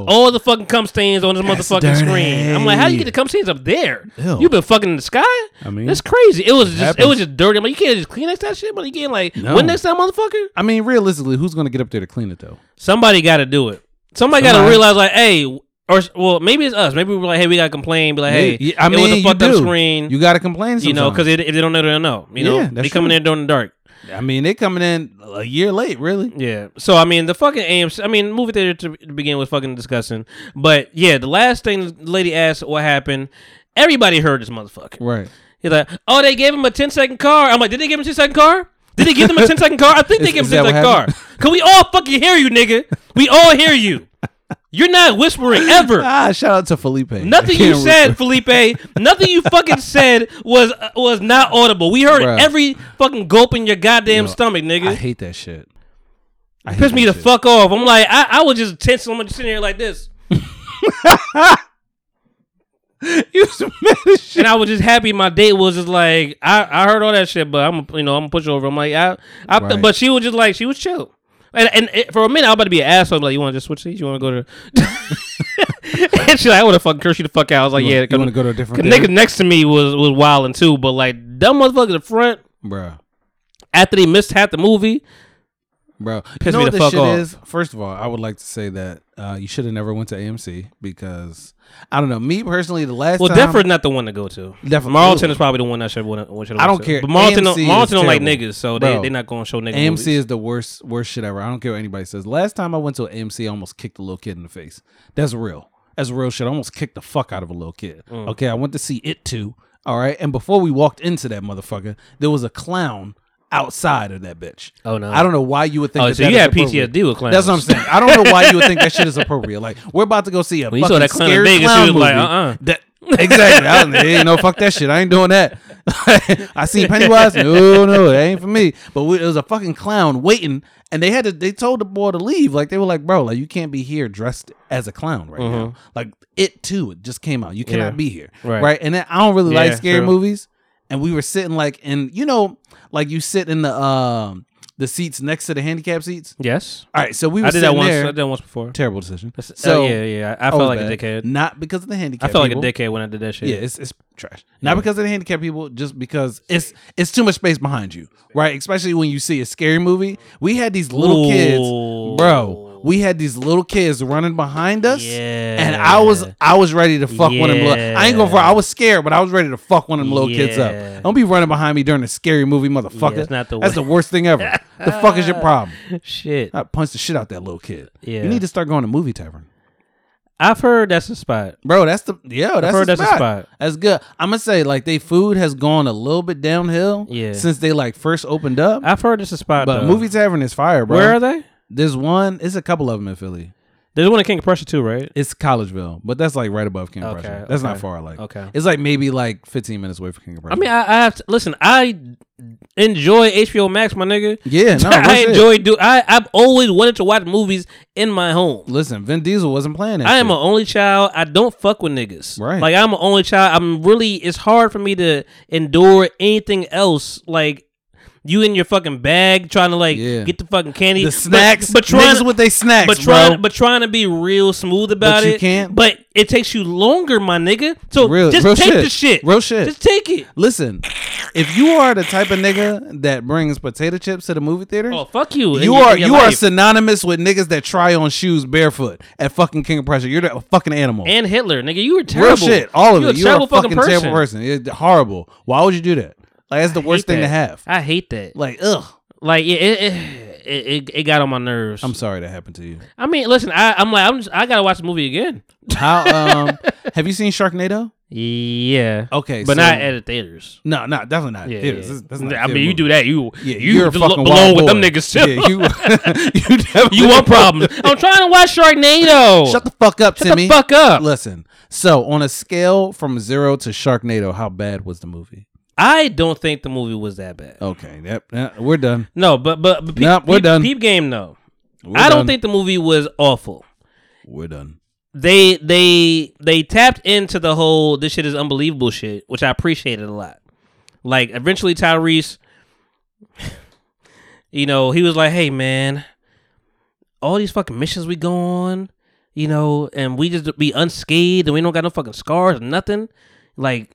A: all the fucking cum stains on this
B: That's
A: motherfucking
B: dirty.
A: screen. I'm like, how you get the cum stains up there?
B: Ew.
A: you been fucking in the sky? I
B: mean,
A: that's crazy. It was just
B: happens.
A: it was just dirty. I'm like, you can't just Kleenex that shit, but you can't like
B: No.
A: when next time, motherfucker.
B: I mean, realistically, who's gonna get up there to clean it though?
A: Somebody got to do it. Somebody, got to
B: Somebody.
A: realize like, hey, or well, maybe it's us. Maybe we're like, hey, we got to complain. Be like, hey,
B: Yeah, I
A: it
B: mean,
A: was a
B: you
A: fucked up
B: do.
A: screen.
B: You gotta complain. Sometimes.
A: you know, because if they don't know, they don't know. You know,
B: Yeah, that's
A: they coming
B: true.
A: in during the dark.
B: I mean, they coming in a year late, really.
A: Yeah. So I mean, the fucking AMC. I mean, movie theater to, to begin with, fucking disgusting. But yeah, the last thing the lady asked, what happened? Everybody heard this motherfucker.
B: Right.
A: He's like, oh, they gave him a 10 second car. I'm like, did they give him a 10 second car? Did they give them a 10 second car? I think they
B: Is-
A: gave
B: is
A: him a 10
B: that
A: second
B: what
A: car. Cause we all fucking hear you, nigga. We all hear you. You're not whispering ever.
B: Ah, shout out to Felipe.
A: Nothing you said, Felipe. Nothing you fucking said was was not audible. We heard
B: Bruh.
A: every fucking gulp in your goddamn stomach, nigga
B: I hate that shit. I hate
A: pissed me
B: that
A: the
B: shit.
A: fuck off. I'm like, I, I was just tense. I'm just sitting here like this,
B: You was mad as shit.
A: and I was just happy. My date was just like, I, I heard all that shit, but I'm you know I'm a pushover. I'm like, I, I
B: Right.
A: but she was just like, she was chill. And, and it- for a minute, I was about to be an asshole. I'm like, you want to just switch seats? You want to go to? and she's like, I would have fucking curse you the fuck out. I was like,
B: You
A: yeah,
B: wanna- you want to go to a different
A: The nigga next to me was was wilding too, but like dumb motherfucker in front
B: bro?
A: after they missed half the movie.
B: Bro, You
A: Pissed
B: know
A: me
B: what
A: the
B: this
A: fuck
B: shit
A: off.
B: is? First of all, I would like to say that uh, you should have never went to AMC because I don't know. Me personally, the last
A: Well,
B: time,
A: Deford's not the one to go to.
B: Deford-
A: Marlton
B: Ooh.
A: is probably the one I should want to.
B: I don't care.
A: But Marlton,
B: AMC
A: don't,
B: is
A: Marlton don't like
B: terrible.
A: niggas, so they
B: Bro.
A: they not going to show niggas.
B: AMC
A: movies.
B: is the worst worst shit ever. I don't care what anybody says. Last time I went to an AMC, I almost kicked a little kid in the face. That's real. That's real shit. I almost kicked the fuck out of a little kid.
A: Mm.
B: Okay, I went to see it too. All right, and before we walked into that motherfucker, there was a clown outside of that bitch.
A: Oh, no.
B: I don't know why you would think.
A: Oh,
B: that
A: so
B: that
A: you
B: is
A: had
B: appropriate.
A: PTSD with clowns.
B: That's what I'm saying. I don't know why you would think that shit is appropriate. Like we're about to go see a
A: When you saw
B: fucking
A: that clown in
B: scary
A: Vegas, you
B: clown
A: was
B: movie.
A: like, uh-uh.
B: That- exactly. I don't, hey, no, fuck that shit. I ain't doing that. I seen Pennywise. No, no, that ain't for me. But we, it was a fucking clown waiting, and they had to. They told the boy to leave. Like they were like, bro, like you can't be here dressed as a clown right now. Like it too. It just came out. You
A: Mm-hmm.
B: cannot
A: Yeah.
B: be here.
A: Right.
B: Right. And then I don't really like
A: Yeah,
B: scary
A: true.
B: movies. And we were sitting like in you know like you sit in the um the seats next to the handicap seats.
A: Yes,
B: All right, so we were
A: I did that
B: sitting
A: once.
B: there.
A: I did that once before.
B: Terrible decision.
A: So yeah, yeah. I
B: Oh,
A: felt like
B: bad.
A: a dickhead.
B: Not because of the handicap.
A: I felt
B: people.
A: like a dickhead when I did that shit.
B: Yeah, it's, it's trash. Not because of the handicap people, just because it's it's too much space behind you, right? Especially when you see a scary movie. We had these little
A: Ooh.
B: kids, bro. We had these little kids running behind us, and I was
A: Yeah.
B: I was ready to fuck one of them. Little, I ain't going for. I
A: Yeah.
B: was scared, but I was ready to fuck one of them little kids
A: Yeah.
B: up. Don't be running behind me during a scary movie, motherfucker.
A: it's not the
B: That's
A: way.
B: the worst thing ever. the fuck is your problem?
A: Shit,
B: I punched the shit out that little kid.
A: Yeah.
B: you need to start going to movie tavern.
A: I've heard that's the spot.
B: Bro, that's the yeah. That's,
A: heard
B: the
A: that's a
B: spot.
A: spot.
B: That's good. I'm gonna say like they food has gone a little bit downhill.
A: Yeah.
B: since they like first opened up.
A: I've heard it's a spot.
B: but
A: though.
B: movie tavern is fire, bro.
A: where are they?
B: There's one. It's a couple of them in Philly.
A: There's one in King of Prussia too, right?
B: It's Collegeville, but that's like right above King of
A: Okay,
B: Prussia. That's not
A: okay,
B: far. Like
A: okay.
B: it's like maybe like 15 minutes away from King of
A: I
B: Prussia.
A: mean, I, I have to, listen. I enjoy HBO Max, my nigga.
B: Yeah, no, real
A: I
B: shit.
A: enjoy do. I I've always wanted to watch movies in my home.
B: listen, Vin Diesel wasn't playing. That
A: I am an
B: shit.
A: only child. I don't fuck with niggas.
B: Right.
A: Like I'm an only child. I'm really. It's hard for me to endure anything else. Like. You in your fucking bag trying to like
B: Yeah.
A: get the fucking candy,
B: the
A: but-
B: snacks,
A: but, trying
B: niggas with they snacks,
A: but trying,
B: bro.
A: but trying to be real smooth about
B: you
A: it.
B: can't.
A: But it takes you longer, my nigga. So
B: Real-
A: just
B: real
A: take
B: shit.
A: the shit,
B: Real shit.
A: Just take it.
B: Listen, if you are the type of nigga that brings potato chips to the movie theater,
A: Oh fuck you! in
B: You
A: your-
B: are
A: in your
B: you are
A: life.
B: synonymous with niggas that try on shoes barefoot at fucking King of Prussia. You're the a fucking animal.
A: and Hitler, nigga. You were
B: Real
A: terrible.
B: shit. All of
A: you
B: it. You're a fucking terrible person. It's horrible. Why would you do that? Like that's the worst
A: Hate
B: thing to
A: that.
B: have.
A: I hate that. Like,
B: Like ugh.
A: yeah, it, it, it, it- it got on my nerves.
B: I'm sorry that happened to you.
A: I mean, listen, I, I'm like, I'm just, I gotta watch the movie again.
B: How um have you seen Sharknado?
A: Yeah.
B: Okay,
A: but
B: so-
A: not at the theaters.
B: No, no, definitely not.
A: Yeah,
B: Theaters.
A: yeah.
B: That's- that's not
A: I
B: kid
A: mean, you
B: movie.
A: do that, you
B: Yeah,
A: you
B: you're a
A: bel-
B: fucking
A: belong
B: wild
A: with
B: boy.
A: them niggas too.
B: Yeah, you, you definitely
A: you want problems? I'm trying to watch Sharknado.
B: Shut the fuck up,
A: Shut the
B: Timmy.
A: fuck up.
B: Listen. So on a scale from zero to Sharknado, how bad was the movie?
A: I don't think the movie was that bad.
B: Okay, yep, yep, we're done.
A: No, but but, but peep,
B: Nah, we're
A: peep,
B: done.
A: peep game no.
B: We're
A: I don't
B: done.
A: think the movie was awful.
B: we're done.
A: they they they tapped into the whole this shit is unbelievable shit, which I appreciated a lot. Like eventually Tyrese, you know, he was like, "Hey man, all these fucking missions we go on, you know, and we just be unscathed and we don't got no fucking scars or nothing. Like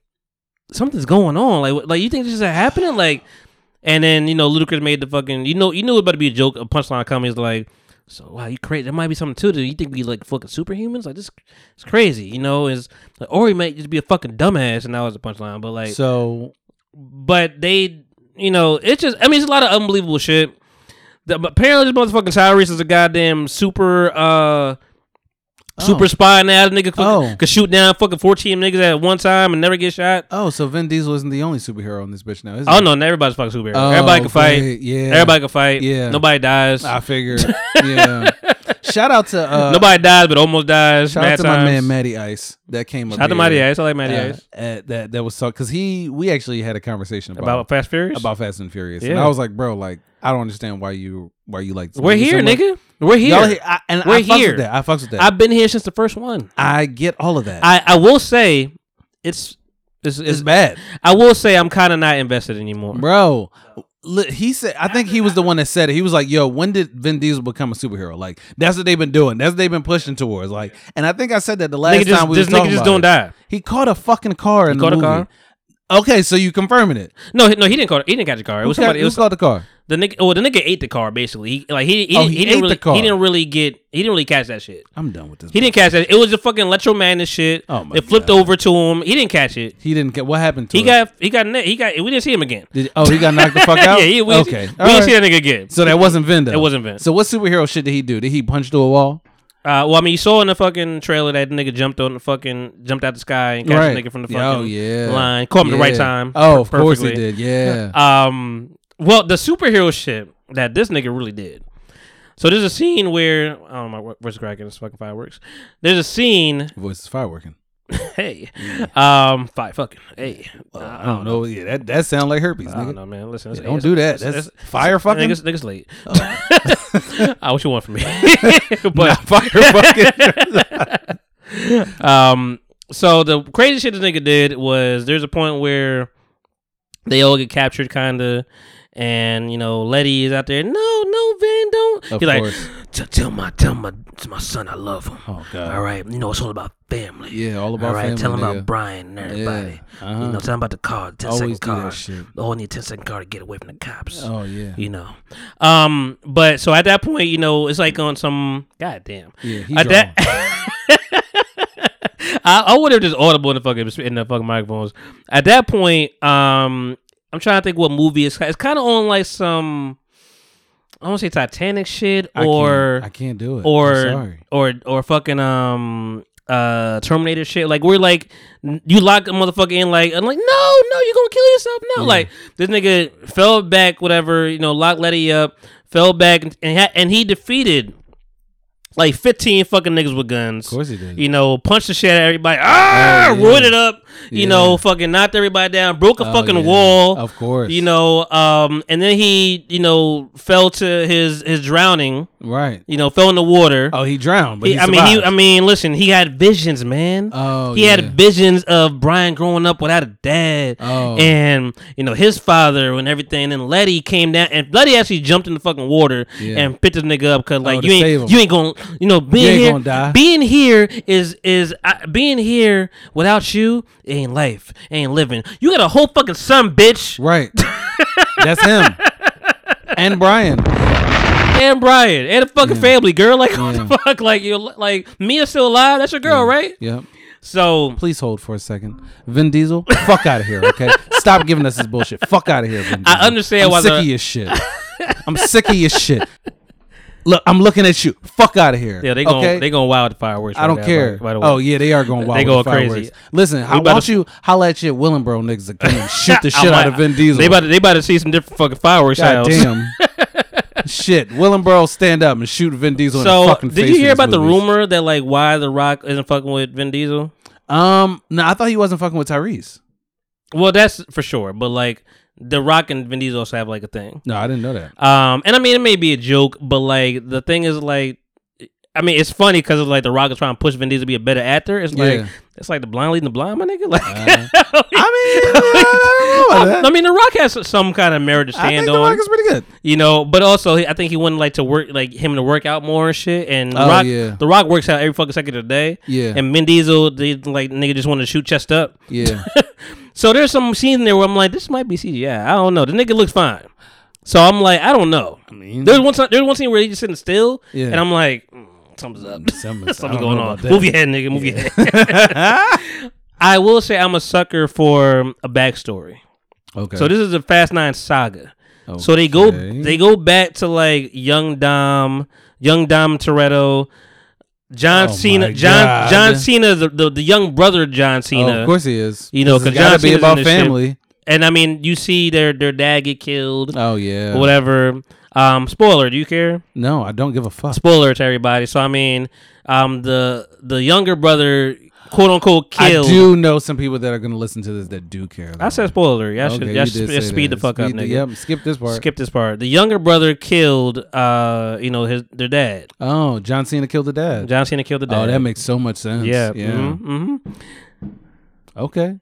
A: something's going on. Like wh- like you think this is happening? Like." And then you know Ludacris made the fucking you know you knew it was about to be a joke a punchline coming is like so wow you crazy there might be something to it. you think we like fucking superhumans like this it's crazy you know is like, or he might just be a fucking dumbass and that was the punchline but like
B: So
A: but they you know it's just I mean it's a lot of unbelievable shit the, but apparently this motherfucking Tyrese is a goddamn super uh super spy now this nigga could,
B: Oh.
A: could shoot down fucking fourteen niggas at one time and never get shot
B: Oh, so Vin Diesel isn't the only superhero in this bitch now, is he?
A: oh no everybody's fucking superhero
B: Oh,
A: everybody can fight
B: great, yeah.
A: everybody can fight
B: Yeah. Ah,
A: nobody dies
B: I figured. Yeah. Shout out to uh,
A: Nobody dies, but almost dies.
B: Shout
A: mad
B: out to my
A: times.
B: man Matty Ice that came up.
A: Shout out to
B: here,
A: Matty Ice. I like
B: uh,
A: Matty Ice.
B: at- that that was so because he we actually had a conversation about
A: About Fast Furious.
B: about Fast and Furious, and
A: Yeah.
B: I was like, bro, like I don't understand why you why you like. this
A: We're
B: movie so
A: here,
B: much.
A: nigga. We're here.
B: Y'all here, I, and
A: We're
B: I fucks
A: here.
B: with that. I fucks with that.
A: I've been here since the first one.
B: I, get all of that.
A: I, I will say, it's it's,
B: it's
A: it's
B: bad,
A: I will say I'm kind of not invested anymore.
B: bro. li- He said, I think he was the one that said it. He was like, "Yo, when did Vin Diesel become a superhero? Like, that's what they've been doing. That's what they've been pushing towards. Like, and I think I said that the last
A: Nigga just-
B: time we
A: this
B: was talking
A: nigga just
B: about
A: don't
B: it.
A: die.
B: He caught a fucking car in
A: caught a
B: the movie.
A: car?
B: Okay, so you confirming it?
A: No, he- no, he didn't call. He didn't catch a car. It was
B: Who ca-
A: somebody. It
B: who
A: was
B: caught the car?
A: the nigga. Well, the nigga ate the car basically. He like he he,
B: Oh,
A: didn't-
B: he
A: he didn't
B: ate the
A: really
B: car.
A: he didn't really get he didn't really catch that shit.
B: I'm done with this.
A: He didn't catch that. It was a fucking electromagnet shit.
B: Oh my
A: it flipped
B: God.
A: over to him. He didn't catch it.
B: He didn't get. What happened to
A: He
B: it?
A: got he got ne- he got. We didn't see him again.
B: Did, oh, he got knocked the fuck out.
A: yeah, yeah, we,
B: okay.
A: we
B: All
A: didn't
B: right.
A: see that nigga again.
B: so that wasn't Vin. though.
A: It wasn't Vin.
B: So what superhero shit did he do? Did he punch through a wall?
A: Uh, well, I mean, you saw in the fucking trailer that nigga jumped on the fucking jumped out the sky and catch the nigga from the fucking
B: oh yeah.
A: line, caught him the right
B: Yeah.
A: time.
B: Oh,
A: per-
B: of course he
A: perfectly.
B: did. Yeah.
A: Um, Well, the superhero shit that this nigga really did. So there's a scene where I don't know my where's cracking this fucking fireworks. There's a scene.
B: Voice is fireworking.
A: Hey, um, five fucking hey.
B: I don't know. Yeah, that that sound like herpes,
A: I don't
B: nigga.
A: know, man. Listen, it's-
B: Yeah, don't
A: it's-
B: do that.
A: it's-
B: That's
A: it's-
B: fire fucking. Oh.
A: Niggas, niggas late. I what you want from me,
B: Not
A: but
B: fire fucking.
A: um, so the crazy shit this nigga did was there's a point where they all get captured, kinda, and you know Letty is out there. No, no, Van, don't.
B: Of
A: He's
B: course.
A: like, "T- tell my, tell my, to my son, I love him.
B: Oh, God.
A: All right, you know it's all about family.
B: Yeah, all about
A: All right, tell him
B: family, nigga.
A: about Brian and everybody.
B: uh-huh.
A: You know, tell him about the car, the 10 second
B: Always do that
A: car.
B: shit.
A: Oh, I need a 10 second car to get away from the cops
B: oh yeah.
A: you know. Um, but so at that point, you know, it's like on some goddamn.
B: Yeah, he
A: At that- I, I would have just audible in the fucking in the fucking microphones. At that point, um, I'm trying to think what movie it's. It's kind of on like some. I want to say Titanic shit
B: I
A: or
B: can't, I can't do it.
A: or
B: I'm sorry.
A: or or fucking um uh Terminator shit. Like we're like n- you lock a motherfucker in like I'm like no no you're gonna kill yourself no like this nigga fell back whatever you know locked Letty up fell back and and, ha- and he defeated. Like fifteen fucking niggas with guns. Of
B: course he did.
A: You know, punched the shit out of everybody. Ah,
B: Oh, yeah.
A: roared it up. You
B: Yeah.
A: know, fucking knocked everybody down. Broke a
B: Oh,
A: fucking
B: yeah.
A: wall.
B: Of course.
A: You know, um, and then he, you know, fell to his his drowning.
B: Right.
A: You know, fell in the water.
B: Oh, he drowned, but
A: He-
B: he,
A: I mean, he,
B: survived.
A: I mean, listen, he had visions, man.
B: Oh,
A: he
B: yeah.
A: had visions of Brian growing up without a dad,
B: Oh.
A: and you know his father and everything. And Letty came down, and Letty actually jumped in the fucking water
B: Yeah. Oh,
A: and picked this nigga up because like
B: to
A: you
B: save him.
A: ain't you ain't gonna you know being
B: ain't
A: here
B: gonna die.
A: being here is is uh, being here without you ain't life ain't living. You got a whole fucking son, bitch,
B: right. That's him. And Brian.
A: and Brian and a fucking family, girl. Like what
B: Yeah.
A: the fuck, like you like Mia's still alive. That's your girl, right?
B: Yep.
A: So
B: Please hold for a second. Vin Diesel, fuck out of here, okay? Stop giving us this bullshit. Fuck out of here, Vin Diesel.
A: I understand
B: I'm
A: why
B: sick
A: the-
B: of your shit. I'm sick of your shit. Look, I'm looking at you. Fuck out of here.
A: Yeah, they
B: okay?
A: gon' they gon' wild the fireworks.
B: I don't
A: right now,
B: care.
A: By, by the way.
B: oh yeah, they are going wild.
A: They going
B: with the
A: crazy.
B: fireworks. Listen, how
A: about
B: about
A: to-
B: you holla at your Willenboro niggas again? and Shoot the
A: I
B: shit out
A: might-
B: of Vin Diesel.
A: They about to, they about to see some different fucking fireworks.
B: God
A: shows.
B: damn. Shit, Willenboro stand up and shoot Vin Diesel in the
A: So
B: fucking face.
A: did you
B: in
A: hear
B: his
A: about the
B: movies.
A: rumor that like why The Rock isn't fucking with Vin Diesel?
B: Um, no, I thought he wasn't fucking with Tyrese.
A: Well, that's for sure. But like The Rock and Vin Diesel also have like a thing.
B: No, I didn't know that.
A: Um, and I mean it may be a joke, but like the thing is like. I mean, it's funny because like the Rock is trying to push Vin Diesel to be a better actor. It's like
B: Yeah. Uh-huh.
A: it's like the blind leading the blind, my nigga. Like,
B: I mean, I don't know about
A: I,
B: that.
A: mean, the Rock has some kind of merit to
B: I think
A: stand
B: the
A: on.
B: Rock is pretty good.
A: You know, but also he- I think he wanted like to work like him to work out more and shit. And
B: Oh,
A: Rock,
B: yeah.
A: the Rock works out every fucking second of the day.
B: Yeah.
A: And Vin Diesel, they like nigga just want to shoot chest up.
B: Yeah,
A: So there's some scenes in there where I'm like, this might be CGI. I don't know. The nigga looks fine. So I'm like, I don't know. I mean, there's one time, there's one scene where he's just sitting still,
B: Yeah.
A: and I'm like, mm, something's up.
B: something's,
A: Something's going on. Move your head, nigga. Move your head. I will say I'm a sucker for a backstory.
B: Okay,
A: So this is the Fast Nine saga. So they go
B: Okay. Oh,
A: they go back to like young Dom, young Dom Toretto, John
B: Oh my
A: Cena, John
B: God.
A: John Cena, the, the the young brother of John
B: Oh,
A: Cena.
B: of course he is.
A: You know,
B: This has
A: 'cause
B: gotta
A: John
B: be
A: Cena's
B: about
A: in this shit.
B: family.
A: And I mean, you see their their dad get killed,
B: Oh yeah,
A: or whatever. Um, spoiler, do you care?
B: No, I don't give a fuck.
A: Spoiler to everybody. So I mean, um, the the younger brother, quote unquote, killed.
B: I do know some people that are going to listen to this that do care.
A: I said spoiler. Y'all should, y'all should sp- speed the fuck up, nigga.
B: Yep, skip this part.
A: Skip this part. The younger brother killed, uh, you know, his their dad.
B: Oh, John Cena killed the dad.
A: John Cena killed the dad.
B: Oh, that makes so much sense.
A: yeah,
B: yeah.
A: hmm
B: Okay.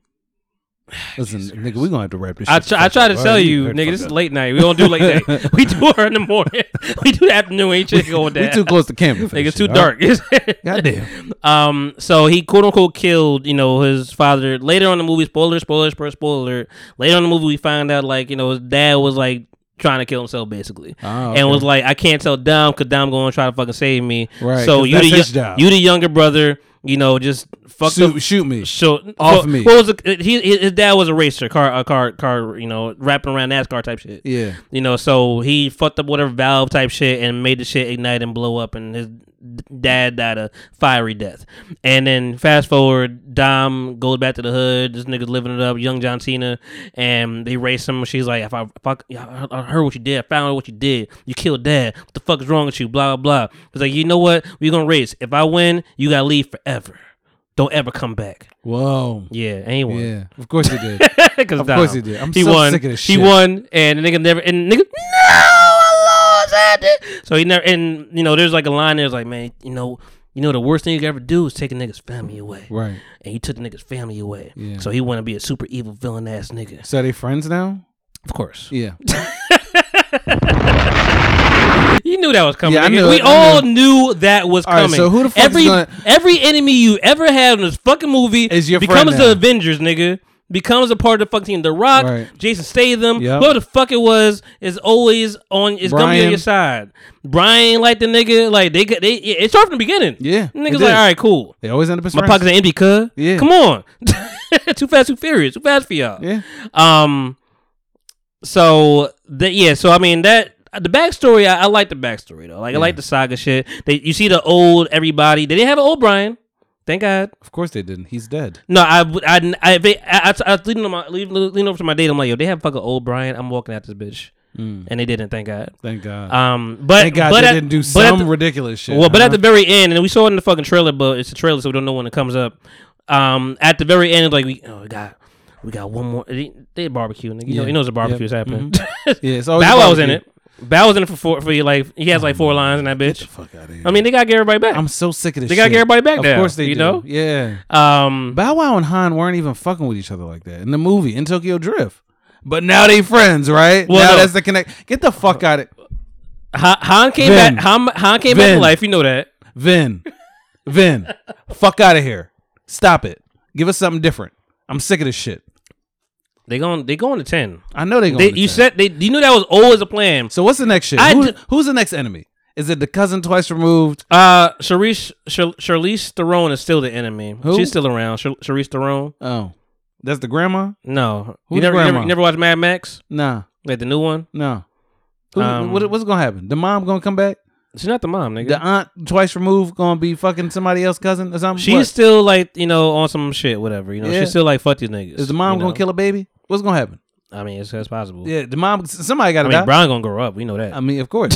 B: Listen, nigga, we gonna have to wrap this.
A: I
B: shit
A: try, I
B: fuck
A: try
B: up.
A: to
B: All
A: tell
B: right,
A: you,
B: wrap
A: nigga,
B: fuck
A: this is
B: up.
A: late night. We don't do late night. We do her in the morning. We do the afternoon. Ain't shit going
B: We
A: down.
B: too close to camera. for
A: Nigga,
B: this
A: it's too
B: shit, all
A: dark.
B: right? Goddamn.
A: um, so he quote unquote killed, you know, his father. Later on in the movie, spoiler, spoiler, spoiler, spoiler. Later on in the movie, we find out like you know his dad was like trying to kill himself basically,
B: Oh, okay.
A: and was like, I can't tell Dom because Dom going to try to fucking save me.
B: Right,
A: So
B: 'cause
A: you
B: that's
A: the
B: his
A: yo-
B: job.
A: you the younger brother, you know, just fuck the
B: Shoot, shoot me.
A: so
B: Off
A: well,
B: me.
A: What was the, he? His dad was a racer, car, a car, car. You know, wrapping around NASCAR type shit.
B: Yeah.
A: You know, so he fucked up whatever valve type shit and made the shit ignite and blow up, and his d- dad died a fiery death. And then fast forward, Dom goes back to the hood. This nigga's living it up. Young John Cena, and they race him. She's like, if I, if I, I I heard what you did, I found out what you did. You killed dad. What the fuck is wrong with you? Blah blah. blah. He's like, you know what? We're gonna race. If I win, you gotta leave forever. Don't ever come back.
B: Whoa.
A: Yeah, and he won.
B: Yeah. Of course he did.
A: Cause
B: Of course
A: Dom.
B: he did. I'm
A: he
B: so
A: won.
B: sick of this
A: he
B: shit.
A: won, and the nigga never. And nigga, no, I lost. I did. So he never. And you know, there's like a line. There's like, man, you know, you know, the worst thing you could ever do is take a nigga's family away.
B: Right.
A: And he took the nigga's family away.
B: Yeah.
A: So he want to be a super evil villain ass nigga.
B: So are they friends now?
A: Of course.
B: Yeah.
A: You knew that was coming.
B: Yeah, I
A: nigga.
B: knew
A: we
B: it, I
A: all
B: knew
A: knew that was
B: All right,
A: coming.
B: so who the fuck is
A: every
B: gonna-
A: every enemy you ever had in this fucking movie
B: Is your friend
A: becomes
B: now.
A: the Avengers, nigga. Becomes a part of the fucking team. The Rock,
B: Right.
A: Jason Statham,
B: Yep.
A: whoever the fuck it was, is always on. Is gonna be on
B: Brian.
A: your side. Brian, like the nigga, like they, they. It started from the beginning.
B: Yeah, it
A: niggas
B: did.
A: like, all right, cool.
B: They always end up as
A: My
B: friends.
A: pockets are empty, cuz.
B: Yeah.
A: Come on. too fast, too furious, too fast for y'all.
B: Yeah.
A: Um. So that yeah. So I mean that the backstory. I, I like the backstory though. Like I like the saga shit. They you see the old everybody. They didn't have an old Brian. Thank God.
B: Of course they didn't. He's dead.
A: No, I would- I I if they- I, I, I was leaning, on my, leaning, leaning over to my date. I'm like, yo, they have fucking old Brian. I'm walking out this bitch, and they didn't. Thank God.
B: Thank God.
A: Um, but
B: Mm. Thank God
A: but
B: they
A: at-
B: didn't do
A: but at
B: some
A: the-
B: ridiculous shit.
A: well, but at
B: huh?
A: the very end, and we saw it in the fucking trailer, but it's a trailer, so we don't know when it comes up. Um, at the very end, it's like we, oh, we got, we got one more. They, they barbecue, nigga. You know,
B: Yeah.
A: he knows a barbecue
B: Yep.
A: is happening.
B: yeah, it's always
A: Bow Wow's in it.
B: barbecue.
A: Bow Wow's in it for four, for like he has like four lines in that bitch. I mean, they gotta get everybody back.
B: I'm so sick of this.
A: They gotta
B: shit.
A: get everybody back
B: Of
A: now,
B: course they
A: you
B: do.
A: know?
B: Yeah.
A: um,
B: Bow Wow and Han weren't even fucking with each other like that in the movie in Tokyo Drift. But now they friends, right?
A: Well,
B: now
A: no.
B: that's the connect. Get the fuck out of
A: Han, Han came
B: Vin.
A: back. Han, Han came back to
B: Vin.
A: life. You know that.
B: Vin. Vin. fuck out of here. Stop it. Give us something different. I'm sick of this shit.
A: They going they going to ten.
B: I know they going.
A: They,
B: to
A: you
B: ten.
A: said they you knew that was always a plan.
B: So what's the next shit?
A: I
B: Who-
A: d-
B: who's the next enemy? Is it the cousin twice removed?
A: Uh, Charisse Char- Charlize Theron is still the enemy.
B: Who?
A: She's still around. Char- Charlize Theron.
B: Oh, that's the grandma.
A: No,
B: Who's
A: you never, you never
B: grandma?
A: you never watched Mad Max,
B: Nah,
A: like the new one.
B: no. Who,
A: Um,
B: what, what's gonna happen? The mom gonna come back?
A: She's not the mom, nigga.
B: The aunt twice removed gonna be fucking somebody else's cousin or something?
A: she's
B: What?
A: still like you know on some shit, whatever. You know,
B: Yeah.
A: she's still like fuck these niggas.
B: is the mom gonna kill a baby? What's gonna happen?
A: I mean, it's, it's possible.
B: Yeah, the mom. s- Somebody
A: I
B: gotta
A: mean,
B: die.
A: Brian gonna grow up. We know that.
B: I mean, of course.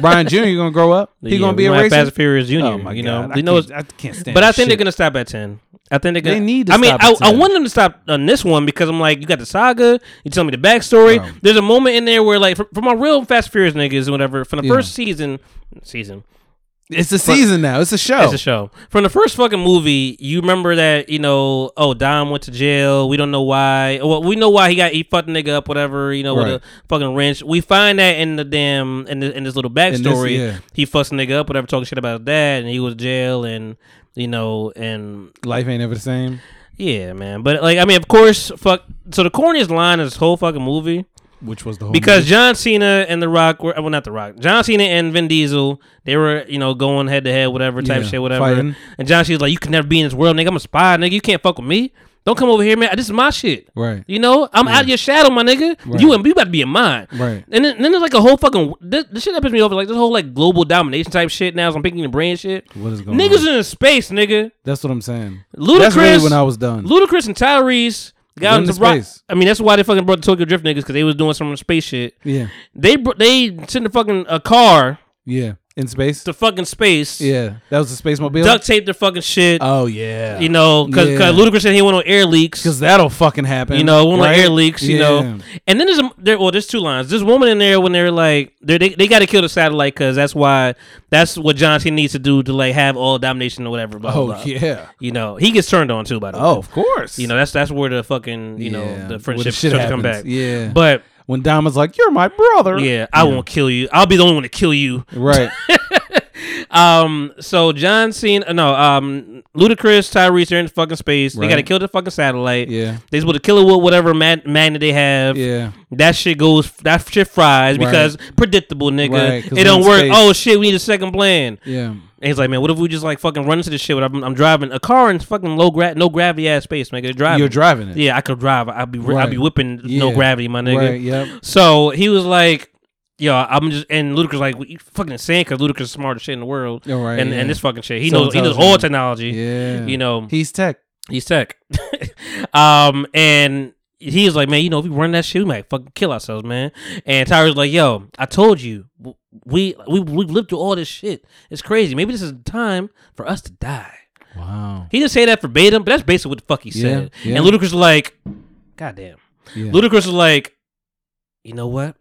B: Brian Jr. gonna grow up. He
A: Yeah,
B: gonna
A: we
B: be a
A: might have Fast and
B: racist. Oh
A: Furious Junior.
B: my
A: you
B: God,
A: know,
B: I
A: you know,
B: can't-
A: it's-
B: I can't stand.
A: but I
B: this
A: think they're
B: shit.
A: gonna stop at ten. I think they're gonna.
B: They need to
A: I mean,
B: stop
A: I,
B: at
A: I
B: 10.
A: want them to stop on this one because I'm like, you got the saga. You tell me the backstory.
B: Bro.
A: There's a moment in there where, like, for, for my real Fast and Furious niggas and whatever, from the first season, season,
B: It's a season now. It's a show.
A: it's a show. From the first fucking movie, you remember that you know, oh Dom went to jail. We don't know why. Well, we know why he got he fucked a nigga up, whatever. You know,
B: Right.
A: with a fucking wrench. We find that in the damn in, the, in this little
B: this,
A: backstory.
B: yeah.
A: He fucks a nigga up, whatever, talking shit about that, and he was jail, and you know, and
B: Life ain't ever the same.
A: yeah, man. But like, I mean, of course, fuck. So the corniest line in this whole fucking movie
B: Which was the whole
A: because
B: movie.
A: John Cena and The Rock were well, not The Rock. John Cena and Vin Diesel, they were you know going head to head, whatever type
B: Yeah,
A: shit, whatever.
B: fighting.
A: And John Cena's like, you can never be in this world, nigga. I'm a spy, nigga. You can't fuck with me. Don't come over here, man. This is my shit.
B: Right.
A: You know, I'm out of your shadow, my nigga. You and you about to be in mine.
B: Right.
A: And then, then there's like a whole fucking this, the shit that pissed me off. is, Like this whole like global domination type shit. Now, so I'm picking the brand shit.
B: What is going
A: Niggas
B: on?
A: in space, nigga.
B: That's what I'm saying.
A: Ludacris.
B: That's really when I was done.
A: Ludacris and Tyrese got
B: Went
A: into
B: to
A: rock.
B: space.
A: I mean, that's why they fucking brought the Tokyo Drift niggas because they was doing some space shit.
B: yeah,
A: They br- they sent a fucking a car
B: yeah. In space.
A: to fucking space.
B: yeah, that was the space mobile.
A: Duct tape their fucking shit.
B: Oh yeah.
A: you know, because
B: Yeah.
A: Ludacris said he went on air leaks.
B: Because that'll fucking happen.
A: You know, one
B: right?
A: of the air leaks. You
B: Yeah.
A: know, and then there's a there. Well, there's two lines. There's a woman in there when they're like they're, they they got to kill the satellite because that's why that's what John Cena needs to do to like have all domination or whatever. Blah,
B: Oh
A: blah.
B: yeah.
A: You know, he gets turned on too. By the
B: Oh,
A: way,
B: of course.
A: you know that's that's where the fucking you
B: Yeah,
A: know the
B: where
A: friendship
B: the shit
A: starts to come back.
B: happens. Yeah.
A: but
B: when Dama's like, "You're my brother."
A: yeah, I won't kill you. I'll be the only one to kill you.
B: Right.
A: Um, so John Cena, no, um, Ludacris, Tyrese, they're in fucking space. They
B: Right.
A: got to kill the fucking satellite.
B: Yeah.
A: They're supposed to kill it with whatever mag- magnet they have.
B: yeah.
A: That shit goes. That shit fries
B: Right.
A: because predictable, nigga.
B: Right, 'cause
A: it don't
B: we're
A: work.
B: in space.
A: Oh shit, we need a second plan.
B: Yeah.
A: And he's like, man, what if we just like fucking run into this shit? When I'm, I'm driving a car in fucking low gra- no gravity ass space, nigga. Driving.
B: You're driving it.
A: Yeah, I could drive. I'd be I'd
B: Right.
A: be whipping no
B: Yeah.
A: gravity, my nigga.
B: Right, yep.
A: So he was like, yo, I'm just and Ludacris like you fucking insane because Ludacris is the smartest shit in the world.
B: Yeah, right,
A: And
B: yeah.
A: and this fucking shit, he
B: So
A: knows he knows all
B: intelligent.
A: technology.
B: Yeah.
A: You know,
B: He's tech.
A: he's tech. um, and he was like, man, you know, if we run that shit, we might fucking kill ourselves, man. And Tyra's like, yo, I told you, w- we we we've lived through all this shit. It's crazy. Maybe this is the time for us to die.
B: Wow.
A: He didn't say that verbatim, but that's basically what the fuck he
B: Yeah,
A: said.
B: yeah.
A: And Ludacris was like, goddamn.
B: Yeah.
A: Ludacris was like, you know what?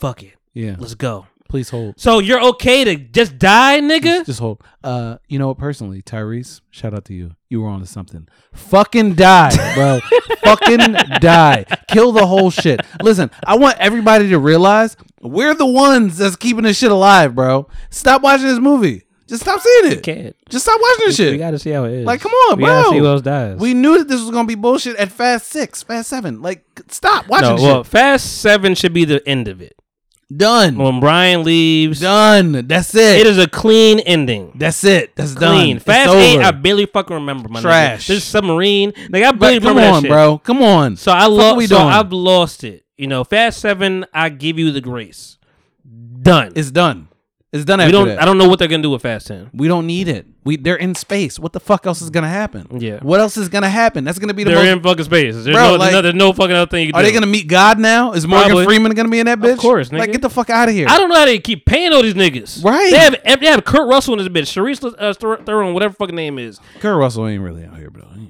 A: Fuck it.
B: yeah.
A: Let's go.
B: Please hold.
A: So you're okay to just die, nigga?
B: Just, just hold. Uh, you know what? Personally, Tyrese, shout out to you. You were onto something. Fucking die, bro. Fucking die. Kill the whole shit. Listen, I want everybody to realize we're the ones that's keeping this shit alive, bro. Stop watching this movie. Just stop seeing it.
A: can't.
B: Just stop watching this shit.
A: see how it is.
B: Like, come on,
A: we
B: bro.
A: gotta see who else dies.
B: We knew that this was gonna be bullshit at Fast Six, Fast Seven. Like, stop watching.
A: no,
B: this
A: well,
B: shit.
A: Fast Seven should be the end of it.
B: done,
A: When Brian leaves,
B: done. That's it.
A: it is a clean ending.
B: That's it. That's
A: Clean.
B: done. It's
A: Fast Eight,
B: over.
A: I barely fucking remember. My nigga.
B: Trash.
A: This submarine. Like I barely
B: But come
A: remember that
B: on,
A: shit.
B: bro. Come on.
A: So I
B: Fuck
A: love.
B: we
A: So
B: doing?
A: I've lost it. You know, Fast Seven. I give you the grace. Done.
B: It's done. It's done
A: we
B: after
A: don't.
B: that.
A: I don't know what they're gonna do with Fast Ten.
B: we don't need it. We they're in space. What the fuck else is gonna happen?
A: Yeah.
B: What else is gonna happen? That's gonna be the
A: They're
B: most.
A: in fucking space. There's,
B: Bro,
A: no,
B: like-
A: there's no fucking other thing you can
B: are
A: do.
B: they gonna meet God now? Is Morgan
A: Probably.
B: Freeman gonna be in that bitch?
A: course, nigga.
B: Like get the fuck out of here.
A: I don't know how they keep paying all these niggas.
B: Right.
A: They have ev- they have Kurt Russell in this bitch, Sharice uh, Thor- Theron, whatever fucking name is.
B: Kurt Russell ain't really out here, bro. He-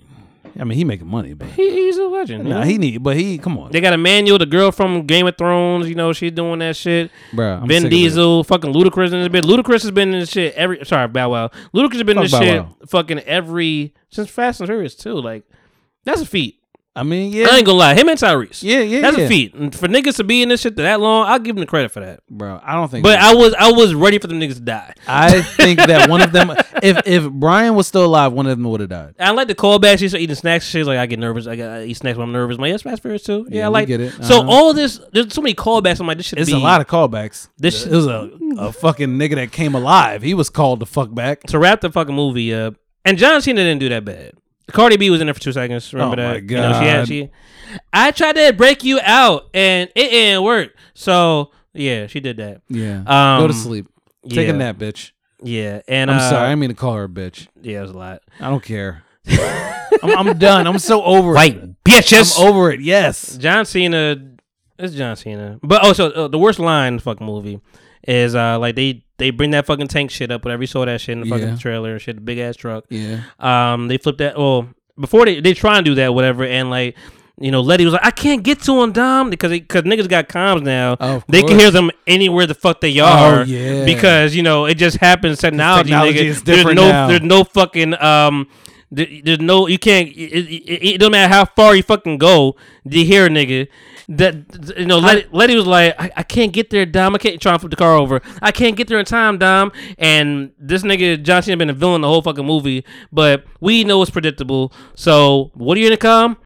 B: I mean, he making money, but
A: He, he's a legend. you
B: nah,
A: know?
B: he need. But he come on,
A: They got Emmanuel, the girl from Game of Thrones. You know she's doing that shit.
B: bro. I'm
A: ben
B: sick of
A: Diesel, fucking Ludacris in this bitch. Ludacris has been in this shit every. Sorry, Bow Wow. Ludacris has been in
B: Fuck
A: this
B: Bow
A: shit
B: Wow.
A: fucking every since Fast and Furious too. Like that's a feat.
B: it. I mean, yeah,
A: I ain't gonna lie. Him and Tyrese.
B: Yeah, yeah,
A: That's
B: yeah.
A: a feat. And for niggas to be in this shit that long, I'll give them the credit for that.
B: bro. I don't think.
A: But I was I was ready for them niggas to die.
B: I think that one of them, if if Brian was still alive, one of them would have died.
A: I like the callbacks. She's eating snacks. She's like, I get nervous. I, got, I eat snacks when I'm nervous. My yes, Fast Furious too. Yeah,
B: Yeah,
A: I
B: we
A: like
B: get it.
A: So
B: Uh-huh.
A: all this, there's so many callbacks. I'm like, this should
B: It's
A: be
B: a lot of callbacks.
A: This
B: This it was a, a fucking nigga that came alive. He was called the fuck back.
A: to wrap the fucking movie up. And John Cena didn't do that bad. Cardi B was in there for two seconds. Remember
B: Oh
A: that?
B: my
A: You know, she had
B: God.
A: she. I tried to break you out, and it didn't work. So yeah, she did that.
B: Yeah.
A: Um,
B: Go to sleep. Take a
A: yeah.
B: nap, bitch.
A: Yeah, and
B: I'm
A: uh,
B: sorry. I didn't mean to call her a bitch.
A: Yeah, it was a lot.
B: I don't care. I'm, I'm done. I'm so over it.
A: White bitches.
B: I'm over it. Yes.
A: John Cena. It's John Cena. But also uh, the worst line in the fucking movie is uh like they they bring that fucking tank shit up. Whatever you saw that shit in the fucking
B: Yeah.
A: trailer and shit, the big ass truck.
B: Yeah.
A: Um, they flip that. Well, before they they try and do that, whatever, and like. You know, Letty was like, I can't get to him, Dom, because because niggas got comms now.
B: Oh, of
A: they can
B: course. Oh,
A: hear them anywhere the fuck they are.
B: yeah.
A: Because you know it just happens. Technology,
B: technology
A: nigga.
B: is
A: there's
B: different
A: no,
B: now.
A: there's no fucking um. th- There's no you can't. It, it, it, it don't matter how far you fucking go. Do you hear, nigga? That you know, Letty, Letty was like, I, I can't get there, Dom. I can't try and flip the car over. I can't get there in time, Dom. And this nigga John Cena been a villain the whole fucking movie, but we know it's predictable. So what are you gonna come?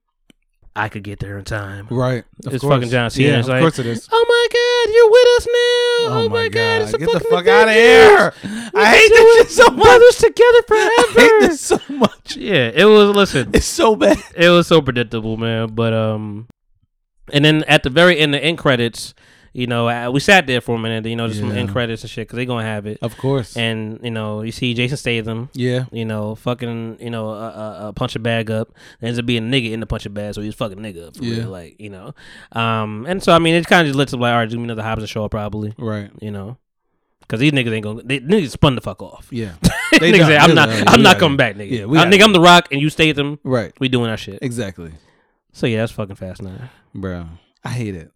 A: I could get there in time.
B: Right. Of
A: It's
B: course.
A: fucking John Cena.
B: Yeah,
A: It's
B: of
A: like,
B: course it is.
A: Oh my God, you're with us now. Oh, my God, it's a
B: Get the
A: fucking
B: fuck out of
A: Avengers.
B: here. I hate this shit so much.
A: Brothers together forever.
B: I hate this so much.
A: Yeah, it was. Listen,
B: It's so bad.
A: it was so predictable, man. But um, and then at the very end, the end credits. You know, I, we sat there for a minute. You know, just some
B: Yeah.
A: end credits and shit because they gonna have it.
B: Of course.
A: And you know, you see Jason Statham.
B: yeah.
A: You know, fucking, you know, uh, uh, uh, punch a bag up. There ends up being a nigga in the punch a bag, so he's fucking nigga up for
B: Yeah.
A: real, like you know. Um, and so I mean, it kind of just lets up like, all right, do me another Hobbs and Shaw probably,
B: Right.
A: you know, because these niggas ain't gonna, they niggas spun the fuck off.
B: Yeah. They
A: niggas
B: done.
A: say, I'm
B: They
A: not,
B: done.
A: I'm
B: We
A: not
B: outta
A: coming
B: here.
A: back, nigga.
B: Yeah, we
A: I,
B: outta
A: nigga, I'm the Rock, and you Statham.
B: Right.
A: We doing our shit.
B: Exactly.
A: So yeah, that's fucking fast nine.
B: Bro, I hate it.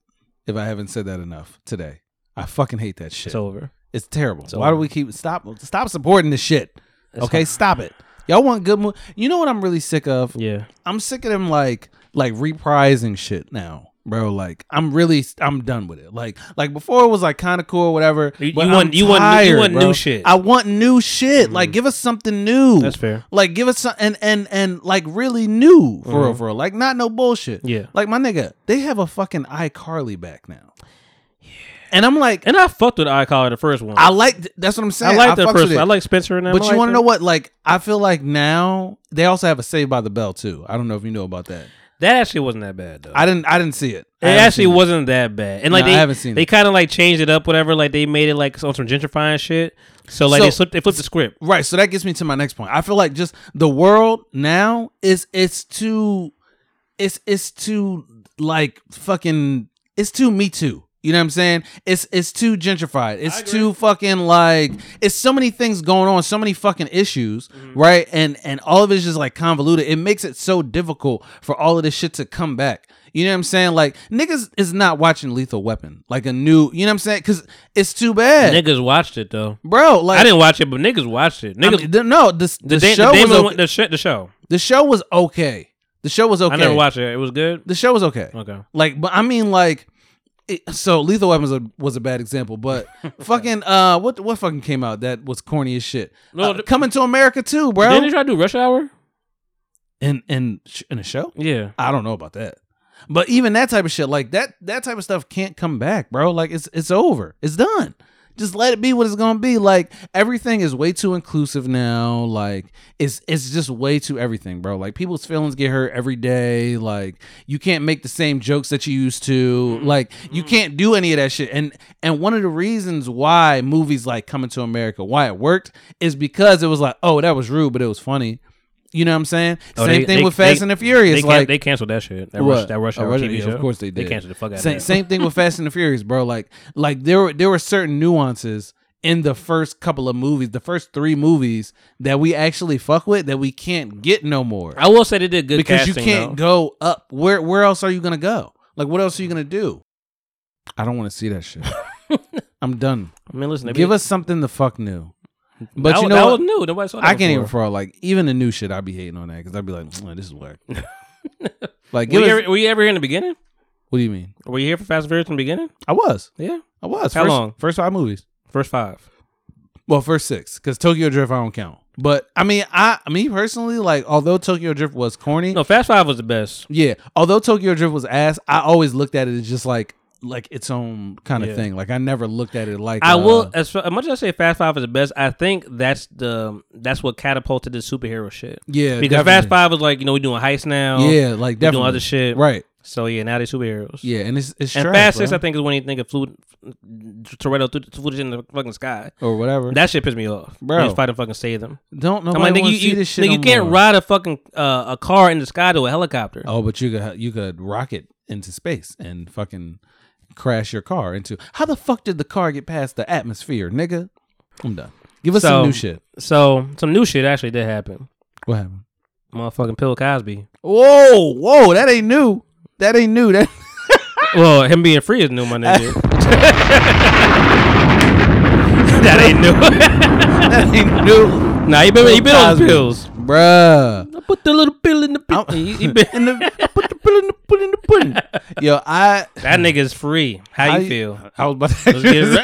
B: If I haven't said that enough today, I fucking hate that shit.
A: It's over.
B: it's terrible.
A: it's
B: Why do
A: over.
B: we keep stop stop supporting this shit?
A: It's
B: okay,
A: hard.
B: stop it. Y'all want good mo- You know what I'm really sick of?
A: Yeah,
B: I'm sick of them like like reprising shit now. Bro, like I'm really, I'm done with it. Like, like before it was like kind of cool, or whatever.
A: You-
B: but
A: you
B: I'm
A: want- you want new- you
B: tired,
A: want new
B: bro.
A: shit. Mm-hmm.
B: I want new shit. Like, give us something new.
A: That's fair.
B: Like, give us some and and and like really new for real, for real. Like, not no bullshit.
A: Mm-hmm. Yeah.
B: Like my nigga, they have a fucking iCarly back now. Yeah. And I'm like,
A: and I fucked with Eye Collar the first one.
B: I like that's what I'm
A: I
B: saying.
A: like the
B: fucks
A: first
B: with
A: one.
B: it.
A: I like Spencer and them.
B: But
A: I
B: you
A: like
B: want to
A: them.
B: know what? Like, I feel like now they also have a Save by the Bell too. I don't know if you know about that.
A: That actually wasn't that bad though.
B: I didn't. I didn't see it. I
A: it
B: haven't
A: actually
B: seen
A: wasn't that bad. And like
B: No, I
A: they
B: haven't seen
A: they
B: it.
A: kind of like changed it up, whatever. Like they made it like on some gentrifying shit. So like
B: So-
A: they slipped they flipped the script.
B: Right. So that gets me to my next point. I feel like just the world now is it's too it's it's too like fucking it's too me too. You know what I'm saying? It's it's too gentrified. It's too fucking like it's so many things going on, so many fucking issues,
A: Mm-hmm.
B: right? And and all of it's just like convoluted. It makes it so difficult for all of this shit to come back. You know what I'm saying? Like niggas is not watching Lethal Weapon, like a new. You know what I'm saying? Because it's too bad,
A: Niggas watched it though.
B: bro. Like
A: I didn't watch it, but niggas watched it.
B: I
A: Niggas
B: mean, the- no, the, the,
A: the, da-
B: show
A: the, Damon
B: was okay.
A: one- the, sh- the show.
B: the show was okay. The show was okay.
A: I never watched it. It was good.
B: The show was okay.
A: Okay.
B: Like, but I mean, like, it, so Lethal Weapons was a, was a bad example, but fucking uh, what what fucking came out that was corny as shit.
A: No,
B: Uh,
A: th-
B: coming to America too,
A: Didn't they
B: bro.
A: try to do Rush Hour?
B: In in sh- in a show,
A: Yeah.
B: I don't know about that. But even that type of shit, like that that type of stuff can't come back, bro. Like it's it's over. It's done. Just let it be what it's gonna be. Like everything is way too inclusive now. Like it's it's just way too everything, bro. Like people's feelings get hurt every day. Like you can't make the same jokes that you used to.
A: Mm-hmm.
B: Like you can't do any of that shit. And and one of the reasons why movies like Coming to America, why it worked, is because it was like, oh, that was rude, but it was funny. You know what I'm saying?
A: Oh,
B: same
A: they-
B: thing
A: they-
B: with Fast
A: they-
B: and the Furious.
A: They, can-
B: like
A: they canceled that shit. That
B: What?
A: Rush, that Rush
B: Oh,
A: Hour
B: Rush-
A: TV
B: yeah,
A: show.
B: of course they did.
A: They canceled the fuck out of
B: same,
A: that.
B: same thing with Fast and the Furious, bro. Like, like there were there were certain nuances in the first couple of movies, the first three movies that we actually fuck with that we can't get no more
A: I will say they did good
B: because
A: casting,
B: you can't
A: though.
B: go up. Where where else are you gonna go? Like, what else are you gonna do? I don't want to see that shit. I'm done.
A: I mean, listen, they
B: Give
A: be-
B: us something the fuck new. But
A: that,
B: you
A: was-
B: know,
A: that was
B: what?
A: new. Nobody saw that.
B: I can't even
A: before.
B: fraud. Like even the new shit, I'd be hating on that because I'd be like, "Mm, this is whack. like,
A: Were
B: give
A: you,
B: us,
A: ever, were you ever here in the beginning?
B: what do you mean?
A: Were you here for Fast and Furious in the beginning?
B: I was.
A: Yeah.
B: I was.
A: How
B: first,
A: long?
B: First five movies.
A: First five.
B: Well, first six, because Tokyo Drift I don't count. But I mean, I me personally, like, although Tokyo Drift was corny,
A: No, Fast Five was the best.
B: yeah, although Tokyo Drift was ass, I always looked at it as just like like its own kind of
A: Yeah.
B: thing. Like I never looked at it like
A: I
B: uh,
A: will, as, fa- as much as I say Fast Five is the best, I think that's the that's what catapulted the superhero shit.
B: Yeah,
A: because
B: definitely.
A: Fast Five was like you know we doing heists now.
B: Yeah, like
A: we
B: definitely
A: doing other shit.
B: Right.
A: So yeah, now they superheroes.
B: Yeah, and it's it's
A: And
B: trash,
A: Fast Six,
B: bro.
A: I think, is when he think it flew Toretto through, flew in the fucking sky.
B: or whatever.
A: That shit pissed me off.
B: Bro.
A: Bro, he's fighting fucking save them.
B: don't
A: I'm
B: nobody
A: like, nigga,
B: want
A: you,
B: to see
A: you,
B: this shit.
A: nigga, you
B: no
A: can't
B: more.
A: ride a fucking uh, a car in the sky to a helicopter.
B: Oh, but you could you could rocket into space and fucking crash your car into. How the fuck did the car get past the atmosphere, nigga? I'm done. Give us some new shit.
A: So some new shit actually did happen.
B: What happened?
A: Motherfucking Bill Cosby.
B: Whoa, whoa, that ain't new. That ain't new. That
A: Well, him being free is new, my nigga. that ain't new.
B: that ain't new,
A: nah, he been he been on
B: Cosby.
A: pills.
B: bruh.
A: I put the little pill in the pill.
B: I'm-
A: He, he been,
B: In the, I put the pill in the pudding in the pudding. Yo, I
A: that nigga's free. How you feel?
B: I was about
A: Let's get it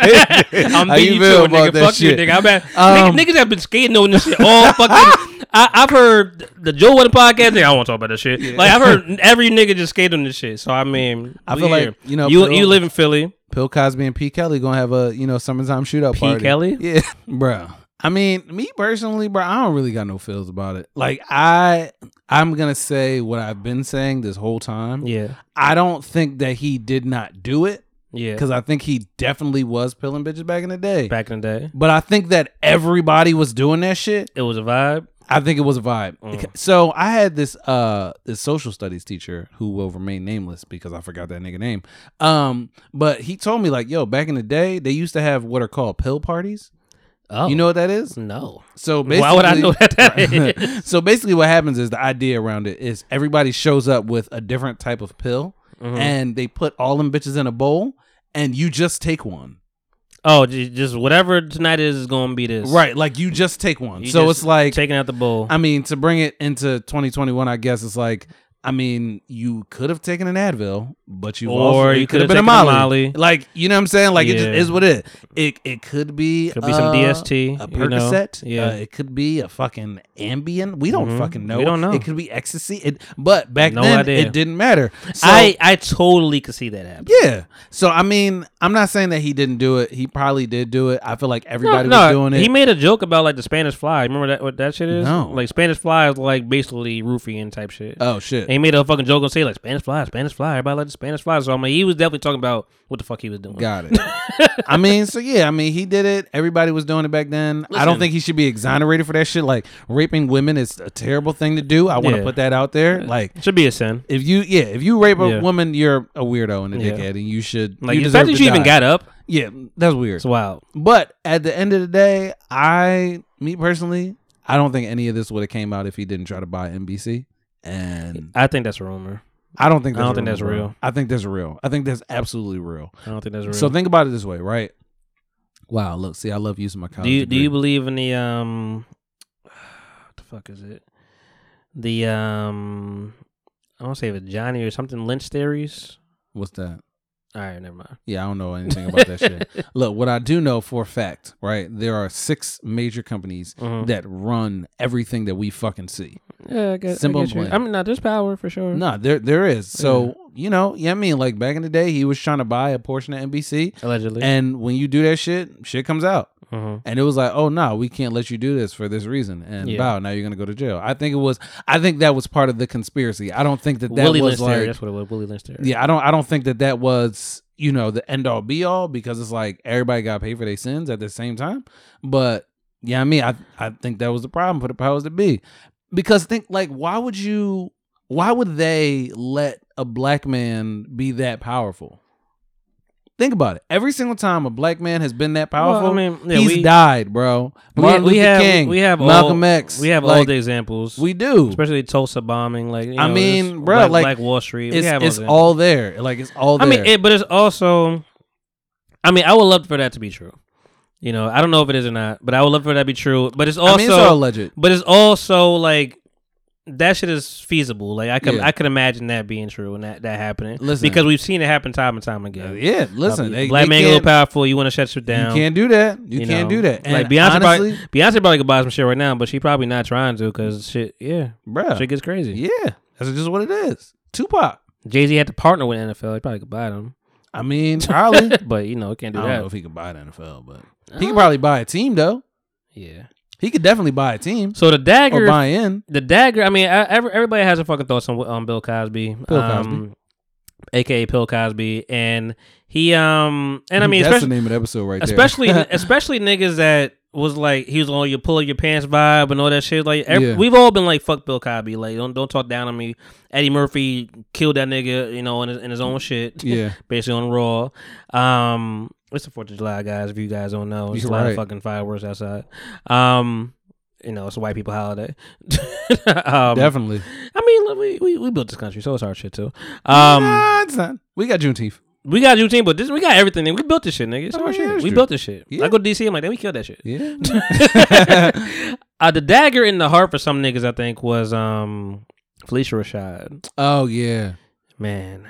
A: right. I'm
B: How
A: beating
B: you
A: you
B: feel
A: to it,
B: about
A: nigga.
B: that
A: Fuck
B: shit?
A: you, nigga. I'm bad.
B: Um,
A: nigga, niggas have been skating on this shit all fucking. I, I've heard the Joe Weather podcast. Nigga, I don't want to talk about that shit. Like I've heard every nigga just skate on this shit. So I mean,
B: I
A: we
B: feel like,
A: here.
B: you know,
A: you
B: Bill-
A: you live in Philly.
B: Bill Cosby and P. Kelly gonna have a you know summertime shootout
A: P.
B: party.
A: Kelly?
B: yeah, bro. I mean, me personally, bro, I don't really got no feels about it. Like I, I'm gonna say what I've been saying this whole time.
A: Yeah,
B: I don't think that he did not do it
A: yeah.
B: because I think he definitely was pilling bitches back in the day.
A: Back in the day,
B: But I think that everybody was doing that shit.
A: it was a vibe.
B: I think it was a vibe.
A: Mm.
B: So I had this uh this social studies teacher who will remain nameless because I forgot that nigga name. Um, but he told me like, yo, back in the day, they used to have what are called pill parties.
A: Oh,
B: You know what that is?
A: no.
B: So basically,
A: Why would I know that? that is?
B: so basically, what happens is the idea around it is everybody shows up with a different type of pill,
A: Mm-hmm.
B: and they put all them bitches in a bowl, and you just take one.
A: Oh, j- just whatever tonight is is gonna be this.
B: Right, like you just take one.
A: You
B: so
A: just
B: it's like
A: taking out the bowl.
B: I mean, to bring it into 2021, I guess it's like, I mean, you could have taken an Advil, but you
A: Or
B: also,
A: you
B: it could have
A: could
B: been a
A: have
B: Molly.
A: taken a Molly.
B: Like, you know what I'm saying? Like, it just
A: Yeah.
B: is what it. It it could be
A: Could be some
B: uh,
A: DST,
B: a
A: you know?
B: Percocet.
A: Yeah. Mm-hmm.
B: Uh, it could be a fucking Ambien. We don't fucking know.
A: We don't know.
B: It could be ecstasy. It, but back
A: No
B: then,
A: idea.
B: it didn't matter. So,
A: I I totally could see that happen.
B: yeah. So I mean, I'm not saying that he didn't do it. He probably did do it. I feel like everybody was doing it.
A: He made a joke about like the Spanish fly. Remember that what that shit is?
B: No.
A: Like Spanish fly is like basically roofing type shit.
B: oh shit.
A: and They made a fucking joke and say like Spanish fly, Spanish fly. Everybody like the Spanish fly. So I mean, he was definitely talking about what the fuck he was doing.
B: Got it. I mean, so yeah, I mean, he did it. Everybody was doing it back then. I
A: Listen.
B: don't think he should be exonerated for that shit. Like raping women is a terrible thing to do. I want to
A: Yeah.
B: put that out there. Like
A: Should be a sin.
B: if you, yeah, if you rape a
A: Yeah.
B: woman, you're a weirdo and a
A: Yeah.
B: dickhead, and you should.
A: Like
B: you
A: the
B: deserve
A: fact that
B: to
A: you even
B: die.
A: got up,
B: Yeah, that's weird.
A: it's wild.
B: But at the end of the day, I, me personally, I don't think any of this would have came out if he didn't try to buy NBC. And
A: I think that's a rumor.
B: I don't think
A: I
B: that's
A: don't think that's
B: bro.
A: real.
B: I think that's real. I think that's absolutely real.
A: I don't think that's real.
B: So think about it this way, right? Wow, look, see, I love using my college.
A: do you do
B: degree.
A: you believe in the um what the fuck is it the um i don't say if it's johnny or something lynch theories
B: What's that?
A: all right never mind
B: Yeah, I don't know anything about that shit. Look, what I do know for a fact, right? There are six major companies
A: Mhm.
B: that run everything that we fucking see.
A: yeah i guess
B: Simple and plain.
A: i mean not there's power for sure
B: No, there there is. So you know, yeah, I mean, like back in the day, he was trying to buy a portion of NBC,
A: allegedly
B: and when you do that shit, shit comes out.
A: Mhm.
B: And it was like, oh no, we can't let you do this for this reason. And
A: Yeah.
B: wow, now you're gonna go to jail. I think it was. I think that was part of the conspiracy. I don't think that that
A: willie lynch
B: was
A: theory
B: like.
A: that's what it was willie lynch theory
B: Yeah, I don't. I don't think that that was you know the end all be all because it's like everybody got paid for their sins at the same time. But yeah, I mean, I I think that was the problem for the powers that be because think like why would you why would they let a black man be that powerful? Think about it. Every single time a black man has been that
A: Well, I
B: powerful,
A: mean, yeah,
B: he's
A: we-
B: died, bro. Martin
A: we, we
B: Luther
A: have
B: King,
A: we have
B: Malcolm
A: all,
B: X.
A: we have all
B: like,
A: the examples
B: We do.
A: especially tulsa bombing like you
B: I
A: know,
B: mean,
A: this
B: bruh,
A: Black-
B: like,
A: Black wall street we
B: It's,
A: have
B: it's
A: those
B: all there. Like it's all there.
A: I mean, it, but it's also, I mean, I would love for that to be true. You know, I don't know if it is or not, but I would love for that to be true. But it's also,
B: I mean, it's all alleged.
A: but it's also like that shit is feasible. Like I can,
B: Yeah.
A: I could imagine that being true and that that happening.
B: Listen.
A: because we've seen it happen time and time again.
B: Yeah, listen, they,
A: black
B: they
A: man get a
B: can't-
A: little powerful. You want to shut shit down.
B: You can't do that. You, can't
A: know?
B: do that. And
A: like Beyonce,
B: honestly,
A: probably, Beyonce probably could buy some shit right now, but she probably not trying to because shit. Yeah,
B: bruh,
A: shit gets crazy.
B: yeah, that's just what it is. Tupac.
A: Jay Z had to partner with NFL. He probably could buy them,
B: I mean, probably. I
A: but you know, Uh-huh. it can't do
B: don't
A: that.
B: know if he could buy the NFL, but he could probably buy a team though.
A: yeah.
B: He could definitely buy a team
A: So the
B: or
A: dagger
B: buy in.
A: the dagger. I mean, I, every, everybody has a fucking thoughts on on Bill Cosby,
B: Bill
A: um, aka Bill Cosby, and he um and I mean
B: that's
A: especially
B: the name of the episode right there.
A: especially especially niggas that was like he was on your pull your pants vibe and all that shit. Like ev-
B: Yeah.
A: we've all been like fuck Bill Cosby. Like don't don't talk down on me. Eddie Murphy killed that nigga, you know, in his, in his own shit.
B: Yeah.
A: basically on Raw. Um, it's the Fourth of July, guys. If you guys don't know, it's
B: You're
A: a lot
B: right.
A: of fucking fireworks outside. Um, you know, it's a white people holiday. um,
B: definitely.
A: I mean, look, we, we we built this country, so it's our shit too. Um,
B: nah, it's not. We got Juneteenth.
A: we got Juneteenth, but this we got everything. nigga. We built this shit, nigga. It's
B: I
A: our
B: mean,
A: shit.
B: it's
A: We
B: Oh, true.
A: built this shit.
B: Yeah.
A: I go to DC. I'm like, then we killed that shit.
B: Yeah,
A: uh, the dagger in the heart for some niggas, I think, was um Felicia Rashad.
B: oh yeah,
A: Man.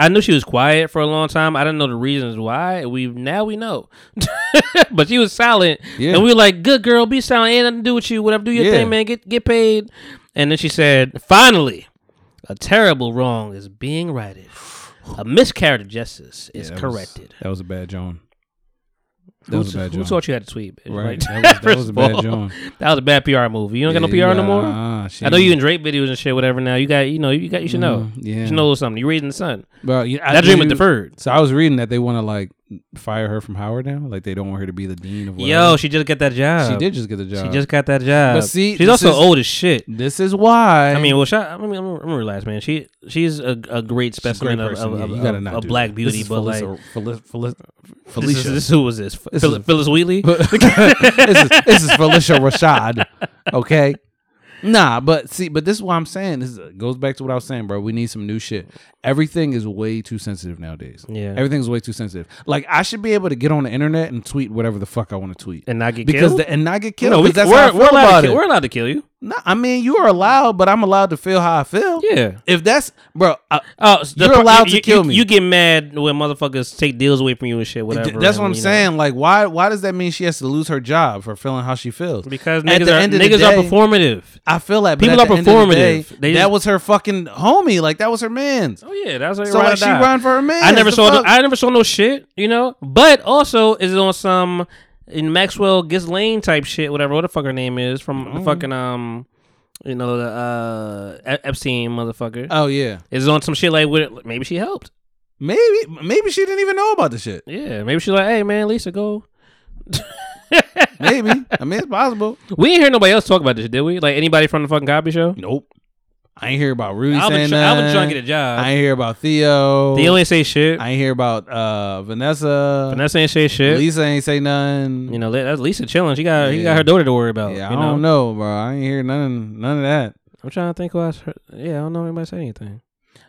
A: I knew she was quiet for a long time. I didn't know the reasons why. We now we know, but she was silent,
B: Yeah.
A: and we were like, "Good girl, be silent. Ain't nothing to do with you. Whatever, do your
B: Yeah.
A: thing, man. Get get paid." And then she said, "Finally, a terrible wrong is being righted. A miscarriage of justice is
B: that was-
A: corrected."
B: that was a bad John. That
A: Who,
B: was a bad
A: who
B: John.
A: taught you how to tweet? bitch?
B: Right,
A: Like,
B: that was, that
A: first
B: was a
A: of
B: bad
A: all,
B: John.
A: That was a bad PR move. You don't got no PR no more.
B: ah,
A: I know you in Drake videos and shit, whatever. Now you got, you know, you got, you should know.
B: Mm-hmm, Yeah,
A: You should know a little something. You're reading the sun.
B: Bro, you, I
A: that dream was
B: literally-
A: deferred.
B: So I was reading that they want to like fire her from Howard now. Like they don't want her to be the dean of. Whatever.
A: Yo, she just got that job.
B: she did just get the job.
A: She just got that job.
B: But see,
A: she's
B: this
A: also
B: is-
A: old as shit.
B: This is why.
A: I mean, well, shot. I mean, I'm, I'm gonna relax, man. She she's a, a great
B: She's a great
A: specimen of,
B: person.
A: of,
B: Yeah,
A: of,
B: you gotta
A: of-
B: not
A: of
B: do
A: black
B: that.
A: beauty,
B: This is
A: but like
B: Felissa-
A: this
B: Feli- Feli-
A: is-
B: Felicia.
A: this, who was this?
B: This
A: Phil-
B: is-
A: Phyllis Wheatley.
B: this, is, this is Felicia Rashad. Okay. Nah, but see, but this is what I'm saying. This is, goes back to what I was saying, bro. We need some new shit. Everything is way too sensitive nowadays.
A: Yeah.
B: Everything's way too sensitive. Like I should be able to get on the internet and tweet whatever the fuck I want to tweet.
A: And not get
B: because
A: killed?
B: the, and not get
A: You
B: killed.
A: know, we,
B: 'cause that's
A: we're,
B: how I feel
A: we're allowed
B: about
A: to
B: it.
A: kill, we're allowed to kill you.
B: No, I mean you are allowed, but I'm allowed to feel how I feel.
A: Yeah.
B: If that's bro, uh, I,
A: Oh, so the
B: You're
A: pro-
B: allowed to
A: you-
B: kill
A: you-
B: me.
A: You get mad when motherfuckers take deals away from you and shit. Whatever.
B: th- that's
A: and,
B: what I'm
A: you know.
B: saying. Like, why? Why does that mean she has to lose her job for feeling how she feels?
A: Because
B: At
A: niggas,
B: the
A: are,
B: end of the
A: niggas are
B: day-
A: performative.
B: I feel that but
A: People are
B: at the end of the
A: performative.
B: day,
A: They
B: that
A: just-
B: was her fucking homie. Like that was her man's.
A: Oh yeah, that's like
B: So
A: ride or
B: like she
A: die.
B: run for her man.
A: I never
B: The
A: saw. No,
B: fuck?
A: I never saw no shit. You know. But also, is it on some
B: Mm-hmm.
A: in Maxwell Ghislaine type shit? Whatever. What the fuck her name is from the fucking um you know, the uh, Ep- Epstein motherfucker.
B: Oh yeah,
A: is on some shit like with maybe she helped.
B: maybe maybe she didn't even know about the shit.
A: Yeah, maybe she's like, hey man, Lisa, go.
B: Maybe I mean it's possible.
A: We didn't hear nobody else talk about this, did we? Like anybody from the fucking copy show?
B: Nope. I ain't hear about Rudy
A: I
B: saying
A: was, tr-
B: that.
A: I was trying to get a job.
B: I ain't hear about Theo.
A: they only say shit.
B: I ain't hear about uh, Vanessa.
A: Vanessa ain't say shit.
B: Lisa ain't say nothing.
A: You know, that- that's Lisa chilling. She got she
B: Yeah.
A: got her daughter to worry about.
B: yeah, I
A: you know?
B: don't know, bro. I ain't hear none none of that.
A: I'm trying to think who else. Heard. Yeah, I don't know anybody say anything.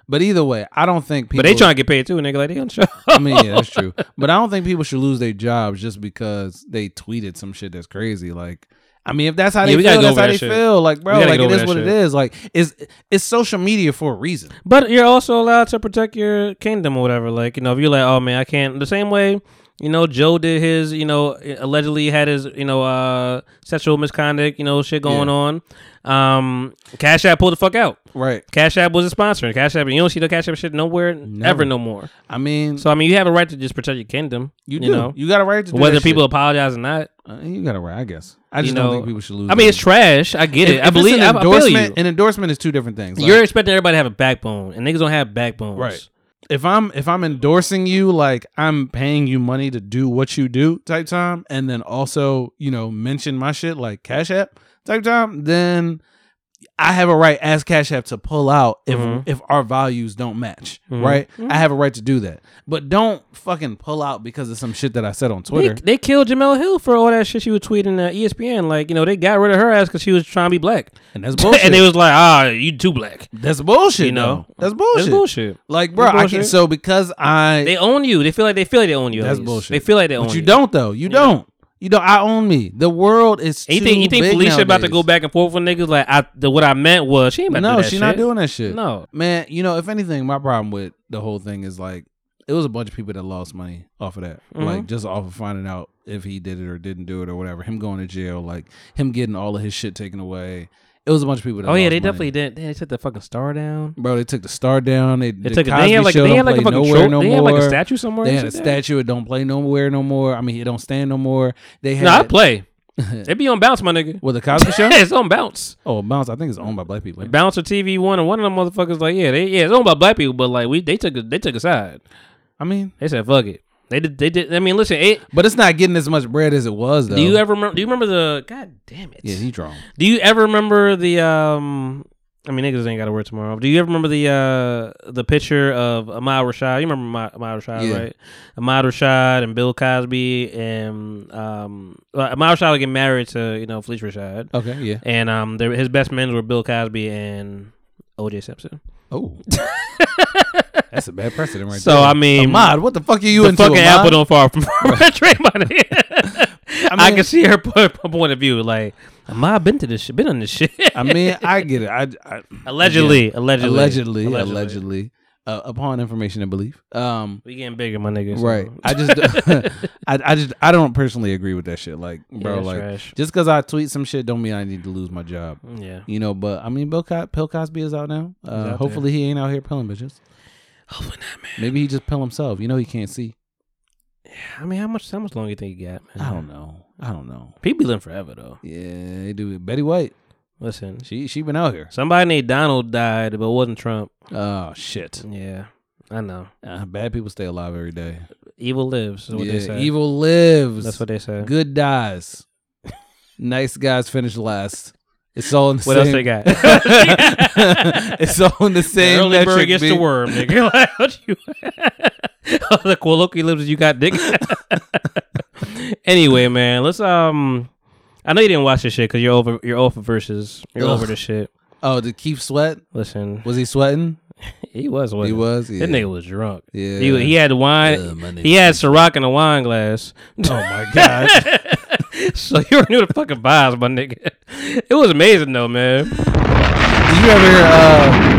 B: But either way, I don't think people.
A: But they trying to get paid too, nigga. Like they on the show.
B: I mean, yeah, that's true. But I don't think people should lose their jobs just because they tweeted some shit that's crazy. Like, I mean, if that's how
A: Yeah,
B: they
A: we
B: feel,
A: gotta go
B: that's
A: over
B: how
A: that
B: they
A: shit.
B: feel. Like, bro,
A: We gotta
B: like
A: get
B: it
A: over
B: is
A: that
B: what it
A: shit.
B: is. Like, it's it's social media for a reason.
A: But you're also allowed to protect your kingdom or whatever. Like, you know, if you're like, oh man, I can't. The same way, you know, Joe did his, you know, allegedly had his, you know, uh sexual misconduct, you know, shit going on. Um Cash App pulled the fuck out.
B: Right.
A: Cash App was a sponsor. Cash App, you don't see the Cash App shit nowhere, ever no more.
B: I mean,
A: So I mean, you have a right to just protect your kingdom.
B: you do. You,
A: know,
B: got a right to do
A: whether
B: that
A: people
B: shit.
A: apologize or not.
B: Uh, you got a right, I guess. I just
A: you
B: don't
A: know,
B: think people should lose.
A: I mean,
B: their-
A: it's trash. I get
B: Mm-hmm. If-
A: it.
B: if
A: I
B: it's
A: believe. I,
B: an
A: I feel
B: endorsement.
A: you.
B: An endorsement is two different things. Like,
A: You're expecting everybody to have a backbone, and niggas don't have backbones.
B: Right. if I'm if I'm endorsing you, like I'm paying you money to do what you do type time, and then also you know mention my shit like Cash App type time, then I have a right as Cash App to pull out if
A: Mhm.
B: if our values don't match,
A: Mm-hmm.
B: right? I have a right to do that, but don't fucking pull out because of some shit that I said on
A: They,
B: Twitter.
A: they killed Jamel Hill for all that shit she was tweeting at E ESPN. Like, you know, they got rid of her ass because she was trying to be black.
B: and that's bullshit.
A: and they was like, ah, you too black.
B: that's bullshit.
A: You know?
B: though. that's bullshit.
A: That's bullshit.
B: Like, bro,
A: That's
B: I can
A: bullshit.
B: so because I
A: They own you. They feel like they feel like they own you. at
B: That's
A: least.
B: bullshit.
A: They feel like they own
B: But you
A: you.
B: don't though. You don't. You don't. I own me. The world is.
A: And you
B: too
A: think you think
B: big
A: Felicia about to
B: nowadays.
A: go back and forth with niggas? Like, I the, what I meant was she ain't about to do
B: No,
A: that
B: she's not
A: shit.
B: doing that shit.
A: No.
B: man. You know, if anything, my problem with the whole thing is like it was a bunch of people that lost money off of that,
A: Mm-hmm.
B: like just off of finding out if he did it or didn't do it or whatever. Him going to jail, like him getting all of his shit taken away. It was a bunch of people. that
A: Oh yeah,
B: lost
A: they
B: money.
A: definitely did. They took the fucking star down.
B: Bro, they took the star down. They,
A: They
B: the
A: took it.
B: Cosby
A: They had like
B: show
A: they
B: don't
A: had like a
B: play
A: fucking tro-
B: nowhere no
A: They had like a
B: more.
A: statue somewhere.
B: They
A: and
B: had a
A: shit there?
B: statue. It don't play nowhere no more. I mean, it don't stand no more. They had
A: No, I play. it be on bounce, my nigga.
B: Well, the Cosby Show?
A: Yeah, it's on bounce.
B: Oh, Bounce. I think it's owned by black people.
A: Bounce or TV one, and one of them motherfuckers like, yeah, they yeah, it's owned by black people, but like we they took a, they took a side.
B: I mean,
A: They said fuck it. They did they did. I mean, listen, it,
B: but it's not getting as much bread as it was though.
A: do you ever remember? Do you remember the? God damn it!
B: Yeah, he drawn.
A: do you ever remember the? um I mean, niggas ain't got to work tomorrow. Do you ever remember the uh the picture of Ahmad Rashad? You remember Ahmad, Ahmad Rashad,
B: Yeah.
A: right? Ahmad Rashad and Bill Cosby and um well, Ahmad Rashad would get married to you know Felicia Rashad.
B: Okay, yeah.
A: And um, their, his best men were Bill Cosby and O.J. Simpson.
B: Oh, that's a bad precedent right
A: So
B: there.
A: I mean,
B: Ahmad, what the fuck are you
A: the
B: into?
A: fucking
B: Ahmad?
A: apple don't fall from my tree money. I,
B: mean-
A: can see her po- po- point of view. Like, Ahmad been to this shit, been on this shit.
B: I mean, I get it. I, I
A: allegedly, allegedly,
B: allegedly, allegedly, uh, upon information and belief. Um,
A: We getting bigger, my nigga. so-
B: right. I just, I, I just, I don't personally agree with that shit. Like,
A: Yeah,
B: bro,
A: it's
B: like,
A: trash.
B: just because I tweet some shit, don't mean I need to lose my job.
A: mm, Yeah.
B: You know, but I mean, Bill, Co- Bill Cosby is out now. Uh,
A: there.
B: hopefully, he ain't out here pilling bitches.
A: Hopefully not, man.
B: Maybe he just pill himself. You know, he can't see.
A: I mean, how much, how much longer you think you got, man?
B: I don't know. I don't know.
A: People be living forever though.
B: Yeah, they do. it. Betty White,
A: Listen,
B: she she been out here.
A: somebody named Donald died, but it wasn't Trump.
B: Oh shit!
A: Yeah, I know.
B: Uh, bad people stay alive every day.
A: Evil lives. Is what they
B: Yeah,
A: say.
B: evil lives.
A: That's what they say.
B: Good dies. nice guys finish last. It's all in the
A: What
B: same.
A: else they got?
B: it's all in the same.
A: the early
B: metric,
A: bird gets
B: B.
A: the worm, nigga. Like, what you? the colloquialisms you got, nigga. anyway, man, let's um. I know you didn't watch this shit because you're over. You're over versus. You're
B: Ugh.
A: over this shit.
B: Oh, did Keith sweat?
A: Listen,
B: Was he sweating?
A: he was. Wasn't
B: He was. Yeah.
A: That nigga was drunk.
B: Yeah.
A: He, he had wine.
B: Yeah, my nigga.
A: he had Ciroc in a wine glass.
B: Oh my god.
A: so you already knew the fucking vibes, my nigga. It was amazing though, man.
B: Did you ever hear? Uh,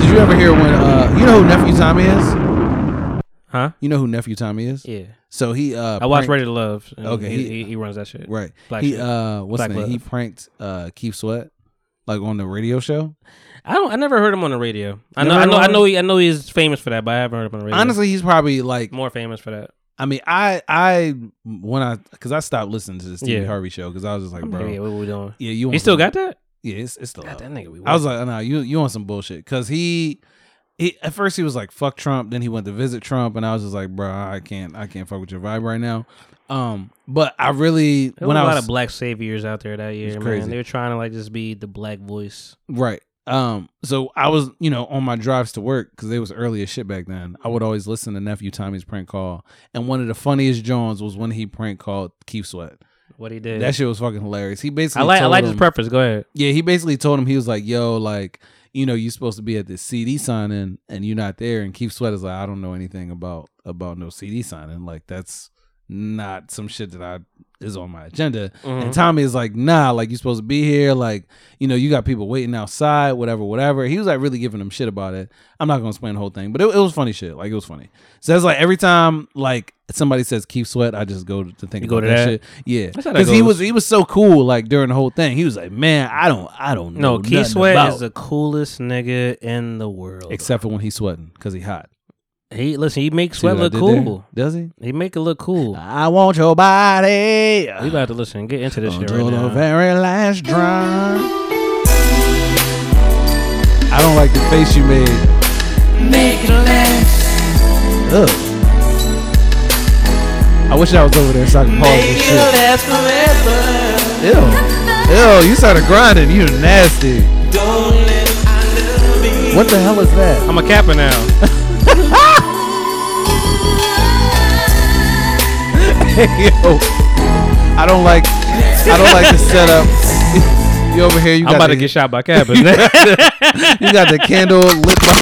B: did you ever hear when? Uh, you know who nephew Tommy is?
A: Huh?
B: You know who nephew Tommy is?
A: Yeah.
B: So he. Uh,
A: I watched
B: pranked-
A: Ready to Love. and
B: Okay,
A: He,
B: he-
A: he, he runs that shit.
B: Right.
A: Black
B: he
A: shit.
B: uh, what's
A: Black
B: his name? He
A: love.
B: pranked uh Keith Sweat, like on the radio show.
A: I don't. I never heard him on the radio. I
B: Never
A: know. I
B: heard
A: know.
B: him
A: I
B: on the-
A: know. He, I know he's famous for that, but I haven't heard him on the radio.
B: Honestly, he's probably like.
A: more famous for that.
B: I mean, I I when I because I stopped listening to the Steve
A: Yeah.
B: Harvey show because I was just like,
A: I'm
B: bro,
A: like, yeah, what we doing?
B: yeah, you.
A: He
B: want
A: still
B: some-
A: got that?
B: Yeah, it's, it's still
A: God,
B: up.
A: that nigga be
B: I was like, nah, you you on some bullshit because he. He, at first he was like fuck Trump, then he went to visit Trump, and I was just like, bro, I can't, I can't fuck with your vibe right now. Um, but I really
A: There was
B: when
A: a
B: I was
A: lot of black saviors out there that year,
B: crazy.
A: man. They were trying to like just be the black voice.
B: Right. Um. So I was, you know, on my drives to work because they was early as shit back then. I
A: Mm-hmm.
B: would always listen to nephew Tommy's prank call, and one of the funniest Johns was when he prank called Keith Sweat.
A: What he did.
B: That shit was fucking hilarious. He basically,
A: I like I
B: told
A: like
B: him,
A: his preference. Go ahead.
B: Yeah, he basically told him he was like, "Yo, like, you know, you supposed to be at this CD signing, and you're not there." And Keith Sweat is like, "I don't know anything about about no CD signing. Like, that's not some shit that I is on my agenda."
A: Mm-hmm.
B: And Tommy is like, nah, like you supposed to be here. Like, you know, you got people waiting outside, whatever, whatever. He was like really giving them shit about it. I'm not gonna explain the whole thing, but it, it was funny shit. Like it was funny. So that's like every time like somebody says keep sweat, I just go to to think
A: You go
B: about
A: to
B: that,
A: that?
B: shit. Yeah.
A: how that
B: Because he
A: goes.
B: was he was so cool like during the whole thing. He was like, Man, I don't I don't know.
A: No, Keith
B: nothing
A: Sweat
B: about-
A: is the coolest nigga in the world.
B: except for when he's sweating because he hot.
A: he listen, he makes
B: See what
A: Sweat
B: I
A: look
B: did there? Ah.
A: cool.
B: Does he?
A: He make it look cool.
B: I want your body.
A: we about to listen. Get into this shit
B: Until
A: right now.
B: the very last drum. I don't like the face you made.
F: Make it last.
B: Ugh. I wish I was over there so I could pause
F: Make
B: this
F: it
B: shit.
F: last forever.
B: Ew. Ew, you started grinding. You nasty. What the hell is that?
A: I'm a capper now.
B: Yo. I don't like I don't like the setup. You over here, you
A: I'm
B: got
A: about
B: the,
A: to get shot by cappers. the
B: you got the candle lit by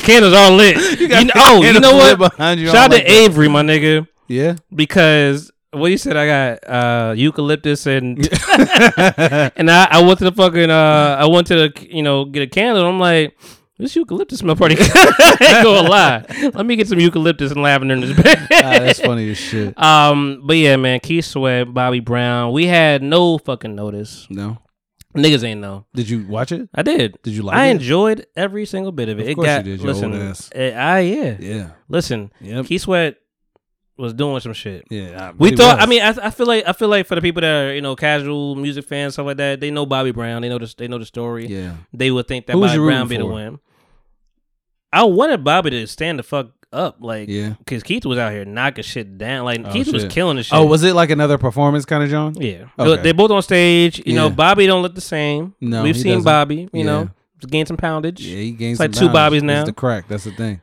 A: candles all lit. You
B: got
A: kn-
B: the
A: oh, you
B: candle
A: know
B: lit
A: what?
B: behind you. I
A: Shout out
B: don't
A: to
B: like that.
A: Avery, my nigga,
B: Yeah.
A: because what you said, I got uh, eucalyptus and and I, I went to the fucking uh, I went to the you know get a candle. I'm like. This eucalyptus smell pretty good. I ain't gonna lie. Let me get some eucalyptus and lavender in this bed.
B: Ah, that's funny as shit.
A: Um, but yeah, man, Keith Sweat, Bobby Brown, we had no fucking notice.
B: No.
A: Niggas ain't know.
B: Did you watch it?
A: I did.
B: Did you like
A: I
B: it?
A: enjoyed every single bit of it.
B: Of
A: it
B: course
A: got
B: you did, you
A: listen.
B: old ass.
A: eh, I yeah.
B: Yeah.
A: Listen,
B: Yep.
A: Keith Sweat was doing some shit.
B: Yeah. I-
A: We
B: he
A: thought.
B: was.
A: I mean, I, I feel like I feel like for the people that are you know casual music fans stuff like that, they know Bobby Brown. They know the they know the story.
B: Yeah.
A: They would think that
B: Who was
A: Bobby
B: you rooting
A: Brown be the
B: for?
A: win. I wanted Bobby to stand the fuck up, like,
B: Yeah.
A: because Keith was out here knocking shit down. Like
B: Oh,
A: Keith was
B: shit.
A: killing the shit.
B: Oh, was it like another performance kind of John?
A: Yeah,
B: Okay.
A: they're both on stage. You know,
B: Yeah.
A: Bobby don't look the same.
B: No,
A: we've
B: he
A: seen
B: doesn't.
A: Bobby. You
B: Yeah.
A: know, gain some poundage.
B: Yeah, he gained
A: It's like
B: some
A: two
B: knowledge.
A: Bobbies
B: It's
A: now.
B: the crack. That's the thing.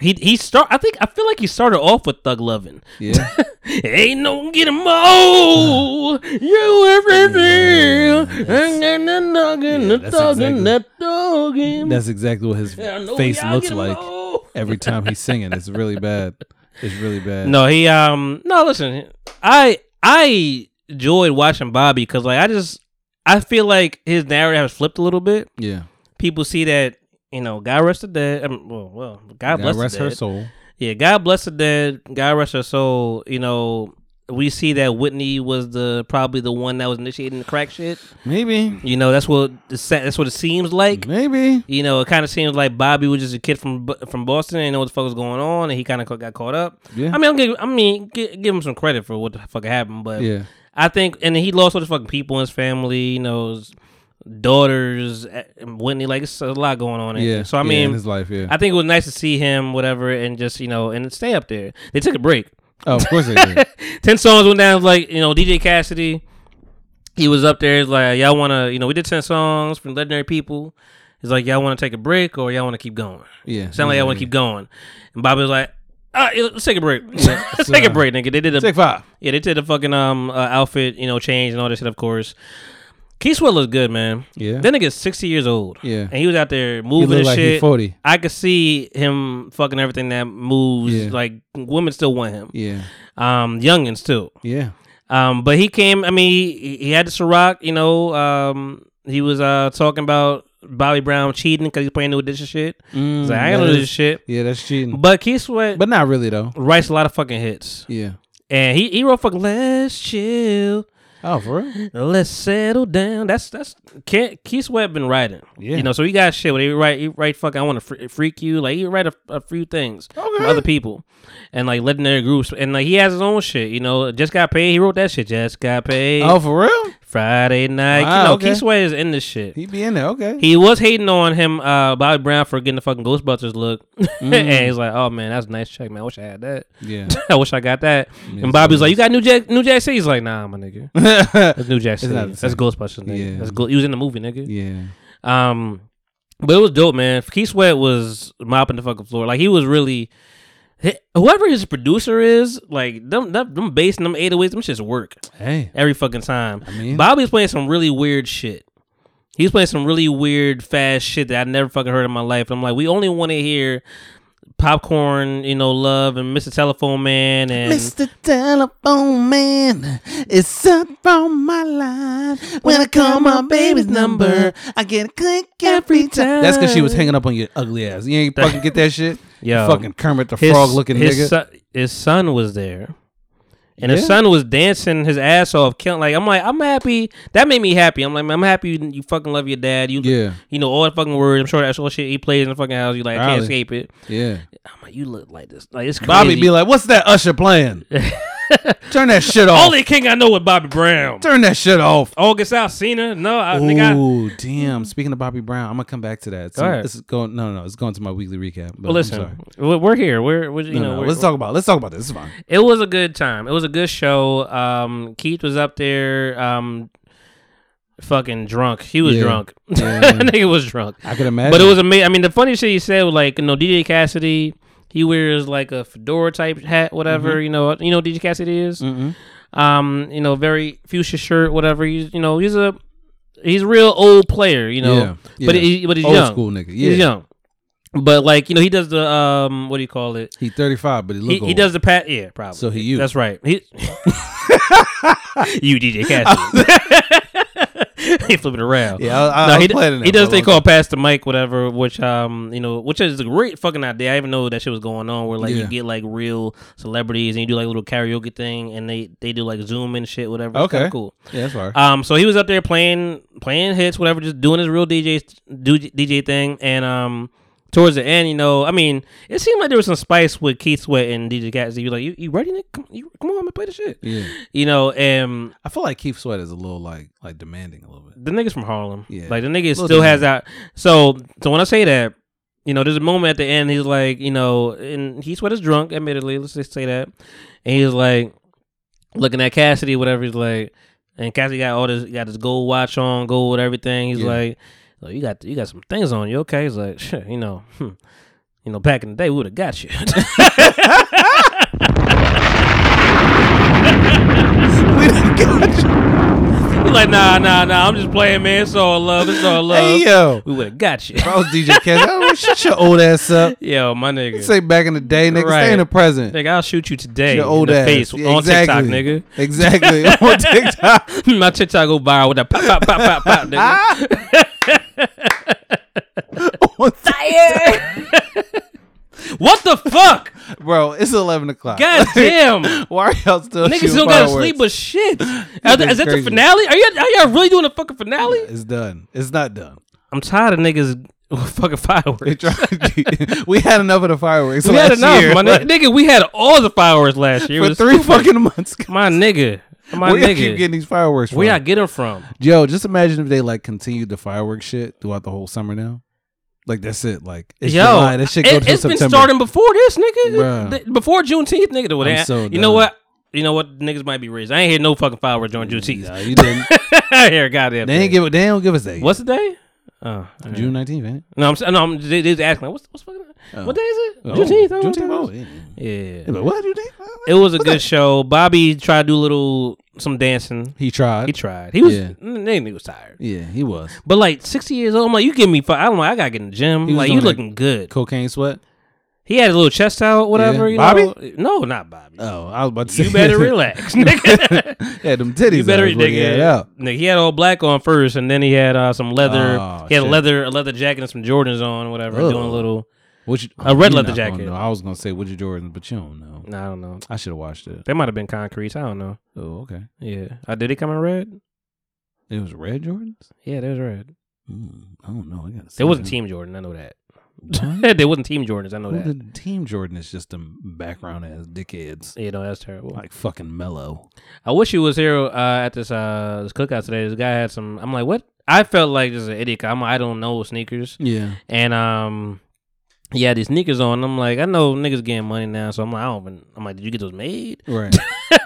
A: He he start. I think I feel like he started off with Thug Lovin'.
B: Yeah.
A: Ain't no one get him oh you everything. And then the thuggin',
B: Yeah,
A: the
B: that's
A: thuggin',
B: exactly-
A: the thuggin'.
B: That's exactly what his
A: I know
B: face
A: y'all
B: looks
A: get 'em
B: like
A: old.
B: every time he's singing. It's really bad. It's really bad.
A: No, he um no listen, I I enjoyed watching Bobby because like I just I feel like his narrative has flipped a little bit.
B: Yeah. people
A: people see that you know God rest the dead. I mean, well, well, God, bless
B: rest
A: the
B: her
A: dead.
B: soul.
A: Yeah, God bless the dead. God rest her soul. You know, we see that Whitney was the probably the one that was initiating the crack shit.
B: Maybe.
A: You know, that's what the sa- that's what it seems like.
B: Maybe.
A: You know, it kind of seems like Bobby was just a kid from Bu- from Boston and know what the fuck was going on, and he kind of got caught up.
B: Yeah.
A: I mean, I'm giving, I mean, give, give him some credit for what the fuck happened, but
B: Yeah.
A: I think, and he lost all his fucking people in his family, you know, his daughters, eh, Whitney. Like, it's a lot going on. in
B: Yeah.
A: there. So I
B: yeah,
A: mean,
B: in his life. Yeah.
A: I think it was nice to see him, whatever, and just you know, and stay up there. They took a break.
B: oh, of course they did.
A: Ten songs went down. Like you know, DJ Cassidy, he was up there. He's like, y'all want to, you know, we did ten songs from legendary people. He's like, y'all want to take a break or y'all want to keep going?
B: Yeah.
A: Sound like y'all want to keep
B: Mm-hmm.
A: going. And Bobby was like, all right, let's take a break. let's
B: so-
A: take a break, nigga. They did a
B: Take five.
A: yeah, they did the fucking um uh, outfit, you know, change and all that shit. Of course, Keith Sweat looks good, man.
B: Yeah.
A: Then nigga's sixty years old.
B: Yeah.
A: and he was out there
B: He
A: moving
B: looked
A: and
B: like
A: shit.
B: he's forty.
A: I could see him fucking everything that moves.
B: Yeah.
A: Like women still want him.
B: Yeah.
A: Um, youngins too.
B: Yeah.
A: Um, but he came. I mean, he, he had the Ciroc. You know, um, he was uh talking about Bobby Brown cheating because he's playing new edition shit. He's like, I ain't
B: Mm, that
A: gonna do
B: is-
A: this shit.
B: Yeah, that's cheating. But,
A: But Keith Sweat
B: not really though.
A: writes a lot of fucking hits,
B: Yeah.
A: and he he wrote fucking Let's Chill.
B: Oh, for real?
A: Let's settle down. That's that's Ke- Keith Sweat been writing.
B: Yeah.
A: you know, so he got shit. When he write, he write fucking. I want to fr- freak you. Like he write a, a few things from other people, and like legendary groups. And like he has his own shit. You know, just got paid. He wrote that shit. Just got paid.
B: Oh, for real?
A: Friday night.
B: Wow,
A: you know,
B: okay.
A: Keith Sweat is in this shit.
B: He be in there. Okay.
A: He was hating on him, uh, Bobby Brown, for getting the fucking Ghostbusters look,
B: Mm.
A: and he's like, "Oh man, that's a nice check, man. I wish I had that.
B: yeah.
A: I wish I got that." and Bobby's like, "You got New Jack, New Jack City?" He's like, "Nah, my nigga, that's New Jack City.
B: not the
A: That's
B: same.
A: Ghostbusters, nigga.
B: Yeah.
A: That's Ghost- he was in the movie, nigga.
B: yeah.
A: Um, but it was dope, man. Keith Sweat was mopping the fucking floor. Like he was really, hi- whoever his producer is, like them, them, them bass and them eight them shits work
B: Hey.
A: every fucking time.
B: mean-
A: Bobby's playing some really weird shit. He's playing some really weird fast shit that I never fucking heard in my life. I'm like, we only want to hear popcorn, you know, love and Mr. Telephone Man and
H: Mr. Telephone Man, it's up from my line. When I call my baby's number, I get a click every time.
B: That's because she was hanging up on your ugly ass. You ain't fucking get that shit.
A: Yo.
B: You fucking Kermit the Frog looking
A: his
B: nigga.
A: Son, his son was there. And his
B: Yeah.
A: son was dancing his ass off, killing. Like I'm like I'm happy. That made me happy. I'm like man, I'm happy you, you fucking love your dad. You
B: Yeah.
A: you know all the fucking words. I'm sure that's all shit he plays in the fucking house. You like I can't
B: Probably.
A: escape it.
B: yeah.
A: I'm like you look like this. Like it's crazy.
B: Bobby be like, "What's that Usher playing? Turn that shit off.
A: only king I know with Bobby Brown.
B: oh. Turn that shit off."
A: August Alcina. No, I think Uh, I.
B: Ooh, damn! Speaking of Bobby Brown, I'm gonna come back to that. So
A: ahead.
B: this is going. No, no, no, it's going to my weekly recap. But
A: Well, listen, we- we're here. We're, we're you
B: No,
A: know
B: no,
A: we're,
B: let's talk about. Let's talk about this. It's fine.
A: It was a good time. It was a good show. Um, Keith was up there, um, fucking drunk. He was
B: Yeah.
A: drunk.
B: Yeah.
A: Nigga was drunk.
B: I could imagine.
A: But it was amazing. I mean, the funny shit he said was like, you know, DJ Cassidy. He wears like a fedora type hat, whatever.
B: Mm-hmm.
A: You know, you know, what DJ Cassidy is. Um, you know, very fuchsia shirt, whatever. He's, you know, he's a he's a real old player. You know,
B: Yeah,
A: but
B: yeah.
A: he, but he's
B: old
A: young.
B: school nigga. Yeah,
A: He's young. But like you know, he does the um, what do you call it?
B: He 35, but he look
A: He,
B: old.
A: he does the pat. Yeah, probably.
B: So he you.
A: That's right. He, you DJ Cassidy. he flipping around.
B: Yeah, I- I- I was
A: he, d-
B: planning that
A: he
B: for a
A: does they
B: long
A: call pass the mic, whatever. Which um, you know, which is a great fucking idea. I even know that shit was going on where like you
B: Yeah.
A: get like real celebrities and you do like a little karaoke thing and they they do like Zoom and shit, whatever. It's kinda
B: Okay.
A: cool.
B: Yeah, that's fine.
A: Um, so he was up there playing playing hits, whatever, just doing his real DJ do- DJ thing. And um, towards the end, you know, I mean, it seemed like there was some spice with Keith Sweat and DJ Katz. He was like, "You, you ready? Nick? Come, you, come on, man, play the shit."
B: yeah,
A: You know, and
B: I feel like Keith Sweat is a little like like demanding a little bit.
A: the niggas from Harlem,
B: Yeah.
A: like the niggas
B: Little
A: still has that. So, so when I say that, you know, there's a moment at the end. He's like, you know, and Keith Sweat is drunk, admittedly. Let's just say that. And he's like, looking at Cassidy, whatever. He's like, and Cassidy got all this, got his gold watch on, gold everything. He's
B: Yeah.
A: like, oh, you got you got some things on you, okay? He's like, sure, you know, hmm. you know, back in the day, we would have got you. He's like, nah, nah, nah. I'm just playing, man. It's all love. It's all love.
B: Hey yo,
A: We would have got you.
B: if I was DJ Cass. I would Oh, shut your old ass up.
A: Yo, my nigga.
B: Say back in the day, nigga.
A: Right.
B: Stay in the present.
A: Nigga, I'll shoot you today
B: your old
A: in the
B: ass.
A: face
B: Yeah,
A: on
B: exactly.
A: TikTok,
B: Exactly. on TikTok.
A: nigga. My TikTok go viral with that pop, pop, pop, pop, pop,
B: Ah.
A: nigga.
G: Fire.
A: what the fuck?
B: Bro, it's 11 o'clock.
A: God damn.
B: Why are y'all still
A: Niggas
B: shooting
A: don't gotta
B: fireworks?
A: sleep, but shit. Are the- is that the
B: crazy.
A: finale? Are you are y'all really doing a fucking finale?
B: It's done. It's not done.
A: I'm tired of niggas with fucking
B: They
A: fireworks.
B: tried- we had enough of the fireworks.
A: We had
B: last
A: enough,
B: year,
A: my
B: like,
A: nigga. Nigga, we had all the fireworks last year. It
B: for
A: was
B: three
A: stupid.
B: fucking months.
A: My nigga. My
B: Where y'all keep
A: nigga.
B: getting these fireworks from?
A: Where y'all get them from?
B: Yo, just imagine if they like continued the fireworks shit throughout the whole summer now. Like that's it. Like it's
A: Yo,
B: July. That shit go
A: it,
B: till
A: has
B: September.
A: been starting before this, nigga.
B: Bruh.
A: Th- Before Juneteenth, nigga. Well,
B: I'm
A: they-
B: so
A: you
B: done.
A: know what? You know what? Niggas might be racist. I ain't hear no fucking fireworks during Juneteenth.
B: Nah, you didn't.
A: I hear goddamn.
B: they ain't
A: thing.
B: give. They don't give us that.
A: What's the day? Oh, alright.
B: June nineteenth? Ain't it?
A: No, I'm s- no, I'm they, they was asking like, what's what's fucking what day is it?
B: Oh,
A: Juneteenth. Oh,
B: Juneteenth.
A: what
B: Oh,
A: day is
B: yeah.
A: it?
B: They
A: Yeah.
B: like, what Juneteenth?
A: It was a good show. Bobby tried to do a little some dancing.
B: He tried.
A: He tried. He was
B: Yeah.
A: nigga was tired.
B: yeah, he was.
A: But like sixty years old, I'm like, you give me five. I'm like, I gotta get in the gym.
B: He was
A: Like
B: doing
A: you
B: that
A: looking good.
B: Cocaine sweat.
A: He had a little chest out, whatever.
B: Yeah.
A: You know? No, not Bobby.
B: Oh, I was about to say.
A: You better relax, nigga.
B: yeah, them titties.
A: you better,
B: I was looking
A: nigga.
B: at out.
A: Nigga, he had all black on first, and then he had uh, some leather.
B: Oh,
A: he had a
B: shit.
A: leather, a leather jacket and some Jordans on, whatever.
B: Ugh.
A: Doing a little.
B: What you,
A: A red
B: you
A: leather
B: not gonna
A: jacket.
B: know. I was gonna say what you Jordan, but you don't know.
A: Nah, I don't know.
B: I should have watched it.
A: They might have been concrete. I don't know.
B: Oh, okay.
A: Yeah. Uh, did he come in red?
B: It was red Jordans.
A: Yeah, there's red.
B: Mm, I don't know. I gotta.
A: It
B: see
A: wasn't
B: that.
A: Team Jordan. I know that. they wasn't Team Jordans. I know
B: Well,
A: that.
B: the team Jordan is just them background ass dickheads,
A: You know that's terrible.
B: like fucking mellow.
A: I wish you was here uh, at this uh, this cookout today. This guy had some. I'm like, what? I felt like just an idiot. 'cause I'm, I don't know sneakers,
B: Yeah,
A: and um, he had these sneakers on. I'm like, I know niggas getting money now, so I'm like, I don't even. I'm like, did you get those made?
B: right.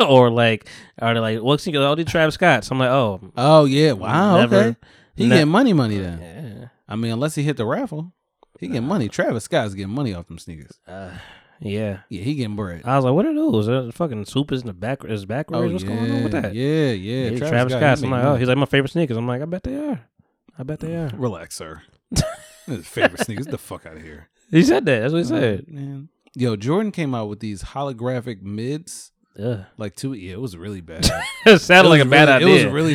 A: or like, are they like what sneakers? All these Travis Scotts. I'm like, oh,
B: oh yeah, wow.
A: Never.
B: Okay, he
A: Ne-
B: get money, money then.
A: yeah,
B: I mean, unless he hit the raffle, he get money. Travis Scott's getting money off them sneakers.
A: yeah.
B: Yeah, he getting bread.
A: I was like, what are those? Uh, fucking soup is in the back. Is backwards? What's going on with that?
B: Oh, Yeah, yeah.
A: Travis, Scott.
B: Scott, he
A: I'm
B: make
A: like, oh,
B: money.
A: he's like my favorite sneakers. I'm like, I bet they are. I bet they are.
B: relax, sir. His favorite sneakers. Get the fuck out of here.
A: He said that. That's what he said.
B: man. Yo, Jordan came out with these holographic mids.
A: Yeah.
B: Like two, yeah, it was really bad.
A: It sounded like a
B: was
A: bad
B: really-
A: idea.
B: It was really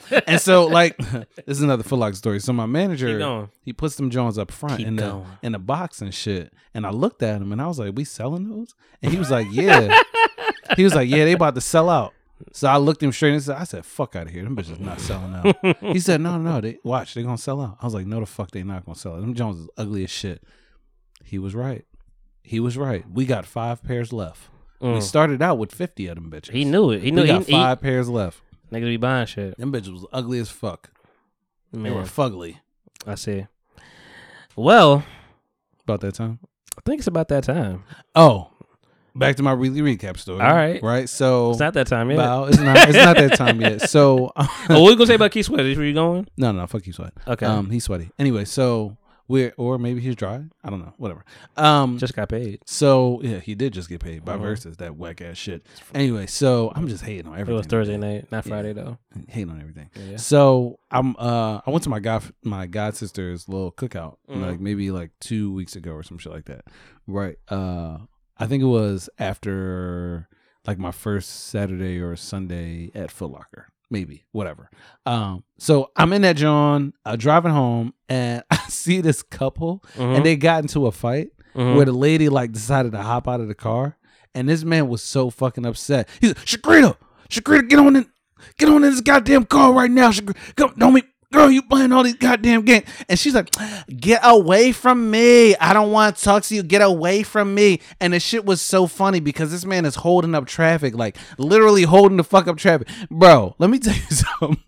B: terrible. and so, like, this is another Foot Locker story. So my
A: Keep
B: manager,
A: going.
B: he puts them Jones up front
A: Keep
B: in the
A: going.
B: in the box and shit. And I looked at him and I was like, "We selling those?" And he was like, "Yeah." he was like, "Yeah, they about to sell out." So I looked him straight and said, "I said, fuck out of here. Them bitches not selling out." he said, "No, no, they watch. They gonna sell out." I was like, "No, the fuck, they not gonna sell out. Them Jones is ugly as shit." He was right. He was right. We got five pairs left. We
A: Mm.
B: started out with fifty of them bitches.
A: He knew it. He knew
B: we got
A: he,
B: five pairs left.
A: he niggas be buying shit.
B: Them bitches was ugly as fuck. They were
A: Man,
B: fugly.
A: I see. Well,
B: About that time.
A: I think it's about that time.
B: Oh, back to my really recap story.
A: All right.
B: right. So
A: It's not that time yet.
B: Well, it's not. It's not that time yet. So
A: oh, what you gonna say about Key Sweat? Is where you going?
B: no, no, fuck you, sweat.
A: Okay.
B: Um, he's sweaty. Anyway, so we're or maybe he's dry. I don't know. Whatever. Um,
A: Just got paid.
B: so yeah, he did just get paid by
A: Mhm.
B: versus that whack ass shit. Anyway, so I'm just hating on
A: It
B: everything.
A: was Thursday night, not Friday though.
B: Hating on everything.
A: Yeah.
B: So I'm uh I went to my god my god sister's little cookout
A: Mhm.
B: like maybe like two weeks ago or some shit like that. Right. Uh I think it was after like my first Saturday or Sunday at Foot Locker. Maybe. Whatever. Um so I'm in that John, uh, driving home and I see this couple
A: Mhm.
B: and they got into a fight
A: Mhm.
B: where the lady like decided to hop out of the car, and this man was so fucking upset. He's like, Shakrita, Shakrita, get on in, get on in this goddamn car right now. Shakrita, come, don't me. Girl, you playing all these goddamn games. And she's like, get away from me. I don't want to talk to you. Get away from me. And the shit was so funny because this man is holding up traffic, like literally holding the fuck up traffic. Bro, let me tell you something.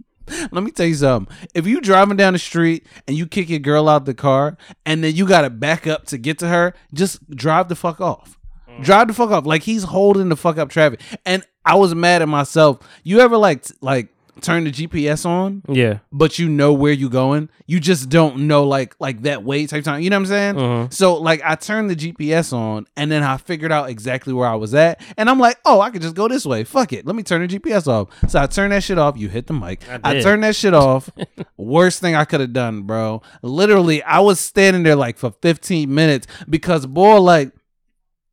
B: Let me tell you something. If you driving down the street and you kick your girl out the car and then you gotta back up to get to her, just drive the fuck off. Drive the fuck off. Like he's holding the fuck up traffic. And I was mad at myself. You ever like t- like turn the GPS on,
A: Yeah.
B: but you know where you going? You just don't know like like that way type time. You know what I'm saying?
A: Mhm.
B: So like I turned the GPS on and then I figured out exactly where I was at. And I'm like, oh, I could just go this way. Fuck it. Let me turn the GPS off. So I turned that shit off. You hit the mic. I,
A: did.
B: turned that shit off. Worst thing I could have done, bro. Literally, I was standing there like for 15 minutes because boy, like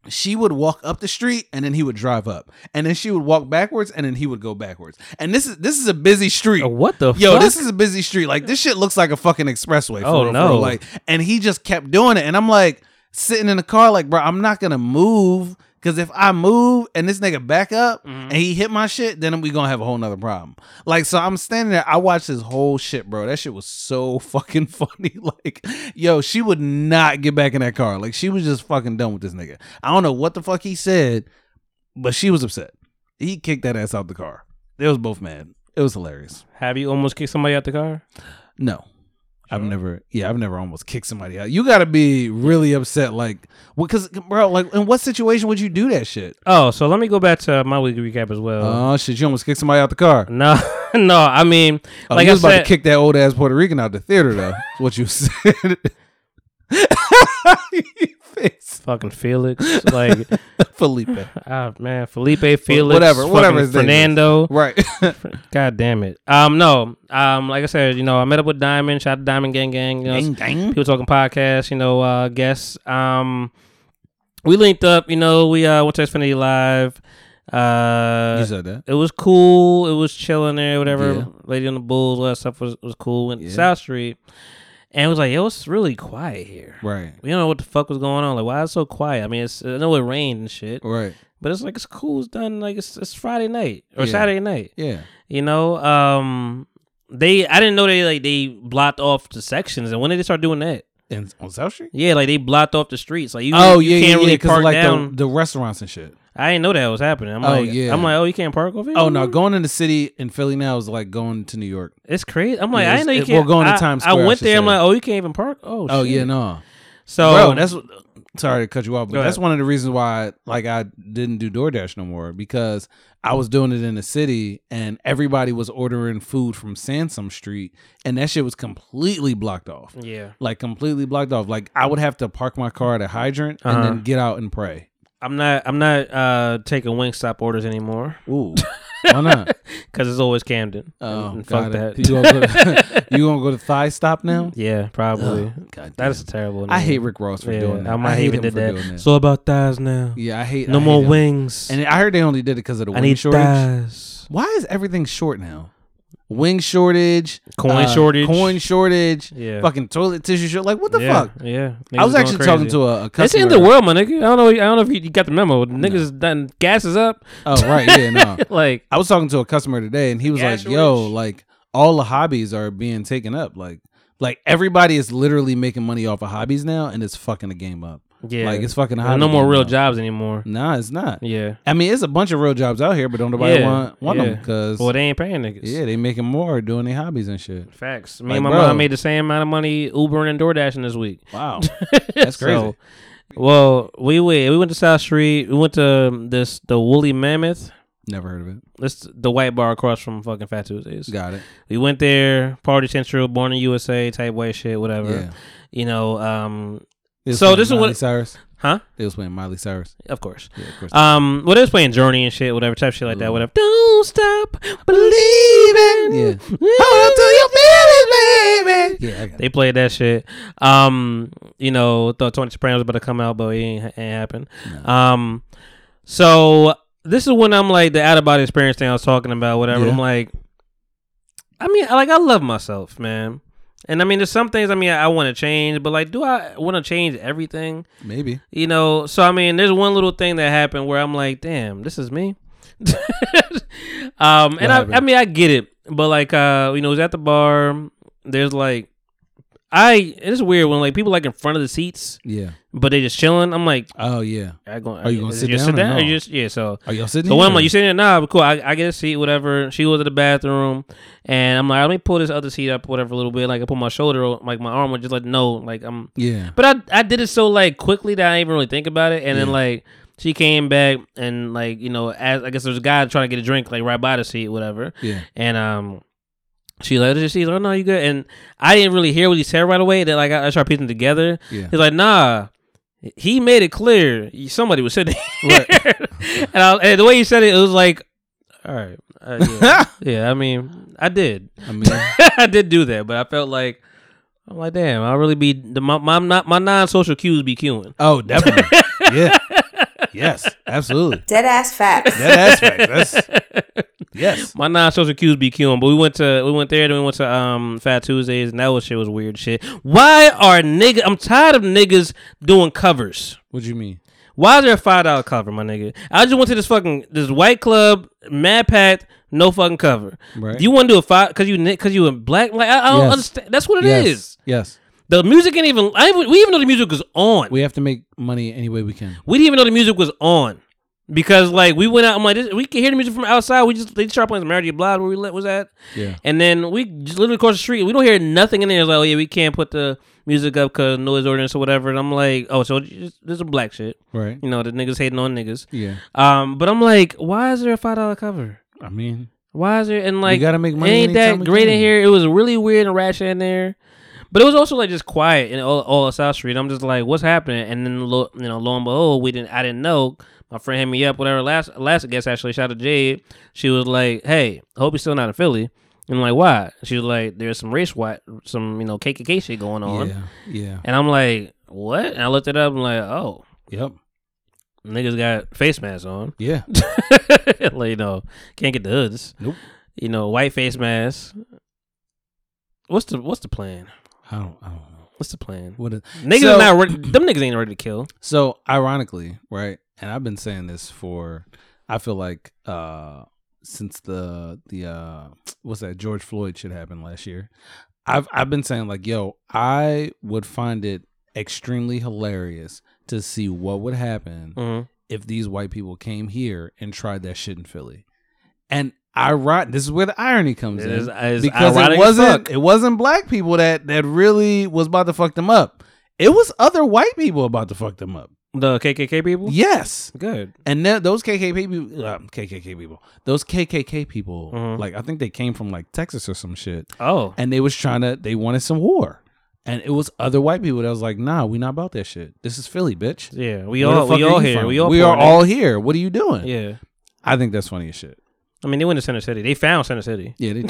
B: she would walk up the street and then he would drive up. And then she would walk backwards and then he would go backwards. And this is this is a busy street.
A: Uh, What the
B: Yo,
A: fuck?
B: this is a busy street. Like this shit looks like a fucking expressway. For
A: Oh,
B: real, for
A: no.
B: real. Like, and he just kept doing it, and I'm like sitting in the car, like, bro, I'm not gonna move because if I move and this nigga back up
A: Mm-hmm.
B: and he hit my shit, then we gonna have a whole nother problem. Like, so I'm standing there. I watched this whole shit, bro. That shit was so fucking funny. Like, yo, she would not get back in that car. Like, she was just fucking done with this nigga. I don't know what the fuck he said, but she was upset. He kicked that ass out the car. They was both mad. It was hilarious.
A: Have you almost kicked somebody out the car?
B: No. I've never, yeah, I've never almost kicked somebody out. You got to be really upset, like, because, bro, like, in what situation would you do that shit?
A: Oh, so let me go back to my weekly recap as well.
B: Oh shit, you almost kicked somebody out the car.
A: no, no. I mean,
B: Oh,
A: like
B: you
A: I
B: was about
A: said,
B: to kick that old ass Puerto Rican out the theater, though. is what you said. Face.
A: fucking Felix, like.
B: Felipe,
A: Ah man, Felipe Felix,
B: whatever-
A: whatever,
B: whatever
A: whatever,
B: his name is.
A: Fernando.
B: right?
A: God damn it. Um, no. Um, like I said, you know, I met up with Diamond. Shout out to Diamond Gang Gang. You know,
B: Gang, gang.
A: people talking podcast. You know, uh, guests. Um, we linked up. You know, we uh went to Xfinity Live. Uh,
B: you said that.
A: it was cool. It was chilling there, whatever.
B: Yeah.
A: Lady on the Bulls, all that stuff was, was cool. Went
B: Yeah.
A: to South Street, and it was like, yo, it's really quiet here.
B: Right,
A: We don't know what the fuck was going on. Like, why it's so quiet? I mean, it's, I know it rained and shit,
B: right,
A: but it's like it's cool. It's done. Like it's it's Friday night or
B: Yeah.
A: Saturday night.
B: yeah,
A: You know, um, they I didn't know they like they blocked off the sections. And when did they start doing that?
B: in on South Street.
A: Yeah, like they blocked off the streets. Like you,
B: Oh
A: you
B: yeah,
A: can't
B: yeah,
A: really
B: yeah, because
A: park
B: like
A: down. Mm-hmm.
B: the, the restaurants and shit.
A: I didn't know that was happening. I'm
B: Oh,
A: like,
B: yeah.
A: I'm like, oh, you can't park over here.
B: Oh no, going in the city in Philly now is like going to New York.
A: it's crazy. I'm like, I
B: Yeah,
A: didn't know you
B: it's- it- well,
A: can't.
B: going to
A: I,
B: Times
A: I
B: Square, I
A: went
B: should
A: there. I'm
B: say.
A: like, oh, you can't even park. Oh,
B: Oh
A: shit.
B: yeah, no.
A: So
B: Bro, Oh, that's what- sorry to cut you off, but
A: Go
B: that's
A: ahead.
B: one of the reasons why like I didn't do DoorDash no more because I was doing it in the city and everybody was ordering food from Sansom Street and that shit was completely blocked off.
A: yeah.
B: Like completely blocked off. Like I would have to park my car at a hydrant and
A: Uh-huh.
B: then get out and pray.
A: I'm not. I'm not uh, taking Wingstop orders anymore
B: Ooh. Why not?
A: because it's always Camden.
B: Oh,
A: And
B: got
A: fuck
B: it.
A: that.
B: You gonna, go to, you gonna go to Thigh Stop now?
A: yeah, probably.
B: God
A: that is a terrible. Name.
B: Oh, I hate Rick Ross for
A: Yeah,
B: doing that.
A: I might
B: hate
A: even
B: him
A: did
B: for doing
A: that. So about thighs now.
B: yeah, I hate.
A: No
B: I hate
A: more
B: him.
A: wings.
B: And I heard they only did it because of the
A: I
B: wing
A: need
B: shortage.
A: thighs.
B: Why is everything short now? Wing shortage, uh,
A: Coin shortage.
B: coin shortage,
A: Yeah.
B: fucking toilet tissue shortage. Like what the
A: yeah,
B: fuck?
A: Yeah.
B: I was actually talking
A: a.
B: to a, a customer.
A: It's the end of the world, my nigga. I don't know. I don't know if you, you got the memo. Niggas done gases up.
B: Oh right, yeah, no.
A: like
B: I was talking to a customer today, and he was
A: Gas
B: like, "Yo,
A: rich.
B: like all the hobbies are being taken up. Like, like everybody is literally making money off of hobbies now, and it's fucking the game up.
A: yeah,
B: Like it's fucking a
A: There's
B: hobby
A: no more
B: game
A: real
B: now.
A: jobs anymore.
B: Nah, it's not.
A: Yeah.
B: I mean, it's a bunch of real jobs out here, but don't nobody
A: Yeah,
B: want want
A: yeah.
B: them because
A: Well, they ain't paying niggas.
B: yeah, they making more doing their hobbies and shit.
A: Facts. Me
B: Like,
A: and my
B: bro.
A: mom made the same amount of money Ubering and DoorDashing this week.
B: Wow, that's crazy.
A: So, well, we went. We went to South Street. We went to um, this the Woolly Mammoth.
B: Never heard of it.
A: That's the white bar across from fucking Fat Tuesdays.
B: Got it.
A: We went there, Party Central, Born in USA type way shit, whatever.
B: Yeah.
A: You know, um,
B: They was
A: So
B: playing
A: this is
B: Miley
A: what-
B: Cyrus.
A: huh?
B: They was playing Miley Cyrus.
A: Of course.
B: Yeah, of course.
A: Um, well, they was playing Journey and shit, whatever type shit like that, whatever. Don't stop believing.
B: Yeah.
A: Hold on to your feelings, baby.
B: yeah, I got it.
A: They played that shit. Um, you know, thought Tony Soprano was about to come out, but it ain't, ain't happen. Um, so this is when I'm like the out of body experience thing I was talking about, whatever.
B: Yeah.
A: I'm like, I mean, like I love myself, man. And I mean, there's some things I mean I, I want to change, but like, do I want to change everything?
B: maybe.
A: You know, so I mean, there's one little thing that happened where I'm like, damn, this is me. um, and I, I mean, I get it, but like, uh, you know, it was at the bar. There's like, I it's weird when like people like in front of the seats,
B: Yeah.
A: but they just chilling. I'm like,
B: Oh yeah.
A: I going
B: Are you gonna sit
A: just
B: down
A: Sit
B: or
A: down or
B: no?
A: you just yeah. So
B: Are y'all sitting?
A: so when I'm
B: here?
A: like, you sitting there? Nah, but cool. I, I get a seat, whatever. She was at the bathroom, and I'm like, let me pull this other seat up, whatever, a little bit. Like I put my shoulder, o- like my arm, would just like no, like I'm
B: Yeah.
A: but I I did it so like quickly that I didn't even really think about it. And then like she came back and like you know as I guess there's a guy trying to get a drink like right by the seat whatever.
B: Yeah.
A: And um. She let her see. Oh no, you good? And I didn't really hear what he said right away. That like I, I started piecing together.
B: Yeah.
A: He's like, nah. He made it clear somebody was sitting there. and, I, and the way he said it, it was like, all right, uh, yeah. yeah. I mean, I did.
B: I mean,
A: I did do that, but I felt like I'm like, damn, I'll really be the my my, not- my non social cues be queuing.
B: oh, definitely. yeah. Yes. Absolutely.
G: Dead ass facts.
B: That aspect. That's yes.
A: My non social cues be queuing. But we went to we went there, then we went to um Fat Tuesdays, and that was shit was weird shit. Why are nigga? I'm tired of niggas doing covers.
B: What do you mean?
A: Why is there a five dollar cover, my nigga? I just went to this fucking this white club, mad packed, no fucking cover.
B: Right.
A: You want to do a five because you because you in black? Like I, I don't
B: Yes.
A: understand. That's what it is.
B: yes. Yes.
A: The music ain't even. I even, we even know the music was on.
B: We have to make money any way we can.
A: We didn't even know the music was on because like we went out. I'm like, this, we can hear the music from outside. We just they start playing some Mary J. Blige where we let- was at,
B: Yeah.
A: and then we just literally across the street. We don't hear nothing in there. It's like, oh yeah, we can't put the music up because noise ordinance or whatever. And I'm like, oh, so you just, this is black shit.
B: Right.
A: You know, the niggas hating on niggas.
B: Yeah.
A: Um, but I'm like, why is there a five dollar cover?
B: I mean,
A: Why is there and like
B: gotta make money
A: it ain't
B: anytime
A: that
B: we
A: great in
B: can.
A: here? It was really weird and ratchet in there, but it was also like just quiet in all, all of South Street. I'm just like, what's happening? And then lo, you know, lo and behold, we didn't. I didn't know. My friend hit me up. Whatever. Last last guest actually shout out to Jade. She was like, hey, hope you're still not in Philly. And I'm like, why? She was like, there's some race white, some you know KKK shit going on.
B: yeah. Yeah.
A: And I'm like, what? And I looked it up. I'm like, oh,
B: Yep.
A: niggas got face masks on.
B: Yeah.
A: like, you know, can't get the hoods.
B: Nope.
A: You know, white face mask. What's the what's the plan?
B: I don't. I don't know.
A: What's the plan?
B: What? Is,
A: Niggas
B: So-
A: are not ready. Them niggas ain't ready to kill.
B: So ironically, right, and I've been saying this for I feel like uh since the the uh what's that George Floyd shit happened last year. I've I've been saying like, yo, I would find it extremely hilarious to see what would happen
A: Mhm.
B: if these white people came here and tried that shit in Philly. And ironic, this is where the irony comes
A: It
B: in
A: is- it's
B: because
A: ironic as
B: it wasn't
A: fuck.
B: it wasn't black people that that really was about to fuck them up. It was other white people about to fuck them up.
A: The KKK people.
B: Yes,
A: Good.
B: and then those KKK people, uh, KKK people, those KKK people,
A: Mhm.
B: like I think they came from like Texas or some shit,
A: Oh.
B: and they was trying to, they wanted some war, and it was other white people that was like, nah, we not about that shit. This is Philly, bitch.
A: Yeah. We
B: Where the
A: all
B: fuck
A: we
B: are
A: all
B: you
A: here.
B: from?
A: We all
B: we are
A: Puerto
B: all here. What are you doing?
A: Rican. Yeah.
B: I think that's funny as shit.
A: I mean, they went to Center City. They found Center City.
B: Yeah, they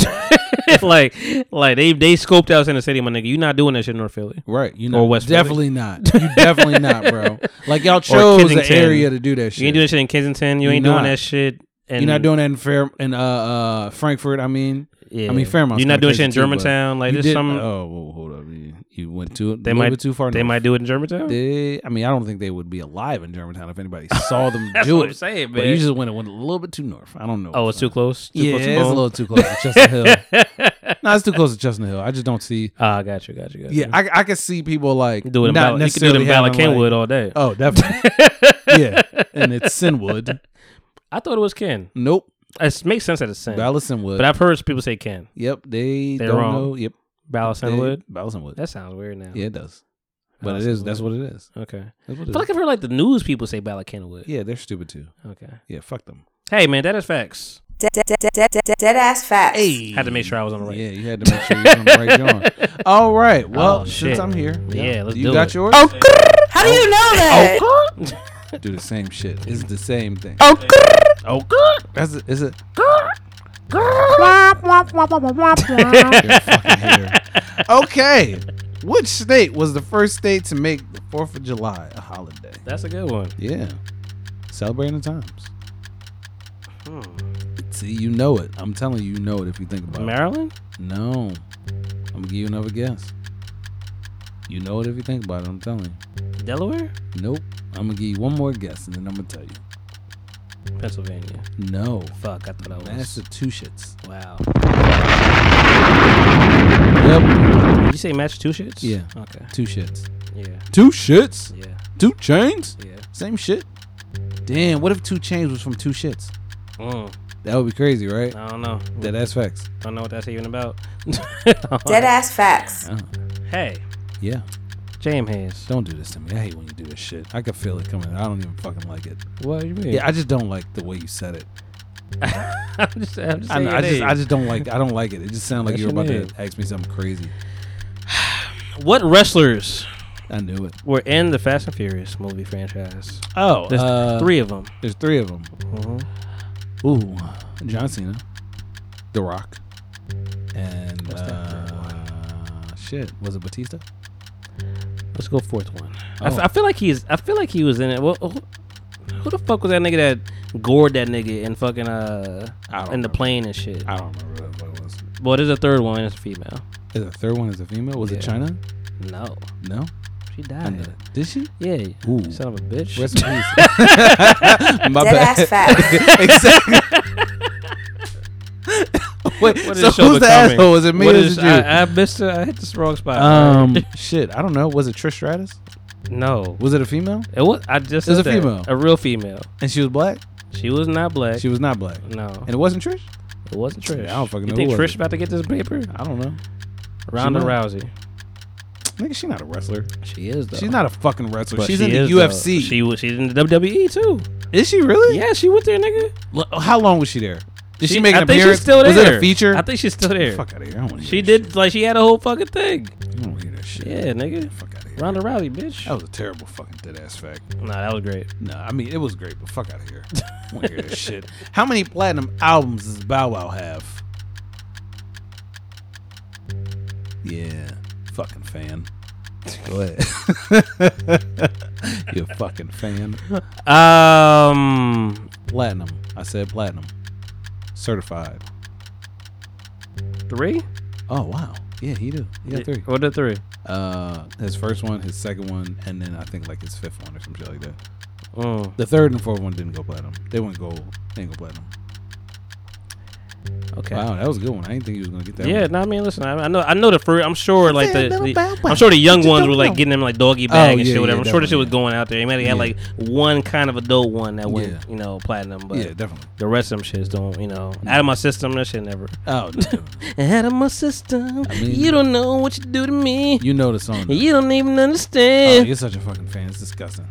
A: like, like they they scoped out Center City, my nigga. You not doing that shit in North Philly.
B: right. You
A: Or
B: know,
A: West Philly.
B: definitely not. You definitely not, bro. Like y'all chose the
A: Kensington.
B: area to do that shit.
A: You ain't doing that shit in Kensington. You
B: You
A: ain't
B: not.
A: doing that shit. And
B: You're not doing that in Fair in uh, uh Frankfurt. I mean,
A: Yeah.
B: I mean Fairmont.
A: You're not doing shit in Germantown. Like
B: you
A: there's
B: did-
A: some.
B: Oh, whoa, hold up! You, you went too.
A: They
B: They might
A: might-
B: bit too far.
A: they
B: north.
A: might do it in Germantown.
B: They, I mean, I don't think they would be alive in Germantown if anybody saw them
A: That's
B: do
A: what
B: it.
A: I'm saying,
B: but
A: man.
B: you just went, went a little bit too north. I don't know.
A: oh,
B: what's
A: it's too
B: on.
A: close. Too
B: yeah,
A: close to
B: it's a
A: home?
B: little too close to Chestnut Hill. no, it's too close to Chestnut Hill. I just don't see.
A: Ah, got you, got you, got you.
B: Yeah, I, I could see people like
A: You can do it in
B: not
A: Bala, you can do it
B: necessarily
A: in Bala
B: having,
A: Kenwood
B: like-
A: all day.
B: Oh, definitely. yeah, and it's Sinwood.
A: I thought it was Ken.
B: Nope,
A: It makes sense that it's Sin.
B: Bala Sinwood.
A: but I've heard people say Ken.
B: yep, they
A: They're
B: don't
A: wrong.
B: know. Yep,
A: Bala Sinwood.
B: They- Bala Sinwood.
A: That sounds weird now.
B: Yeah, it does. But
A: Bala
B: it is.
A: Sinwood.
B: That's what it is.
A: Okay. I
B: That's what it
A: feel
B: is.
A: like I've heard like the news people say Bala Kenwood.
B: Yeah, they're stupid too.
A: Okay.
B: Yeah, fuck them.
A: Hey man, that is facts.
G: Dead, dead, dead, dead, dead, dead ass facts.
A: Had to make sure I was on the right.
B: Yeah, you had to make sure you're on the right John. All right. Well, since
A: Oh, shit.
B: I'm here,
A: Yeah, let's
B: you
A: do
B: got
A: it.
B: yours.
G: Oh, How do
B: Oh,
G: you know that?
A: Oh,
B: Do the same shit. It's the same thing.
G: Oh,
B: Mm-hmm. Oh, good. That's it. Is it? You're a fucking hater. Okay. Which state was the first state to make the Fourth of July a holiday?
A: That's a good one.
B: Yeah. Celebrating the times. Hmm. See, you know it. I'm telling you, you know it if you think about it.
A: Maryland?
B: No. I'm gonna give you another guess. You know it if you think about it, I'm telling you.
A: Delaware?
B: Nope. I'm gonna give you one more guess and then I'm gonna tell you.
A: Pennsylvania.
B: No.
A: Fuck, I thought I was
B: Massachusetts.
A: Wow.
B: Yep.
A: Did you say Massachusetts?
B: Yeah.
A: Okay.
B: Two shits.
A: Yeah.
B: Two shits?
A: Yeah.
B: Two chains?
A: Yeah.
B: Same shit. Damn, what if two chains was from two shits?
A: Mm,
B: That would be crazy, right?
A: I don't know.
B: That ass facts.
A: Don't know what that's even about.
B: oh,
G: Dead ass facts.
B: Uh,
A: hey,
B: yeah.
A: James Hayes.
B: Don't do this to me. I hate when you do this shit. I can feel it coming. I don't even fucking like it.
A: What do you mean?
B: Yeah, I just don't like the way you said it.
A: I'm just, I'm just
B: I,
A: saying
B: know, I just
A: your
B: I
A: name.
B: just don't like I don't like it. It just sounded like
A: That's
B: you were
A: your name.
B: about to ask me something crazy.
A: What wrestlers
B: I knew it.
A: were in the Fast and Furious movie franchise?
B: Oh,
A: There's three of them.
B: There's three of them.
A: Mhm.
B: Mm-hmm. Ooh, John Cena, The Rock, and uh, shit. Was it Batista?
A: Let's go fourth one. I,
B: Oh.
A: f- I feel like he's. I feel like he was in it. Well, who, who the fuck was that nigga that gored that nigga in fucking uh in
B: I don't
A: the
B: remember.
A: plane and shit?
B: I don't remember what it was.
A: Well, there's a third one. It's a female.
B: Is the third one is a female? Was it
A: Yeah.
B: China?
A: No,
B: No,
A: she
B: I knew
A: died.
B: it. Did she?
A: Yeah,
B: Ooh.
A: son of a bitch.
B: Rest in peace. My
G: Dead ass facts.
B: exactly. Wait,
A: What is
B: so
A: this show
B: who's the
A: becoming?
B: asshole? Was it me
A: What
B: or
A: is-
B: was it you?
A: I, I missed. A, I hit this wrong spot.
B: um, shit. I don't know. Was it Trish Stratus?
A: no,
B: Was it a female?
A: it was. I just.
B: It's
A: said
B: a
A: that.
B: female.
A: A real female.
B: And she was black.
A: She was not black.
B: She was not black.
A: no,
B: And it wasn't Trish.
A: it wasn't Trish.
B: I don't fucking
A: you
B: know
A: think
B: who was
A: Trish
B: it.
A: about to get this paper?
B: I don't know.
A: Ronda
B: might.
A: Rousey.
B: Nigga, she's not a wrestler.
A: She is though.
B: She's not a fucking wrestler.
A: But
B: she's
A: she
B: in the
A: is,
B: UFC.
A: though. She was. She's in the WWE too.
B: is she really?
A: Yeah, she went there, nigga.
B: L- How long was she there? Did she,
A: She-
B: make an
A: I think she's
B: appearance?
A: still
B: Was it
A: there.
B: a feature?
A: I think she's still there.
B: Fuck out of here. I don't want to
A: She did like she had a whole fucking thing.
B: I don't want to hear that shit.
A: Yeah, nigga.
B: Fuck out of here.
A: Ronda Rousey, bitch.
B: That was a terrible fucking dead ass fact.
A: Oh. Nah, that was great.
B: No, I mean it was great, but fuck out of here. I wanna hear this shit. How many platinum albums does Bow Wow have? Yeah, fucking fan. Go ahead. you a fucking fan.
A: Um,
B: Platinum. I said platinum. Certified.
A: three.
B: Oh wow. Yeah, he do. He got three.
A: What the three?
B: Uh, his first one, his second one, and then I think like his fifth one or some shit like that.
A: Mm.
B: The third and fourth one didn't go platinum. They went gold. They didn't go platinum.
A: Okay.
B: Wow, that was a good one. I didn't think he was gonna get that.
A: Yeah,
B: one.
A: no, I mean, listen, I, I know, I know the first. I'm sure, like
H: said
A: the,
H: little
A: the-
H: bow wow.
A: I'm sure the young
H: You
A: ones
H: don't
A: were like
H: know.
A: getting them like doggy bag and
B: yeah,
A: shit,
B: yeah,
A: whatever. I'm sure the shit
B: definitely,
A: was going out there. They might have had like one kind of adult one that went,
B: Yeah.
A: you know, platinum, but
B: yeah, definitely.
A: the rest of them shits don't, you know, out of my system. That shit never.
B: Oh,
A: Mm. Out of my system,
B: mean-
A: you don't know what you do to me.
B: you know the song.
A: You don't even
B: Oh,
A: understand.
B: you're such a fucking fan. It's disgusting.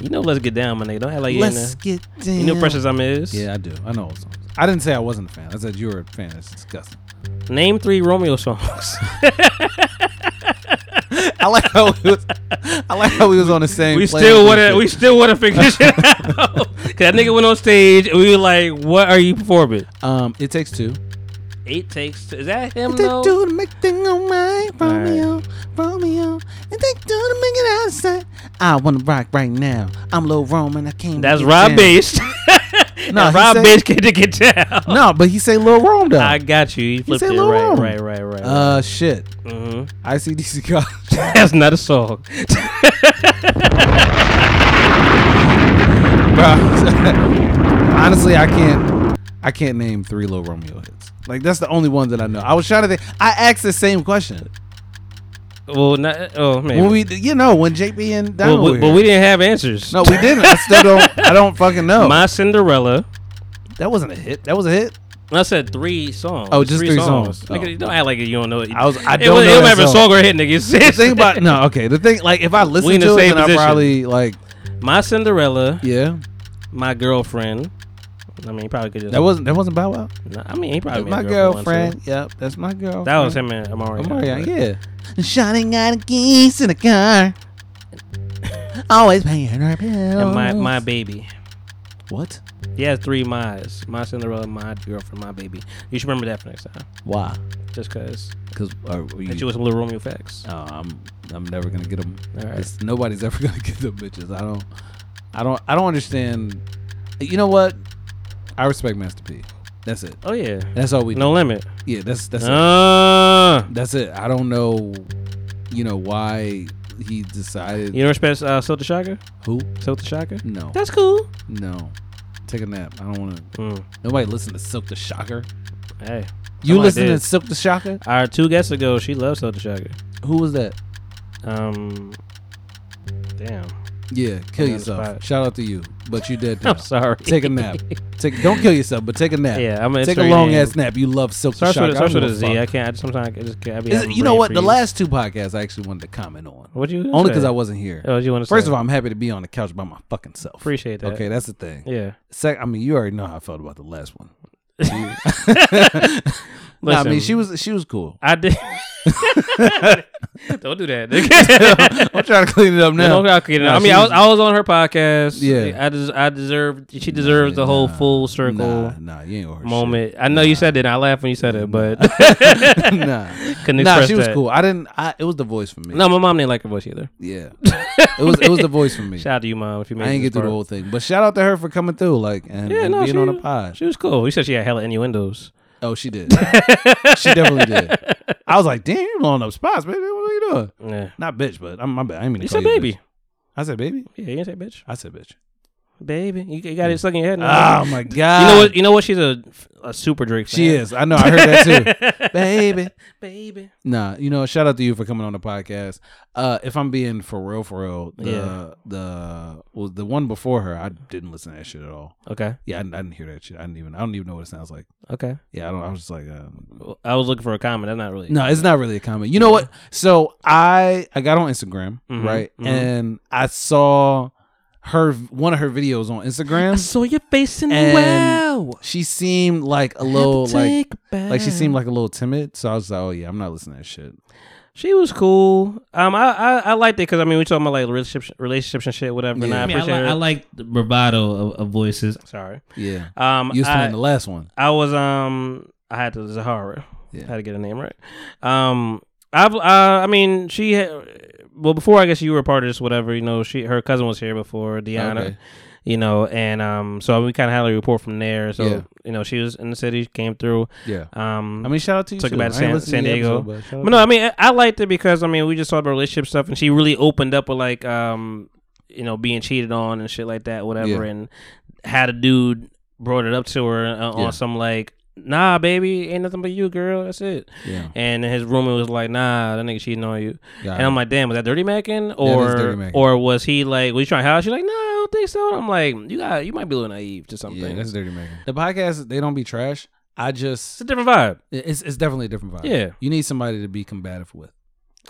A: You know, let's get down, my nigga. Don't act like you in
H: Let's
A: there.
H: get down.
A: You know, precious I'm is.
B: Yeah, I do. I know all the songs. I didn't say I wasn't a fan. I said you were a fan. It's disgusting.
A: Name three Romeo songs.
B: I like how we was, I like how we was on the same.
A: we
B: plane
A: still
B: and
A: wanna
B: shit.
A: we still wanna figure shit out. Cause that nigga went on stage and we were like, "What are you performing?"
B: um, it takes two.
A: Eight takes. To, is that him
H: They
A: though?
H: do to make thing on my Romeo, Romeo, and they do to make it out of sight. I wanna rock right now. I'm Lil Roman. I came.
A: That's Rob Bass.
B: No,
A: no,
B: he
A: Rob
B: said-
A: Bass came to get down.
B: No, but he say Lil Rome though.
A: I got you. He flipped
B: said
A: it
B: Lil
A: right,
B: Ron.
A: right, right, right.
B: uh, shit.
A: hmm
B: ICDC college.
A: That's not a song.
B: Bro, Honestly, I can't. I can't name three Lil Romeo hits. Like that's the only one that I know. I was trying to think. I asked the same question
A: well, not. Oh man.
B: when we, you know, when JP and Dino
A: well,
B: were
A: we,
B: here.
A: but we didn't have answers.
B: no, we didn't. I still don't. I don't fucking know.
A: My Cinderella.
B: that wasn't a hit. That was a hit.
A: I said three songs.
B: Oh, just three songs.
A: Nigga,
B: Oh.
A: you don't act like you don't know it.
B: I was- I
A: It
B: don't
A: was-
B: know
A: It
B: that
A: was ever a
B: song.
A: song or a hit, nigga.
B: The thing about no, okay. The thing like if I
A: We
B: listen
A: in
B: to
A: the
B: it,
A: same
B: then I
A: position.
B: probably like
A: My Cinderella.
B: yeah.
A: my girlfriend. I mean, he probably could just.
B: That wasn't that wasn't Bow Wow.
A: Nah, I mean, he probably. made
B: That's my
A: a girlfriend.
B: girlfriend.
A: too.
B: Yep, that's my girlfriend.
A: That was him and Amari.
B: Omarion, yeah.
H: Shining out of geese in the car. Always paying her bills.
A: And my my baby.
B: What?
A: He has three my's. My Cinderella, my girlfriend, my baby. You should remember that for next time.
B: Why?
A: Just cause
B: Because
A: hit you with some little Romeo facts.
B: No, I'm I'm never gonna get them.
A: All right.
B: It's- Nobody's ever gonna get them bitches. I don't, I don't, I don't understand. You know what? I respect Master P. That's it.
A: Oh yeah.
B: That's all we.
A: No limit.
B: do. Yeah. That's that's it.
A: Uh,
B: That's it. I don't know. You know why he decided
A: you don't respect uh, Silta Shaka?
B: who?
A: Silta Shaka?
B: No,
A: That's cool.
B: no. Take a nap. I don't want to.
A: Mm.
B: Nobody listen to Silk the Shocker.
A: Hey,
B: You
A: Somebody
B: listen to
A: did.
B: Silk the Shocker?
A: our two guests ago, she loves Silta Shaka.
B: Who was that?
A: Um, damn.
B: Yeah, kill
A: on the
B: yourself.
A: spot.
B: Shout out to you, but you dead. now.
A: I'm sorry.
B: Take a nap. Take don't kill yourself, but take a nap.
A: Yeah, I'm gonna
B: take a
A: insert
B: long
A: your
B: ass nap. You love silk the
A: Starts
B: Shocker.
A: with, starts
B: I don't
A: with a
B: give
A: Z.
B: a
A: I
B: fuck.
A: can't. I sometimes I just can't. I be
B: Is
A: having
B: it- you know
A: brain
B: what? The
A: freeze.
B: last two podcasts I actually wanted to comment on,
A: What you
B: only because
A: say?
B: I wasn't here.
A: Oh, you want to
B: First of all, I'm happy to be on the couch by my fucking self.
A: appreciate that.
B: Okay, that's the thing.
A: Yeah.
B: Sec, I mean, you already know how I felt about the last one. Nah, I
A: Listen,
B: mean, she was she was cool.
A: I did. don't do that. nigga.
B: I'm trying to clean it up now.
A: Don't knock it
B: Nah,
A: out. I
B: she
A: mean, I was,
B: was-
A: I was on her podcast.
B: Yeah.
A: I des- I deserve. She deserves the whole
B: Nah,
A: full circle
B: Nah, nah, you ain't worth
A: moment. I know you said that. and I laughed when you said it, but
B: shit. nah,
A: couldn't
B: nah,
A: express
B: she was
A: that.
B: cool. I didn't. I, it was the voice for me.
A: No, my mom didn't like her voice either.
B: Yeah, it was it was the voice for me.
A: Shout out to you, mom. If you made
B: I
A: it
B: didn't
A: this
B: get through the
A: far.
B: whole thing, but shout out to her for coming through, like and,
A: Yeah,
B: and
A: no,
B: being
A: she,
B: on the pod.
A: she was cool. You said she had hella innuendos.
B: oh, she did. she definitely did. I was like, damn, you blowing up spots, baby. What are you doing?
A: Yeah.
B: Not bitch, but I'm my bad. I didn't mean to
A: You
B: call
A: said baby.
B: bitch. I said baby.
A: Yeah, you didn't say bitch.
B: I said bitch.
A: Baby, you, you got it stuck in your head. now.
B: Oh my god.
A: you know what? You know what? She's a, a super Drake fan.
B: She is. I know. I heard that too.
A: baby, baby.
B: Nah, you know, shout out to you for coming on the podcast. Uh, if I'm being for real, for real, the
A: Yeah.
B: the well, the one before her, I didn't listen to that shit at all.
A: Okay,
B: Yeah, I, didn't- I didn't hear that shit. I didn't even. I don't even know what it sounds like.
A: okay.
B: Yeah, I don't. I was just like, um,
A: Well, I was looking for a comment. That's not really.
B: No, it's not really a comment. You know what? So I I got on Instagram,
A: Mhm,
B: right?
A: mhm.
B: And I saw her one of her videos on Instagram.
A: saw your face in
B: And She seemed like a little like like she seemed like a little timid. So I was like, oh yeah, I'm not listening to that shit.
A: she was cool. Um, I I, I liked it because I mean we talking about like relationships, relationships and shit, whatever. And
B: Yeah.
A: I
B: I
A: appreciate
I: I,
A: her.
I: li- I like the bravado of, of voices.
A: Sorry.
B: Yeah,
A: Um,
B: you was
A: I,
B: playing the last one.
A: I was um I had to Zahara.
B: Yeah.
A: Had to get a name right. Um I've uh, I mean she ha- well before I guess you were a part of this whatever you know she her cousin was here before Deanna
B: Okay.
A: you know and um so we kind of had a report from there so
B: Yeah.
A: you know she was in the city came through
B: Yeah,
A: um
B: I mean, shout out to you.
A: Talk
B: too.
A: about
B: I ain't
A: San-
B: listened
A: San
B: to the
A: Diego.
B: but shout out
A: but no I mean I- I liked it because I mean we just saw the relationship stuff and she really opened up with like um you know being cheated on and shit like that whatever
B: Yeah.
A: and had a dude brought it up to her uh,
B: Yeah.
A: on some like nah, baby, ain't nothing but you, girl. That's it.
B: Yeah.
A: And then his roommate was like, nah, that nigga cheating on you.
B: Got
A: and
B: it.
A: I'm like, damn, was that dirty macking
B: is
A: or
B: dirty macking.
A: or was he like, was he trying to hide? She's like, nah, I don't think so. And I'm like, you got, you might be a little naive to something.
B: Yeah, that's
A: it's
B: dirty making. The podcast they don't be trash. I just
A: a different vibe.
B: it's it's definitely a different vibe.
A: Yeah.
B: you need somebody to be combative with.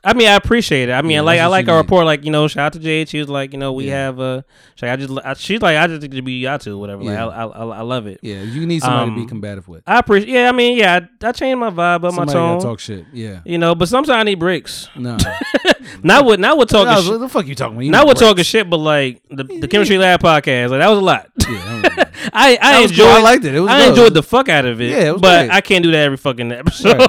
A: I mean, I appreciate it. I mean,
B: Yeah,
A: I like
B: that's
A: I
B: what
A: like
B: you
A: our
B: need.
A: report. Like you know, shout out to Jade. She was like, you know, we
B: Yeah.
A: have a. She's like, I just, I, she's like, I just think to be y'all two, whatever. Like,
B: Yeah.
A: I, I, I, I love it.
B: Yeah, you need somebody to
A: Um,
B: be combative with.
A: I appreciate. Yeah, I mean, yeah, I, I changed my vibe, up my
B: somebody
A: tone.
B: gotta talk shit. Yeah,
A: You know, but sometimes I need breaks.
B: no.
A: Not with, not with talking.
B: No,
A: shit.
B: what the fuck you talking about? You
A: Now
B: need
A: we're
B: breaks.
A: talking shit, but like the, the chemistry lab podcast, like that was a lot.
B: Yeah, I don't know.
A: I I
B: was
A: enjoyed.
B: cool. I liked it. It was
A: I
B: good.
A: enjoyed the fuck out of it.
B: Yeah, it was
A: but
B: great.
A: I can't do that every fucking episode.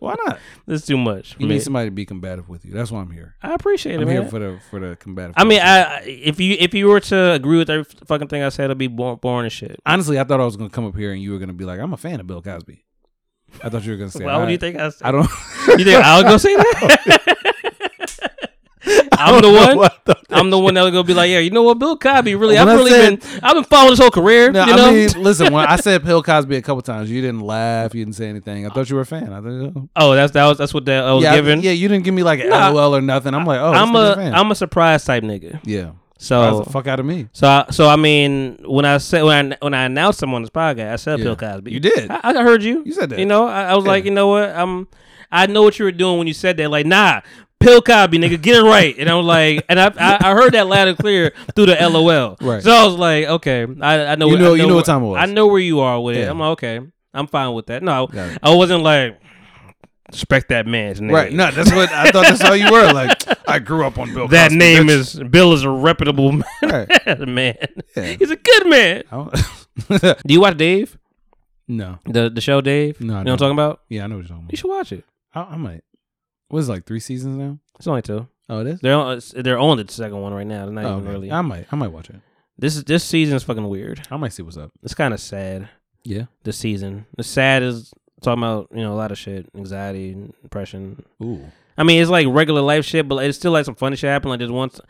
B: Why not?
A: That's too much. for
B: You
A: me.
B: need somebody to be combative with you. That's why I'm here.
A: I appreciate it,
B: I'm
A: man.
B: here for the for the combative.
A: I mean,
B: person.
A: I I- if you if you were to agree with every fucking thing I said, it'd be bo- boring as shit.
B: honestly I thought I was gonna come up here and you were gonna be like, I'm a fan of Bill Cosby. I thought you were gonna say.
A: Why would
B: I-
A: you think I?
B: I don't.
A: You think I'll go say that? I'm the one.
B: I thought that-
A: I'm the one that'll go be like, yeah, you know what, Bill Cosby. Really,
B: When
A: I've
B: I
A: really
B: said-
A: been. I've been following his whole career.
B: No,
A: you know?
B: I mean, listen. When I said Bill Cosby a couple times, you didn't laugh. You didn't say anything. I thought you were a fan. I thought, oh.
A: oh, that's that was that's what that I was
B: yeah, I-
A: given.
B: yeah, you didn't give me like an
A: Nah.
B: LOL or nothing. I'm like, oh,
A: I'm Oh.
B: this nigga's
A: a
B: a fan.
A: am a surprise type nigga.
B: yeah. Surprise
A: So
B: the fuck out of me.
A: so I, so I mean when I said when I when I announced him on this podcast, I said
B: Yeah.
A: Bill Cosby.
B: You did.
A: I, I heard you.
B: You said that.
A: You know, I, I was like, you know what? Um, I know what you were doing when you said that. Like, nah, Bill Cosby, nigga, get it right. And I was like, and I, I I heard that loud and clear through the LOL.
B: Right.
A: So I was like, okay, I I know
B: You
A: where- I
B: know- you know
A: where-
B: what time it was.
A: I know where you are with it.
B: Yeah.
A: I'm like, okay, I'm fine with that. No,
B: Got it.
A: I wasn't like. Respect that man's name.
B: Right. No, that's what I thought. That's how you were. Like, I grew up on Bill.
A: That
B: Cosby,
A: name
B: bitch.
A: is Bill is a reputable man.
B: Right.
A: man.
B: Yeah.
A: He's a good man.
B: I don't-
A: Do you watch Dave?
B: no.
A: The the show Dave?
B: No, I
A: You know what I'm
B: don't.
A: talking about?
B: Yeah, I know what you're talking
A: You
B: about.
A: should watch it.
B: I, I might. What is it, like three seasons now?
A: It's only two.
B: Oh, it is.
A: They're on, it's- they're on the second one right now. They're not
B: Oh,
A: even
B: okay.
A: really.
B: I might. I might watch it.
A: This is this season is fucking weird.
B: I might see what's up.
A: It's kind of sad.
B: Yeah.
A: This season. The sad is talking about you know a lot of shit, anxiety, and depression.
B: Ooh.
A: I mean, it's like regular life shit, but it's still like some funny shit happened. Like there's once,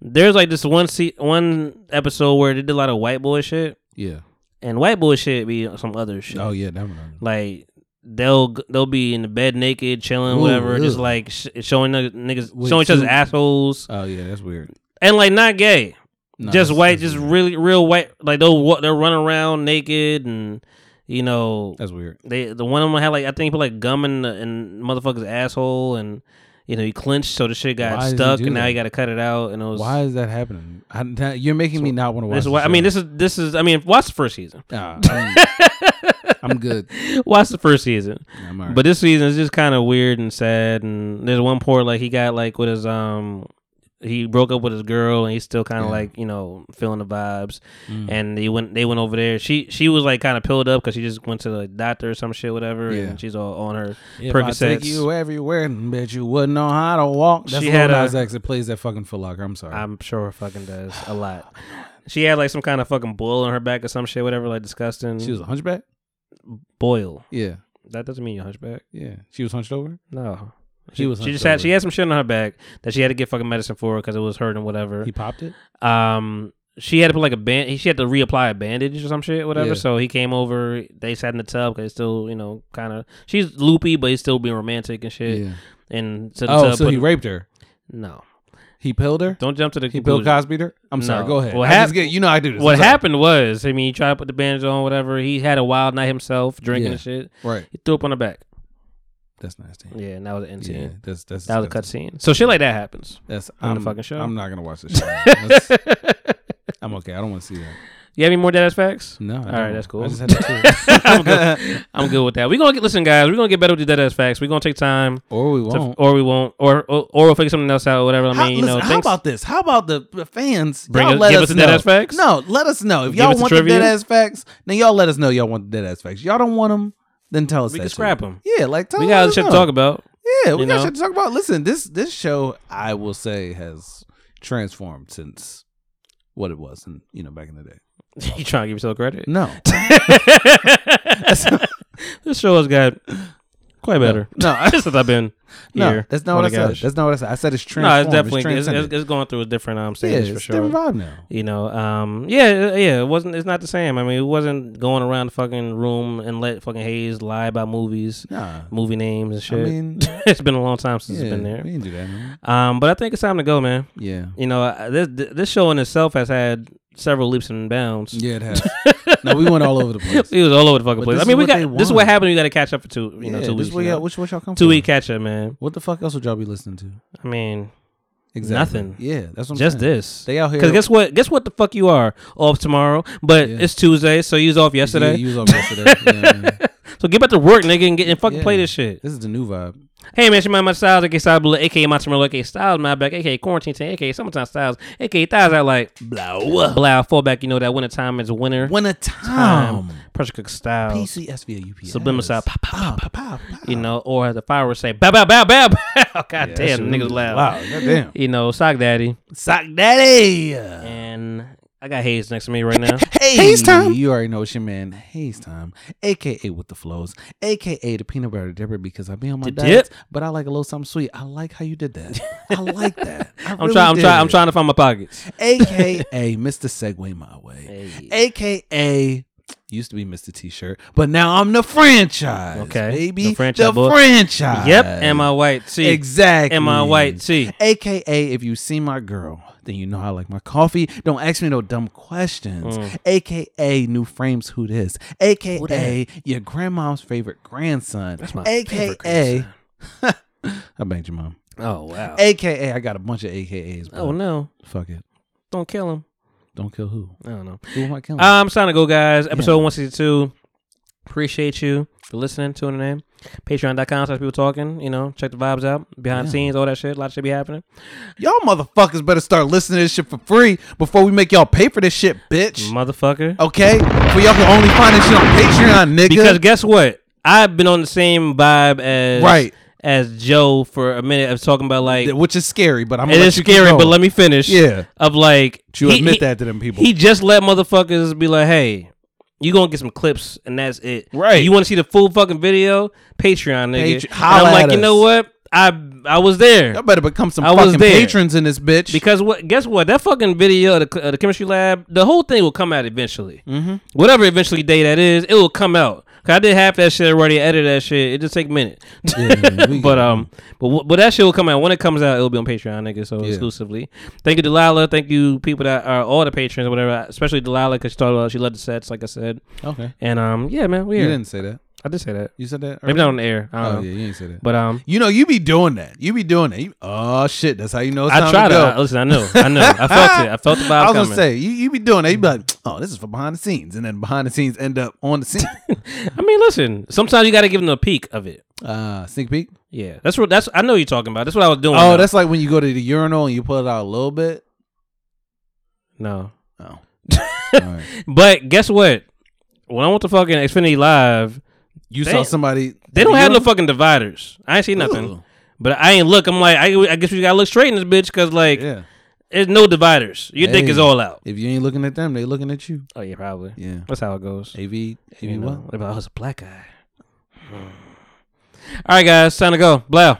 A: there's like this one se- one episode where they did a lot of white boy shit,
B: Yeah.
A: and white boy shit be some other shit.
B: Oh yeah, that one.
A: like they'll g- they'll be in the bed naked, chilling,
B: Ooh,
A: whatever, just
B: ew.
A: like sh- showing nigg- niggas
B: Wait,
A: showing each other's
B: so-
A: assholes,
B: Oh yeah, that's weird.
A: and like not gay,
B: No,
A: just
B: that's-
A: white,
B: that's
A: just
B: weird.
A: really real white. Like they'll wa- they'll run around naked, and you know
B: That's weird.
A: they the one of them had like I think he put like gum in the in motherfucker's asshole, and you know he clenched, so the shit got
B: Why does he
A: stuck,
B: do
A: and now
B: that?
A: you got to cut it out, and it was.
B: Why is that happening? I, that, you're making me not want to watch.
A: This is why, I mean, this is this is. I mean, watch the first season.
B: I'm, I'm good.
A: Watch the first season.
B: I'm all right.
A: But this season is just kind of weird and sad. And there's one poor like he got like with his um he broke up with his girl and he's still kind of
B: Yeah. Mm.
A: like you know feeling the vibes. And they went they went over there. She she was like kind of pilled up because she just went to the doctor or some shit whatever.
B: Yeah.
A: And she's all on her
B: if I
A: Percocets.
B: take you everywhere, bet you wouldn't know how to walk. That's
A: She
B: she
A: had
B: had
A: a-
B: Nas X that plays that fucking Foot Locker. I'm sorry.
A: I'm sure her fucking does a lot. She had like some kind of fucking boil on her back or some shit whatever like disgusting.
B: she was a hunchback.
A: boil.
B: Yeah,
A: That doesn't mean you're hunchback.
B: yeah. She was hunched over.
A: No.
B: She was
A: She just
B: hunched
A: had
B: over.
A: she had some shit on her back that she had to get fucking medicine for because it was hurting whatever.
B: He popped it.
A: um she had to put like a band she had to reapply a bandage or some shit whatever
B: Yeah.
A: so he came over they sat in the tub because still you know kind of she's loopy but he's still being romantic and shit
B: Yeah.
A: and so the
B: Oh,
A: tub
B: so he
A: put-
B: raped her.
A: no
B: He pilled her.
A: don't jump to the
B: He pilled
A: conclusion.
B: Cosby her. I'm sorry.
A: No.
B: Go ahead.
A: What
B: I just
A: hap-
B: get- you know I do this.
A: what
B: I'm sorry.
A: happened was i mean he tried to put the bandage on whatever he had a wild night himself drinking
B: Yeah.
A: and shit
B: Right.
A: he threw up on her back
B: That's nasty.
A: yeah and that was the end
B: Yeah,
A: scene
B: that's that's
A: that was a
B: disgusting.
A: cut scene so shit like that happens
B: That's
A: on the
B: I'm,
A: fucking show.
B: I'm not gonna watch this. Show. That's- I'm okay. I don't want to see that.
A: you have any more dead ass facts
B: No. I don't.
A: all right that's cool
B: I just had to.
A: I'm good. I'm good with that. We're gonna get listen, guys. We're gonna get better with these dead ass facts. We're gonna take time,
B: or we
A: to-
B: won't.
A: or we won't, or or, or we'll figure something else out. Whatever. I mean,
B: How-
A: you know,
B: listen, how
A: thanks.
B: about this? How about the the fans?
A: Bring
B: y'all
A: us-
B: let
A: give
B: us
A: us the dead
B: know.
A: ass facts?
B: No, let us know if
A: Give
B: y'all
A: us the
B: want the
A: trivia?
B: dead ass facts. Then y'all let us know y'all want the dead ass facts. Y'all don't want them. Then tell us.
A: We
B: that
A: can
B: shit.
A: scrap 'em.
B: Yeah, like tell
A: we
B: us-
A: got
B: let
A: other
B: us
A: shit to
B: know.
A: talk about.
B: Yeah, we
A: you
B: got
A: know?
B: shit to talk about. Listen, this this show I will say has transformed since what it was, and you know, back in the day.
A: you trying to give yourself credit?
B: No,
A: this show has got quite better.
B: no, I-
A: since I've been
B: No,
A: here.
B: that's not
A: Oh
B: what I
A: my
B: said.
A: gosh.
B: That's not what I said. I said it's
A: No, it's
B: transformed.
A: definitely it's,
B: transcended.
A: it's, it's going through a different um
B: yeah,
A: stages
B: it's
A: for
B: different
A: sure.
B: vibe now.
A: You know, um, yeah, yeah, it wasn't. It's not the same. I mean, it wasn't going around the fucking room and let fucking Hayes lie about movies,
B: Nah,
A: movie names and shit.
B: mean-
A: it's been a long time since
B: yeah,
A: it's been there.
B: We didn't do that. Man.
A: Um, but I think it's time to go, man.
B: Yeah,
A: You know, I- this this show in itself has had several leaps and bounds.
B: yeah, it has. no, we went all over the place.
A: It was all over the fucking
B: But
A: place.
B: this
A: I
B: is
A: mean, we
B: what
A: got
B: they
A: this is what
B: want.
A: happened. You got to catch up for two, you know,
B: Yeah,
A: two
B: this
A: weeks.
B: What,
A: you know?
B: y'all- which, what y'all come
A: two
B: for?
A: week catch up, man.
B: What the fuck else would y'all be listening to?
A: I mean,
B: Exactly.
A: Nothing.
B: Yeah, that's what I'm
A: just
B: saying.
A: this.
B: They out here.
A: Because guess what? Guess what the fuck you are off tomorrow, but
B: Yeah.
A: it's Tuesday, so you was off
B: Yeah,
A: yesterday.
B: you was off yesterday. Yeah, man.
A: so get back to work, nigga, and get and fucking
B: Yeah.
A: play this shit.
B: This is the new vibe.
A: Hey, man, it's your man, my styles, aka Style Bullet, aka Montemurro, aka Styles, my back, aka Quarantine 10, aka Summertime Styles, aka Thighs Out Like Blow. Blow, fall back, you know that winter time is winter.
B: Winter
A: time. Pressure Cook Styles.
B: PCS via UPS.
A: Subliminal style, pow, pow,
B: Pow, pow, pow, pow.
A: You know, or the fire would say, bow, bow, bow, bow, bow. God
B: That shit
A: damn, niggas
B: was
A: loud.
B: loud. Goddamn.
A: You know, Sock Daddy.
B: Sock daddy.
A: And I got Hayes next to me right now.
B: Hey,
H: Haze time.
B: You already know it's your man, Haze Time, aka with the flows, aka the peanut butter dipper, because I be on my
A: The
B: diet,
A: dip?
B: but I like a little something sweet. I like how you did that. I like that. I
A: I'm trying. I'm trying. I'm trying to find my pockets.
B: AKA Mr. Segway My Way. AKA used to be Mr. T shirt, but now I'm the franchise.
A: Okay.
B: Baby.
A: The
B: The franchise.
A: franchise boy.
B: franchise.
A: Yep. Am I white? See.
B: Exactly.
A: Am I white? See.
B: AKA, if you see my girl, then you know I like my coffee. Don't ask me no dumb questions.
A: Mm.
B: AKA, new frames, who this? AKA, your grandma's favorite grandson. That's
A: my
B: AKA,
A: favorite
B: I banged your mom.
A: Oh wow.
B: AKA, I got a bunch of AKAs. But
A: Oh no.
B: Fuck it.
A: Don't kill him.
B: Don't kill who?
A: I don't know.
B: Who am I killing?
A: I'm trying Um, to go, guys. Episode 162. Appreciate you for listening, tuning in. Patreon.com slash people talking. You know, check the vibes out. Behind the scenes, all that shit. A lot of shit be happening.
B: y'all motherfuckers better start listening to this shit for free before we make y'all pay for this shit,
A: Mm.
B: bitch.
A: Motherfucker.
B: Okay? For y'all can only find this shit on Patreon, nigga.
A: Because guess what? I've been on the same vibe as
B: Right.
A: as Joe for a minute of talking about like
B: which is scary, but I'm
A: it is scary, but let me finish.
B: Yeah.
A: Of like
B: You
A: he-
B: admit
A: he-
B: that to them people.
A: He just let motherfuckers be like, hey, you gonna get some clips and that's it.
B: Right.
A: You wanna see the full fucking video? Patreon, nigga.
B: Patr-
A: And
B: holla
A: I'm like,
B: at
A: you know
B: us.
A: what? I I was there.
B: Y'all better become some
A: I was
B: fucking
A: there.
B: patrons in this bitch.
A: Because what? Guess what? That fucking video of the, of the chemistry lab, the whole thing will come out eventually. Mm-hmm. Whatever eventually day that is, it will come out. 'Cause I did half that shit already. Edit that shit. It just take a minute. but um, but wh- but that shit will come out when it comes out. It'll be on Patreon, nigga. So exclusively. Thank you, Delilah. Thank you, people that are all the patrons or whatever. Especially Delilah, because she thought about she loved the sets, like I said.
B: okay.
A: And um, yeah, man, we
B: You
A: here.
B: didn't say that.
A: I did say that.
B: You said that.
A: Maybe not on the air. I don't
B: Oh
A: know.
B: yeah, you ain't say that.
A: But um,
B: you know, you be doing that. You be doing that. You- oh shit, that's how you know it's
A: I
B: time
A: tried
B: to
A: to.
B: go.
A: I, listen, I know. I know. I felt it. I felt the vibe
B: I was
A: coming.
B: gonna say you, you be doing that. You be like, oh, this is for behind the scenes, and then behind the scenes end up on the scene.
A: I mean, listen. Sometimes you got to give them a peek of it.
B: uh, sneak peek.
A: Yeah, that's what that's. I know you're talking about. That's what I was doing.
B: Oh,
A: though.
B: that's like when you go to the urinal and you pull it out a little bit.
A: no.
B: Oh, All right.
A: But guess what? When I went to fucking Xfinity Live,
B: you
A: They-
B: saw somebody.
A: they don't have no fucking dividers. I ain't see nothing.
B: Ooh.
A: But I ain't look. I'm like, I, I guess we gotta look straight in this bitch because like,
B: Yeah.
A: there's no dividers. Your dick
B: Hey.
A: is all out.
B: If you ain't looking at them, they looking at you.
A: Oh yeah, probably.
B: Yeah.
A: That's how it goes.
B: Av, av
A: You know,
B: what?
A: if I was a black guy. Hmm. All right, guys, time to go. Blow.